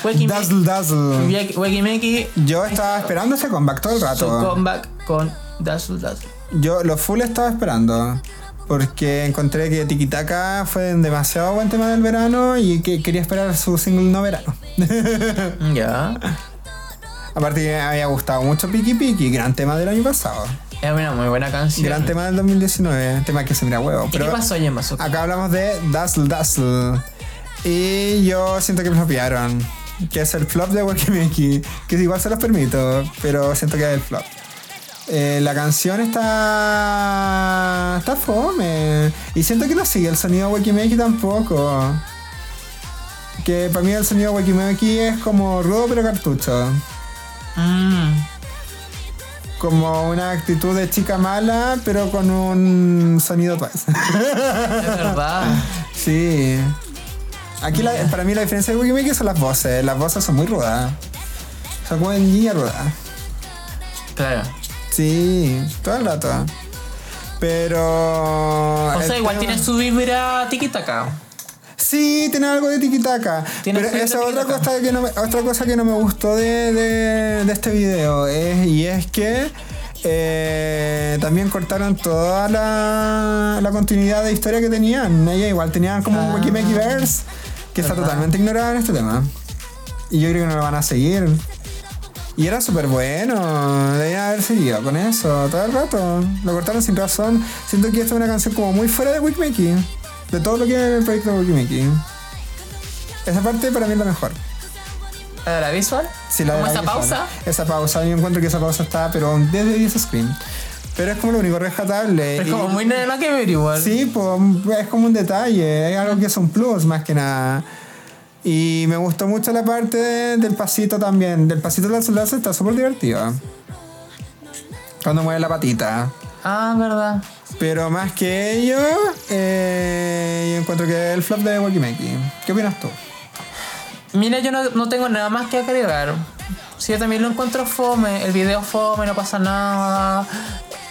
Speaker 2: Wakey
Speaker 3: Dazzle, dazzle.
Speaker 2: Wacky Makey,
Speaker 3: Yo estaba esperando ese comeback todo el
Speaker 2: su
Speaker 3: rato.
Speaker 2: comeback con Dazzle Dazzle.
Speaker 3: Yo los full estaba esperando. Porque encontré que Tiki Taka fue un demasiado buen tema del verano y que quería esperar su single no verano.
Speaker 2: Ya.
Speaker 3: Aparte que me había gustado mucho Piki Piki, gran tema del año pasado.
Speaker 2: Es una muy buena canción.
Speaker 3: Gran tema del 2019, tema que se mira huevo.
Speaker 2: ¿Y
Speaker 3: Pero
Speaker 2: qué pasó, Yamazuka?
Speaker 3: acá hablamos de Dazzle Dazzle. Y yo siento que me flopearon. Que es el flop de Wakimeki. Que igual se los permito, pero siento que es el flop. Eh, la canción está. está fome. Y siento que no sigue el sonido Wakimeki tampoco. Que para mí el sonido Wakimeki es como rudo pero cartucho
Speaker 2: Mm.
Speaker 3: como una actitud de chica mala, pero con un sonido Twice.
Speaker 2: Es verdad.
Speaker 3: sí. Aquí la- para mí la diferencia de Wikimiki son las voces. Las voces son muy rudas. Son como de niña ruda.
Speaker 2: Claro.
Speaker 3: Sí, todo el rato.
Speaker 2: O
Speaker 3: Pero... el
Speaker 2: sea, igual
Speaker 3: tema-
Speaker 2: tiene su vibra tiquitaca.
Speaker 3: Sí, tiene algo de tiquitaca.
Speaker 2: Tiene
Speaker 3: Pero
Speaker 2: algo de
Speaker 3: esa es otra
Speaker 2: tiquitaca.
Speaker 3: cosa, que no me, otra cosa que no me gustó de, de- de este video. es- y es que eh, también cortaron toda la, la continuidad de historia que tenían. Ellos igual tenían como un
Speaker 2: Ah.
Speaker 3: Wikimeki Verse que está totalmente ignorado en este tema. Y yo creo que no lo van a seguir. Y era súper bueno, debían haber seguido con eso todo el rato. Lo cortaron sin razón. Siento que esta es una canción como muy fuera de Wikimeki. De todo lo que es el proyecto de Wikimeki. Esa parte para mí es la mejor.
Speaker 2: ¿La de la visual?
Speaker 3: Sí, la de
Speaker 2: ¿Cómo
Speaker 3: la
Speaker 2: esa
Speaker 3: visual.
Speaker 2: pausa?
Speaker 3: Esa pausa, yo encuentro que esa pausa está, pero un 10 de 10 screen. Pero es como lo único rescatable.
Speaker 2: Pero
Speaker 3: y-
Speaker 2: es como muy nada que ver igual.
Speaker 3: Sí, pues, es como un detalle, es algo que es un plus más que nada. Y me gustó mucho la parte de- del pasito también. Del pasito de las enlaces está súper divertido. Cuando mueve la patita.
Speaker 2: Ah, verdad.
Speaker 3: Pero más que ello, eh, yo encuentro que el flop de Wakimeki. ¿Qué opinas tú?
Speaker 2: Mira, yo no, no tengo nada más que agregar. Sí, yo también lo encuentro fome. El video fome, no pasa nada.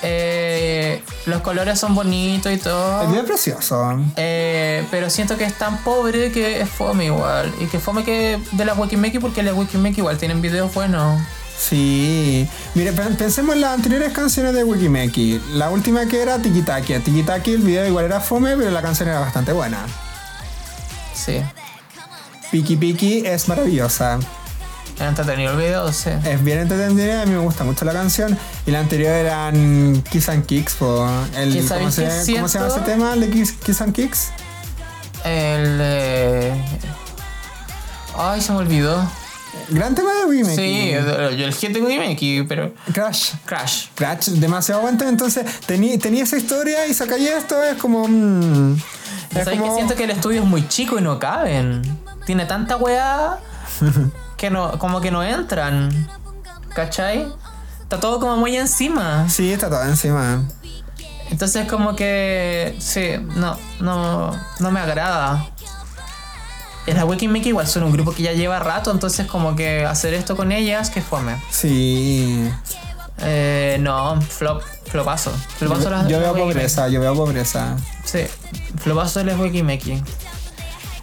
Speaker 2: Eh, los colores son bonitos y todo.
Speaker 3: El video es precioso.
Speaker 2: Eh, pero siento que es tan pobre que es fome igual. Y que fome que de las Wikimeki porque las Wikimeki igual tienen videos buenos.
Speaker 3: Sí. Mire, pe- pensemos en las anteriores canciones de Wikimeki. La última que era Tiki Taki. Tiki Taki, el video igual era fome, pero la canción era bastante buena.
Speaker 2: Sí.
Speaker 3: Piki Piki es maravillosa.
Speaker 2: Era entretenido el video, sí.
Speaker 3: Es bien entretenida, a mí me gusta mucho la canción. Y la anterior eran Kiss and Kicks. po. El-
Speaker 2: ¿Que
Speaker 3: ¿cómo,
Speaker 2: sabéis
Speaker 3: se,
Speaker 2: qué
Speaker 3: cómo se llama
Speaker 2: siento?
Speaker 3: ese tema? ¿El de Kiss, Kiss and Kicks?
Speaker 2: El. eh, Ay, se me olvidó.
Speaker 3: Gran tema de Wimeki.
Speaker 2: Sí, el, el hit de Wikimeki, pero.
Speaker 3: Crash.
Speaker 2: Crash.
Speaker 3: Crash, demasiado bueno. Entonces tení- tenía esa historia y sacáis esto, es como... mm, es
Speaker 2: ¿Sabes que siento que el estudio es muy chico y no caben? Tiene tanta weá que no, como que no entran. ¿Cachai? Está todo como muy encima.
Speaker 3: Sí, está todo encima.
Speaker 2: Entonces como que sí, no, no, no me agrada. Y la Wiki Mickey igual son un grupo que ya lleva rato, entonces como que hacer esto con ellas, que fome.
Speaker 3: Sí.
Speaker 2: Eh, no, flop, flopazo. Flopazo
Speaker 3: Yo,
Speaker 2: las
Speaker 3: yo
Speaker 2: las
Speaker 3: veo
Speaker 2: Wiki Mickey.
Speaker 3: pobreza, yo veo pobreza.
Speaker 2: Sí, flopazo de las Wiki Mickey.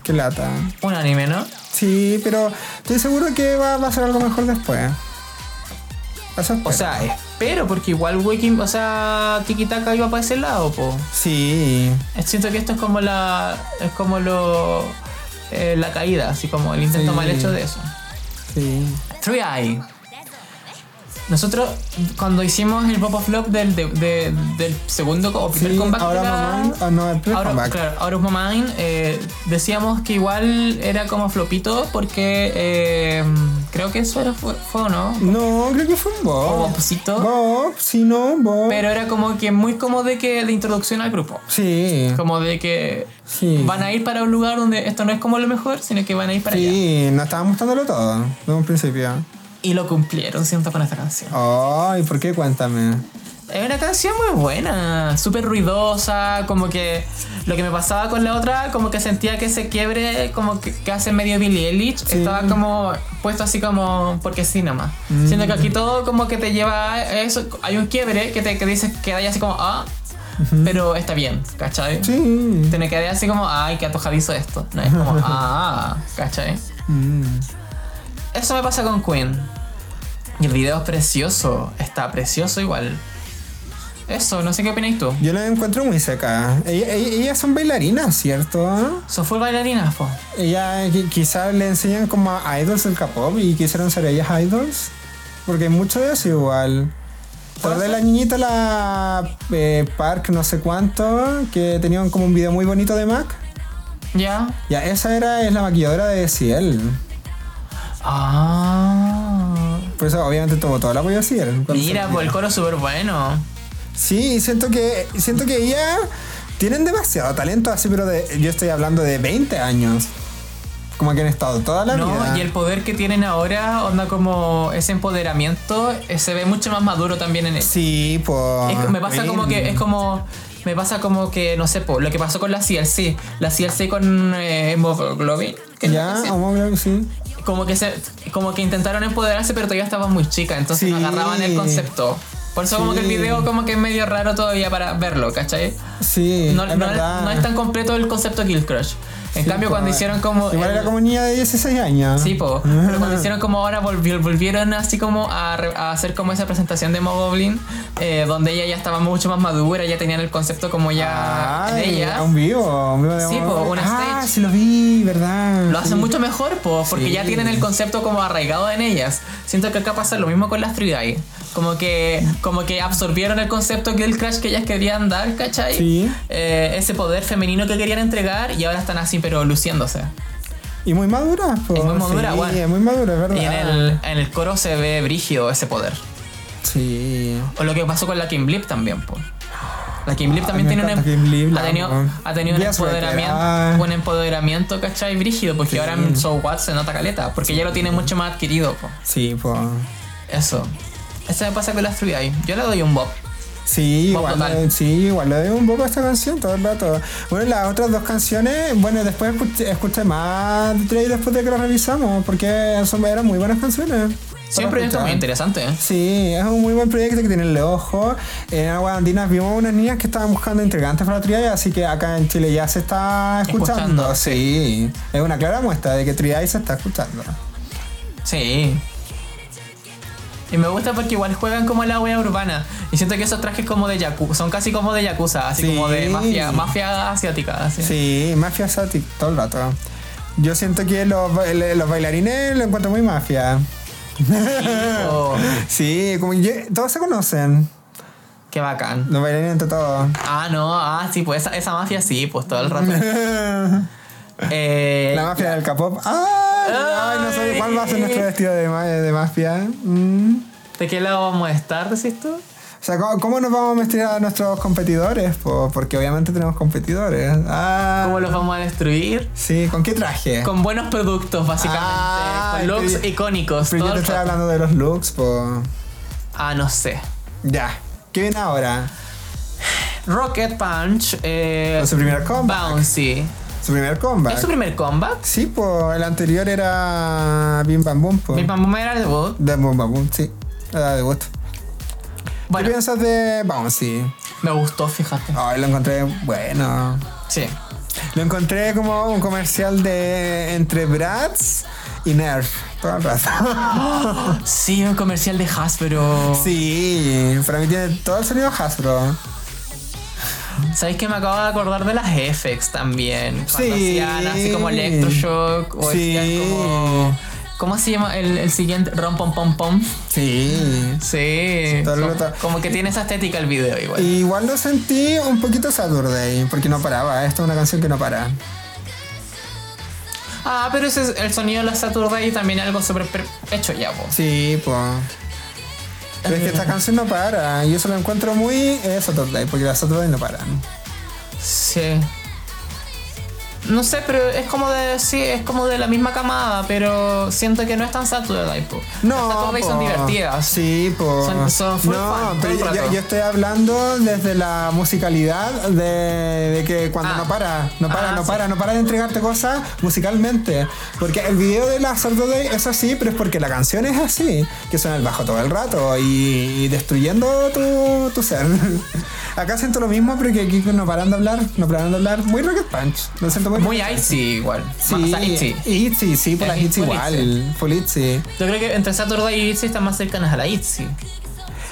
Speaker 3: Qué lata.
Speaker 2: Un anime, ¿no?
Speaker 3: Sí, pero estoy seguro que va, va a ser algo mejor después. Eso
Speaker 2: O
Speaker 3: espero.
Speaker 2: sea, espero, porque igual Wiki, o sea, Tiki Taka iba para ese lado, po.
Speaker 3: Sí.
Speaker 2: Siento que esto es como la, es como lo, eh, la caída, así como el intento
Speaker 3: Sí.
Speaker 2: mal hecho de eso.
Speaker 3: Sí.
Speaker 2: 3i. Nosotros, cuando hicimos el pop of love del, de- de- del segundo o primer
Speaker 3: Sí,
Speaker 2: comeback
Speaker 3: ahora
Speaker 2: de la-
Speaker 3: Mamán- ah, no, el primer
Speaker 2: Out of-
Speaker 3: comeback.
Speaker 2: claro, Out of My Mind, eh, decíamos que igual era como flopito porque eh, creo que eso era, fue, fue, ¿o no?
Speaker 3: No, creo que fue un
Speaker 2: O
Speaker 3: Bob.
Speaker 2: bopcito.
Speaker 3: Bob, sí, no, Bob.
Speaker 2: Pero era como que muy como de que de introducción al grupo.
Speaker 3: Sí.
Speaker 2: Como de que
Speaker 3: Sí.
Speaker 2: van a ir para un lugar donde esto no es como lo mejor, sino que van a ir para allá.
Speaker 3: Sí, nos estaban mostrándolo todo desde un principio.
Speaker 2: Y lo cumplieron, siento, con esta canción.
Speaker 3: Ay, ¿por qué? Cuéntame.
Speaker 2: Es una canción muy buena, súper ruidosa, como que lo que me pasaba con la otra, como que sentía que ese quiebre, como que, que hace medio Billie Eilish,
Speaker 3: Sí.
Speaker 2: estaba como puesto así como porque sí nada más.
Speaker 3: Mm.
Speaker 2: Siento que aquí todo como que te lleva a eso, hay un quiebre que te que dices que da así como, ah, pero está bien, ¿cachai?
Speaker 3: Sí.
Speaker 2: Te me quedé así como, ay, qué atojadizo esto. No es como, ah, ¿cachai?
Speaker 3: Mm.
Speaker 2: Eso me pasa con Queen. Y el video es precioso, está precioso igual. Eso, no sé qué opináis tú.
Speaker 3: Yo la encuentro muy seca. Ella- ella- ellas son bailarinas, ¿cierto?
Speaker 2: Son full bailarinas, po.
Speaker 3: Ella Eh, qui- quizás le enseñan como a idols del K-pop y quisieron ser ellas idols. Porque hay mucho de eso igual. Tal vez la niñita, la eh, Park, no sé cuánto, que tenían como un video muy bonito de Mac.
Speaker 2: ¿Ya?
Speaker 3: Ya, esa era es la maquilladora de Ciel.
Speaker 2: Ah.
Speaker 3: Por eso obviamente tomó todo el apoyo de Ciel. cuando se
Speaker 2: Mira,
Speaker 3: maquilló.
Speaker 2: po, el coro es súper bueno.
Speaker 3: Sí, siento que siento que ella tienen demasiado talento así, pero de- yo estoy hablando de 20 años. Como que han estado toda la vida.
Speaker 2: No, y el poder que tienen ahora, onda como ese empoderamiento, eh, se ve mucho más maduro también en él.
Speaker 3: Sí, pues.
Speaker 2: Es- me pasa como que es como me pasa como que no sé po, lo que pasó con la CLC la CLC con eh, hemoglobin que
Speaker 3: Ya,
Speaker 2: no sé,
Speaker 3: homólogo, sí.
Speaker 2: como que se, como que intentaron empoderarse pero todavía estaban muy chicas entonces no
Speaker 3: Sí.
Speaker 2: agarraban el concepto por eso como que el
Speaker 3: Sí.
Speaker 2: video como que es medio raro todavía para verlo ¿cachai?
Speaker 3: Sí,
Speaker 2: no,
Speaker 3: es
Speaker 2: no-
Speaker 3: verdad.
Speaker 2: no es tan completo el concepto de Kill Crush en
Speaker 3: Sí,
Speaker 2: cambio cuando
Speaker 3: pues,
Speaker 2: hicieron como
Speaker 3: Igual
Speaker 2: el-
Speaker 3: era como niña de 16 años. Ah.
Speaker 2: Sí, po. Pero cuando hicieron como ahora volvi- volvieron así como a, re- a hacer como esa presentación de Mogoblin, eh, donde ella ya estaba mucho más madura, ya tenían el concepto como ya en
Speaker 3: Ay,
Speaker 2: ella.
Speaker 3: a un vivo, un vivo de
Speaker 2: Sí, po, un
Speaker 3: ah,
Speaker 2: stage.
Speaker 3: sí lo vi, verdad.
Speaker 2: Lo hacen
Speaker 3: Sí.
Speaker 2: mucho mejor, po, porque
Speaker 3: Sí.
Speaker 2: ya tienen el concepto como arraigado en ellas. Siento que acá pasa lo mismo con las Free Guy. Como que, como que absorbieron el concepto Girl Crush que ellas querían dar, ¿cachai?
Speaker 3: Sí.
Speaker 2: Eh, ese poder femenino que querían entregar y ahora están así, pero luciéndose.
Speaker 3: Y muy madura, po.
Speaker 2: Es muy madura,
Speaker 3: sí,
Speaker 2: guau.
Speaker 3: es muy madura, es verdad.
Speaker 2: Y en el, en el coro se ve brígido ese poder.
Speaker 3: Sí.
Speaker 2: O lo que pasó con la Kim Blip también, po. La Kim Blip
Speaker 3: Ay,
Speaker 2: también
Speaker 3: Ah, me
Speaker 2: tiene un,
Speaker 3: encanta
Speaker 2: em-
Speaker 3: Kim Blip, la
Speaker 2: ha tenido,
Speaker 3: amo.
Speaker 2: ha tenido un
Speaker 3: Yes, Waker, ah.
Speaker 2: empoderamiento, un empoderamiento, ¿cachai? Brígido, porque
Speaker 3: Sí.
Speaker 2: ahora en So What se nota caleta, porque ya lo tiene mucho más adquirido, po.
Speaker 3: Sí, po.
Speaker 2: Eso. Eso me pasa con las 3 Yo le doy un bob.
Speaker 3: Sí,
Speaker 2: Pop
Speaker 3: igual, eh,
Speaker 2: total.
Speaker 3: sí, igual le doy un poco a esta canción todo el rato. Bueno, las otras dos canciones, bueno, después escuché, escuché más de Trey después de que las revisamos, porque son, eran muy buenas canciones.
Speaker 2: Sí, un proyecto muy interesante, ¿eh?
Speaker 3: Sí, es un muy buen proyecto que tiene el ojo. En Aguas Andinas vimos unas niñas que estaban buscando integrantes para Triay, así que acá en Chile ya se está escuchando.
Speaker 2: Escuchando,
Speaker 3: sí. es una clara muestra de que Triay se está escuchando.
Speaker 2: Sí. Y me gusta porque igual juegan como la wea urbana. Y siento que esos trajes como de Yakuza, son casi como de Yakuza, así
Speaker 3: Sí.
Speaker 2: como de mafia, mafia asiática. Así.
Speaker 3: Sí, mafia Satic todo el rato. Yo siento que los, ba- los bailarines lo encuentro muy mafia.
Speaker 2: Oh,
Speaker 3: Sí, como que todos se conocen,
Speaker 2: qué bacán.
Speaker 3: los bailarines entre todos.
Speaker 2: Ah, no, ah, sí, pues esa, esa mafia sí, pues todo el rato. Eh,
Speaker 3: La mafia del K-pop. ¡Ay! Ay, no sé cuál va a ser nuestro vestido de, ma- de mafia. Mm.
Speaker 2: ¿De qué lado vamos a estar, decís tú?
Speaker 3: O sea, ¿cómo, cómo nos vamos a vestir a nuestros competidores? Po- porque obviamente tenemos competidores. Ah,
Speaker 2: ¿Cómo los vamos a destruir?
Speaker 3: Sí, ¿con qué traje?
Speaker 2: Con buenos productos, básicamente.
Speaker 3: Ah,
Speaker 2: con looks
Speaker 3: pero-
Speaker 2: icónicos.
Speaker 3: Pero
Speaker 2: todo
Speaker 3: yo te
Speaker 2: el
Speaker 3: estoy
Speaker 2: rato.
Speaker 3: hablando de los looks, po.
Speaker 2: Ah, no sé.
Speaker 3: Ya. ¿Qué viene ahora?
Speaker 2: Rocket Punch. Eh,
Speaker 3: Fue su primer comeback.
Speaker 2: Bouncy.
Speaker 3: Su primer comeback.
Speaker 2: ¿Es su primer comeback?
Speaker 3: Sí, po. El anterior era Bim Bam Boom, po.
Speaker 2: Mi mamá era el debut.
Speaker 3: De Bim Bam Boom, sí. Era de debut. ¿Qué
Speaker 2: Bueno,
Speaker 3: piensas de Bouncy?
Speaker 2: me gustó, fíjate.
Speaker 3: Ay, lo encontré bueno.
Speaker 2: Sí.
Speaker 3: Lo encontré como un comercial de entre Bratz y Nerf. Todo el rato.
Speaker 2: Sí, un comercial de Hasbro.
Speaker 3: Sí, para mí tiene todo el sonido Hasbro.
Speaker 2: ¿Sabéis que me acabo de acordar de las FX también? Cuando
Speaker 3: Sí.
Speaker 2: hacían así como Electroshock o
Speaker 3: Sí.
Speaker 2: hacían como... ¿Cómo se llama el, el siguiente? Rom pom pom pom.
Speaker 3: Sí.
Speaker 2: Sí.
Speaker 3: todo lo
Speaker 2: Como-
Speaker 3: otro.
Speaker 2: como que tiene esa estética el video igual.
Speaker 3: Igual lo sentí un poquito Saturday, porque no paraba. Esta es una canción que no para.
Speaker 2: Ah, pero ese es el sonido de la Saturday también algo súper pre- hecho ya, vos.
Speaker 3: Sí, pues. Pero es que esta canción no para. Y eso lo encuentro muy eh, Saturday, porque las Saturday no paran.
Speaker 2: Sí. No sé, pero es como de. Sí, es como de la misma camada, pero siento que no es tan Saturday, po.
Speaker 3: No.
Speaker 2: Las Saturday son
Speaker 3: po.
Speaker 2: divertidas.
Speaker 3: Sí, po.
Speaker 2: Son- son full
Speaker 3: no,
Speaker 2: fan,
Speaker 3: pero
Speaker 2: todo el
Speaker 3: yo,
Speaker 2: rato.
Speaker 3: yo estoy hablando desde la musicalidad de, de que cuando
Speaker 2: Ah.
Speaker 3: no para, no para,
Speaker 2: Ah,
Speaker 3: no
Speaker 2: sí.
Speaker 3: para, no para de entregarte cosas musicalmente. Porque el video de la Saturday es así, pero es porque la canción es así, que suena el bajo todo el rato y, y destruyendo tu, tu ser. Acá siento lo mismo, pero que aquí no paran de hablar, no paran de hablar. Muy Rocket Punch. Lo siento muy.
Speaker 2: Muy icy igual.
Speaker 3: Sí,
Speaker 2: Más icy.
Speaker 3: Itzy, sí, por
Speaker 2: Es
Speaker 3: la Itzy
Speaker 2: full
Speaker 3: igual. Full Itzy.
Speaker 2: Yo creo que entre Saturday y Itzy están más cercanas a la Itzy.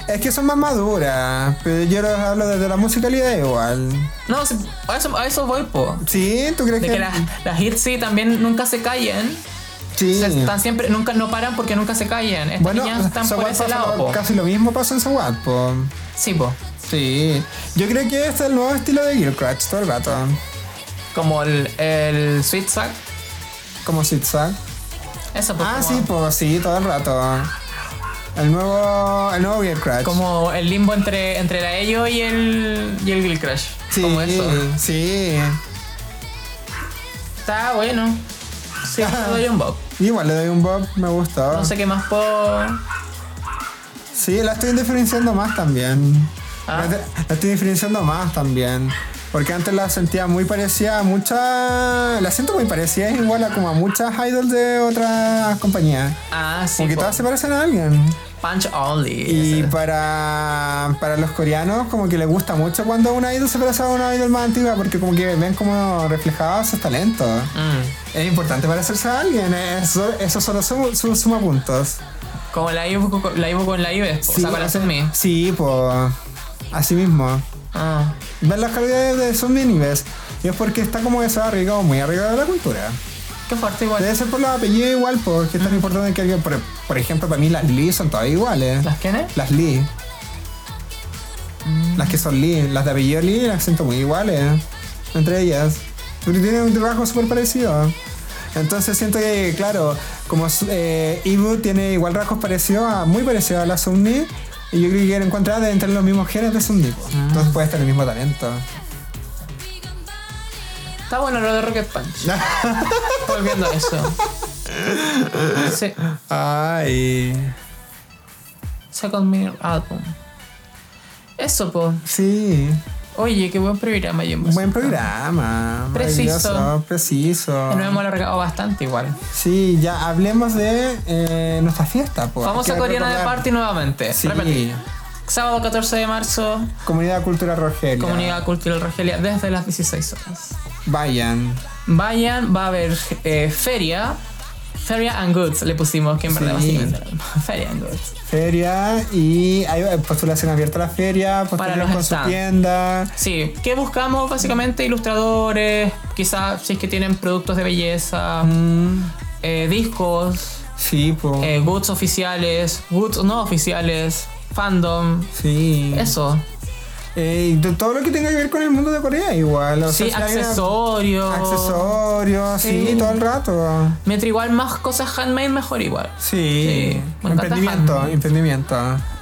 Speaker 3: Es que son más maduras, pero yo les hablo desde la musicalidad igual.
Speaker 2: No, si- a eso, a eso voy, po.
Speaker 3: ¿Sí? ¿Tú crees
Speaker 2: De
Speaker 3: que.?
Speaker 2: que las, las hits sí también nunca se callen.
Speaker 3: Sí.
Speaker 2: Se- Están siempre, nunca no paran porque nunca se callan. Estas
Speaker 3: Bueno,
Speaker 2: niñas están por
Speaker 3: Zaguán
Speaker 2: ese
Speaker 3: pasa
Speaker 2: lado,
Speaker 3: lo-
Speaker 2: po.
Speaker 3: casi lo mismo pasa en Zaguán, po.
Speaker 2: Sí, po.
Speaker 3: Sí. Yo creo que este es el nuevo estilo de Girl Crush todo el rato.
Speaker 2: Como el, el Sweet Sack.
Speaker 3: Como zigzag.
Speaker 2: Eso, po,
Speaker 3: Ah,
Speaker 2: como,
Speaker 3: sí, pues sí, todo el rato. El nuevo. El nuevo Girl Crush.
Speaker 2: como el limbo entre, entre la ello y el, y el Girl Crush.
Speaker 3: sí,
Speaker 2: Como eso.
Speaker 3: Sí.
Speaker 2: Está bueno. Sí,
Speaker 3: Ah.
Speaker 2: le doy un bob.
Speaker 3: Igual le doy un bob, me gustó.
Speaker 2: No sé qué más puedo.
Speaker 3: Sí, la estoy diferenciando más también.
Speaker 2: Ah.
Speaker 3: La, la estoy diferenciando más también. Porque antes la sentía muy parecida a muchas. La siento muy parecida, es igual a como a muchas idols de otras compañías.
Speaker 2: Ah, sí.
Speaker 3: Como que
Speaker 2: po.
Speaker 3: todas se parecen a alguien.
Speaker 2: Punch Only.
Speaker 3: Y
Speaker 2: ese.
Speaker 3: para, para los coreanos, como que les gusta mucho cuando una idol se parece a una idol más antigua, porque como que ven como reflejados sus talentos.
Speaker 2: Mm.
Speaker 3: Es importante parecerse a alguien, eso, eso solo su- su- suma puntos.
Speaker 2: Como la Ivo con la Ivo, con la Ive, po. o sea, para hacer mí.
Speaker 3: Sí, pues. Así mismo.
Speaker 2: Ah.
Speaker 3: Ver las calidades de sus minives. Y es porque está como eso arriba, muy arriba de la cultura.
Speaker 2: Qué fuerte igual.
Speaker 3: Debe ser por los apellidos igual, porque es tan importante que alguien. Por, por ejemplo, para mí las Lee son todas iguales.
Speaker 2: ¿Las quiénes?
Speaker 3: Las Lee. Las que son Lee. Las de apellido Lee las siento muy iguales. Entre ellas. Porque tienen un trabajo súper parecido. Entonces siento que, claro, como eh, Ibu tiene igual rasgos parecidos, a- muy parecidos a la Sumni. Y yo creo que encontrar de entre los mismos genes de Sumni. po. Entonces puede estar el mismo talento.
Speaker 2: Está bueno lo de Rocket Punch. Volviendo a eso. Sí.
Speaker 3: Ay.
Speaker 2: Second Mirror Album. Eso, po.
Speaker 3: Sí.
Speaker 2: Oye, qué buen programa, yo
Speaker 3: Buen programa.
Speaker 2: Preciso.
Speaker 3: maravilloso, Preciso.
Speaker 2: Nos hemos alargado bastante igual.
Speaker 3: Sí, ya hablemos de eh, nuestra fiesta. Pues.
Speaker 2: Famosa
Speaker 3: Hay que
Speaker 2: coreana de
Speaker 3: recordar-
Speaker 2: party nuevamente.
Speaker 3: Sí.
Speaker 2: Repetí. Sábado 14 de marzo,
Speaker 3: Comunidad Cultura Rogelia.
Speaker 2: Comunidad Cultural Rogelia, desde las 16 horas.
Speaker 3: Vayan.
Speaker 2: Vayan, va a haber eh, feria. Feria and Goods le pusimos, que en verdad
Speaker 3: Sí.
Speaker 2: básicamente era lo mismo. Feria and Goods.
Speaker 3: Feria y hay eh, postulación abierta a la feria, postulación
Speaker 2: los
Speaker 3: con su
Speaker 2: stands.
Speaker 3: tienda.
Speaker 2: Sí, ¿qué buscamos? Básicamente ilustradores, quizás si es que tienen productos de belleza, eh, discos,
Speaker 3: Mm, Sí, pues.
Speaker 2: eh, goods oficiales, goods no oficiales, fandom,
Speaker 3: Sí.
Speaker 2: eso.
Speaker 3: Eh, y de todo lo que tenga que ver con el mundo de Corea, igual. o
Speaker 2: Sí,
Speaker 3: sea, si hay una-
Speaker 2: accesorios.
Speaker 3: Accesorios, sí.
Speaker 2: Sí.
Speaker 3: todo el rato.
Speaker 2: Mientras igual más cosas handmade, mejor igual.
Speaker 3: Sí.
Speaker 2: Sí, me encanta
Speaker 3: emprendimiento,
Speaker 2: Han.
Speaker 3: emprendimiento.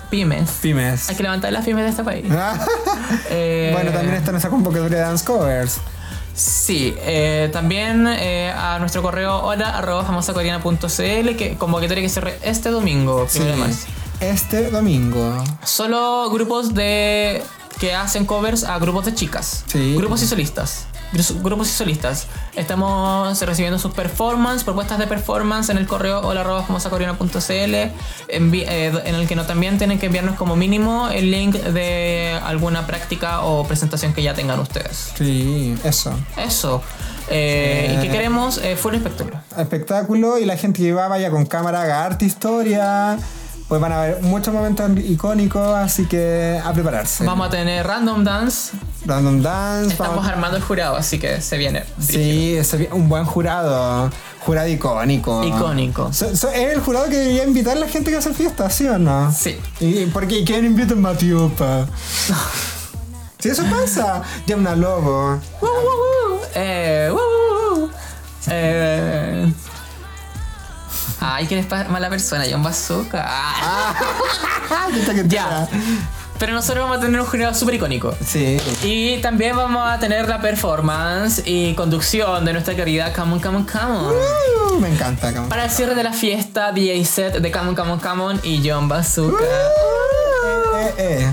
Speaker 2: Pymes.
Speaker 3: Pymes.
Speaker 2: Hay que levantar las pymes de este país. Eh,
Speaker 3: Ah. bueno, también está nuestra convocatoria de dance covers.
Speaker 2: Sí, eh, también eh, a nuestro correo hola arroba famosacoreana.cl que convocatoria que cierre este domingo, primero de marzo.
Speaker 3: Este domingo.
Speaker 2: Solo grupos de que hacen covers a grupos de chicas.
Speaker 3: Sí.
Speaker 2: Grupos y solistas. Gru- Grupos y solistas. Estamos recibiendo sus performances, propuestas de performance en el correo hola arroba famosacoreana.cl, envi- eh, en el que no también tienen que enviarnos como mínimo el link de alguna práctica o presentación que ya tengan ustedes.
Speaker 3: Sí, eso.
Speaker 2: Eso. Eh,
Speaker 3: Sí.
Speaker 2: Y que queremos eh, full espectáculo.
Speaker 3: Espectáculo y la gente que va vaya con cámara, haga arte, historia. Pues van a haber muchos momentos icónicos, así que a prepararse.
Speaker 2: Vamos a tener Random Dance.
Speaker 3: Random dance,
Speaker 2: Estamos
Speaker 3: vamos-
Speaker 2: armando el jurado, así que se viene.
Speaker 3: Sí, ese- un buen jurado. Jurado icónico.
Speaker 2: Icónico.
Speaker 3: So- so- es el jurado que debería invitar a la gente que hace fiestas, ¿sí o no?
Speaker 2: Sí.
Speaker 3: ¿Y por qué? ¿Quién invita a Matiopa? si eso pasa, llama una lobo.
Speaker 2: Woo, woo, woo. Eh, woo, woo, woo. Eh. Ay, que eres pa- mala persona, John Bazooka. Ah.
Speaker 3: Esta Ah, que
Speaker 2: Ya.
Speaker 3: tira.
Speaker 2: Pero nosotros vamos a tener un jurado súper icónico.
Speaker 3: Sí.
Speaker 2: Y también vamos a tener la performance y conducción de nuestra querida Come On, Come On, Come On.
Speaker 3: Uh, me encanta. como-
Speaker 2: Para el cierre de la fiesta, DJ set de Come On, Come On, Come On y John Bazooka.
Speaker 3: Eh, eh.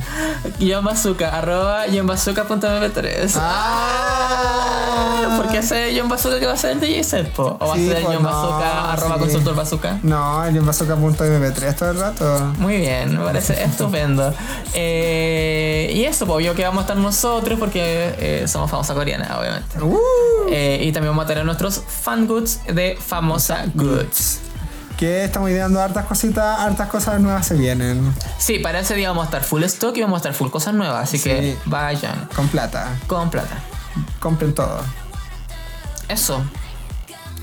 Speaker 2: Guión Bazooka, arroba guionbazooka.mp3.
Speaker 3: Ah.
Speaker 2: ¿Por qué hace John Bazooka que va a ser el DJ set, po? ¿O va
Speaker 3: Sí,
Speaker 2: a ser
Speaker 3: pues
Speaker 2: John
Speaker 3: no,
Speaker 2: Bazooka, arroba
Speaker 3: sí.
Speaker 2: consultor bazooka?
Speaker 3: No, el bazooka.mp3 todo el rato.
Speaker 2: Muy bien, me parece estupendo. Eh, y eso, pues, yo que vamos a estar nosotros porque eh, somos famosa coreana, obviamente.
Speaker 3: Uh.
Speaker 2: Eh, y también vamos a tener nuestros fan goods de famosa goods.
Speaker 3: que estamos ideando hartas cositas, hartas cosas nuevas se vienen.
Speaker 2: Sí, para ese día vamos a estar full stock y vamos a estar full cosas nuevas, así que
Speaker 3: Sí.
Speaker 2: vayan
Speaker 3: Con plata.
Speaker 2: con plata.
Speaker 3: Compren todo.
Speaker 2: Eso.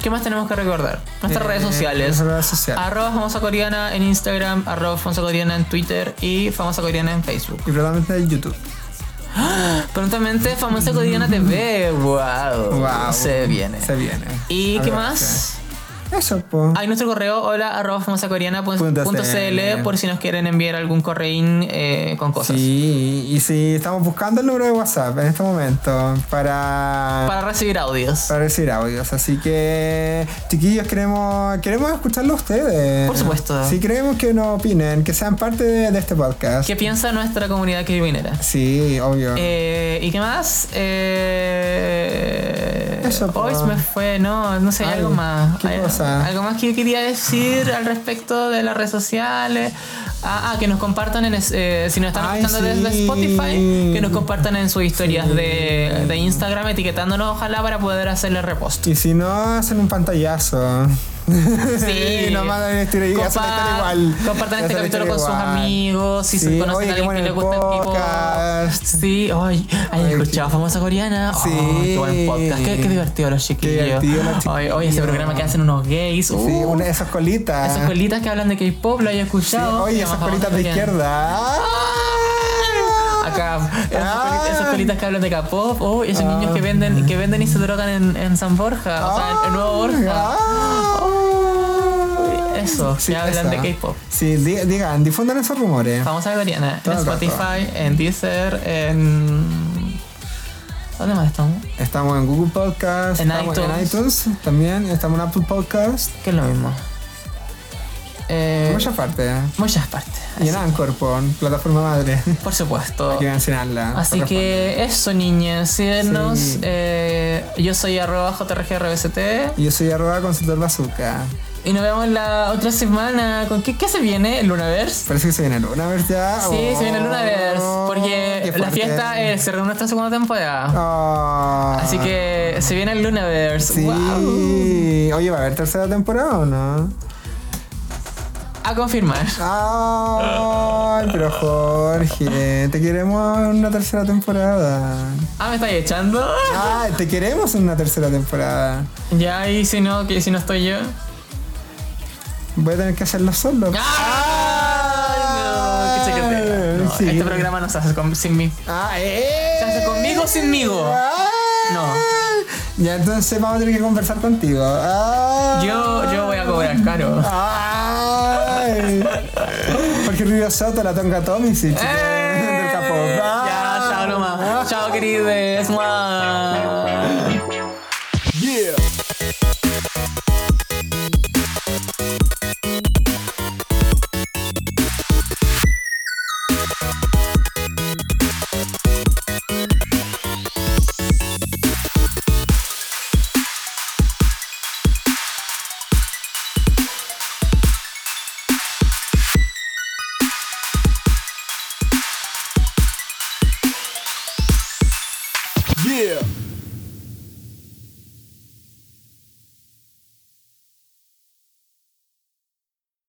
Speaker 2: ¿Qué más tenemos que recordar? Nuestras
Speaker 3: Eh,
Speaker 2: redes sociales.
Speaker 3: nuestras redes sociales.
Speaker 2: Arroba famosa coreana en Instagram, arroba famosa coreana en Twitter y famosa coreana en Facebook.
Speaker 3: Y probablemente el YouTube.
Speaker 2: Prontamente famosa coreana TV. Wow.
Speaker 3: Wow.
Speaker 2: Se viene.
Speaker 3: Se viene.
Speaker 2: ¿Y
Speaker 3: A
Speaker 2: qué
Speaker 3: ver,
Speaker 2: más?
Speaker 3: sí. Eso, po.
Speaker 2: Hay nuestro correo hola arroba famosacoreana punto
Speaker 3: Punto
Speaker 2: punto
Speaker 3: CL.
Speaker 2: CL por si nos quieren enviar algún correín eh, con cosas.
Speaker 3: Sí, y sí, estamos buscando el número de WhatsApp en este momento para, para...
Speaker 2: Para recibir audios.
Speaker 3: recibir audios. Así que, chiquillos, queremos, queremos escucharlo a ustedes.
Speaker 2: Por supuesto.
Speaker 3: Sí, queremos que nos opinen, que sean parte de, de este podcast.
Speaker 2: ¿Qué piensa nuestra comunidad criminera?
Speaker 3: Sí, obvio.
Speaker 2: Eh, ¿Y qué más? Eh,
Speaker 3: Eso, po.
Speaker 2: hoy se me fue, no, no sé, hay
Speaker 3: Ay,
Speaker 2: algo más.
Speaker 3: ¿qué
Speaker 2: Hay-
Speaker 3: cosa?
Speaker 2: Algo más que quería decir al respecto de las redes sociales. Ah, ah, que nos compartan en, es- eh, si nos están
Speaker 3: Ay,
Speaker 2: escuchando desde
Speaker 3: sí.
Speaker 2: Spotify, que nos compartan en sus historias de, de Instagram, etiquetándonos, ojalá, para poder hacerle repost.
Speaker 3: Y si no, hacen un pantallazo.
Speaker 2: Sí.
Speaker 3: y nos mandan el estilo y hacen la historia
Speaker 2: Compa-
Speaker 3: igual.
Speaker 2: Compartan este
Speaker 3: Hacen la
Speaker 2: capítulo
Speaker 3: historia
Speaker 2: con sus
Speaker 3: igual.
Speaker 2: amigos, si
Speaker 3: Sí,
Speaker 2: se conocen
Speaker 3: oye,
Speaker 2: a
Speaker 3: qué
Speaker 2: alguien que
Speaker 3: bueno
Speaker 2: le gusta
Speaker 3: el
Speaker 2: el
Speaker 3: podcast.
Speaker 2: tipo. Sí, ay, ¿han
Speaker 3: Ay,
Speaker 2: escuchado
Speaker 3: qué-
Speaker 2: famosa coreana? Oh,
Speaker 3: Sí.
Speaker 2: qué buen podcast. Qué, qué divertido los chiquillos.
Speaker 3: divertido los
Speaker 2: Oye, oye, ese
Speaker 3: chiquillos.
Speaker 2: programa que hacen unos gays.
Speaker 3: Sí,
Speaker 2: uh,
Speaker 3: una de esas colitas.
Speaker 2: esas colitas que hablan de K-pop, lo haya
Speaker 3: Sí,
Speaker 2: escuchado.
Speaker 3: oye,
Speaker 2: Se
Speaker 3: esas
Speaker 2: llama
Speaker 3: colitas de
Speaker 2: Famosa Coreana.
Speaker 3: izquierda.
Speaker 2: Acá, esas,
Speaker 3: Ah.
Speaker 2: colitas, esas colitas que hablan de K-pop, oh, esos niños que venden, que venden y se drogan en, en San Borja, o sea, en, en Nuevo Borja.
Speaker 3: Ah.
Speaker 2: Eso, que hablan
Speaker 3: esa.
Speaker 2: de K-pop.
Speaker 3: Sí, di- digan, difundan esos rumores.
Speaker 2: Vamos a Coreana en
Speaker 3: Todo el rato.
Speaker 2: Spotify, en Deezer, en. ¿Dónde más estamos?
Speaker 3: Estamos en Google Podcast,
Speaker 2: En
Speaker 3: estamos en
Speaker 2: iTunes.
Speaker 3: iTunes también, estamos en Apple Podcast.
Speaker 2: Que es lo mismo. Eh,
Speaker 3: Muchas partes.
Speaker 2: muchas partes.
Speaker 3: Y en Anchor, por plataforma madre.
Speaker 2: Por supuesto.
Speaker 3: Hay que mencionarla.
Speaker 2: Así
Speaker 3: Otra
Speaker 2: que eso, niñas, síguenos.
Speaker 3: Sí.
Speaker 2: eh, yo soy arroba jrgbct.
Speaker 3: forma. Yo soy arroba consultor bazooka.
Speaker 2: Y nos vemos la otra semana. ¿Con qué, qué se viene? ¿El Lunaverse?
Speaker 3: Parece que se viene Lunaverse ya. Oh,
Speaker 2: Sí, se viene el Lunaverse. Porque la fiesta
Speaker 3: es
Speaker 2: eh, se reúne esta segunda temporada.
Speaker 3: Ah.
Speaker 2: Así que se viene el Lunaverse.
Speaker 3: Sí.
Speaker 2: ¡Wow!
Speaker 3: Oye, ¿va a haber tercera temporada o no?
Speaker 2: A confirmar.
Speaker 3: Ay, pero Jorge, te queremos en una tercera temporada.
Speaker 2: Ah, me estáis echando.
Speaker 3: Ah, te queremos en una tercera temporada.
Speaker 2: Ya, y si no, que si no estoy yo.
Speaker 3: Voy a tener que hacerlo solo.
Speaker 2: ¡Ah! No, qué chaquetera. No,
Speaker 3: Sí.
Speaker 2: Este programa no se hace con- sin mí.
Speaker 3: Ah, eh.
Speaker 2: ¿Se hace conmigo o sinmigo?
Speaker 3: Ah.
Speaker 2: No.
Speaker 3: Ya entonces vamos a tener que conversar contigo. Ah.
Speaker 2: Yo, yo voy a cobrar caro.
Speaker 3: Ay. Porque Río Soto, la tonga Tommy, sí, chicos.
Speaker 2: ¡Eh!
Speaker 3: Del capó.
Speaker 2: Ya, chao nomás. Chao, queridos. Mua.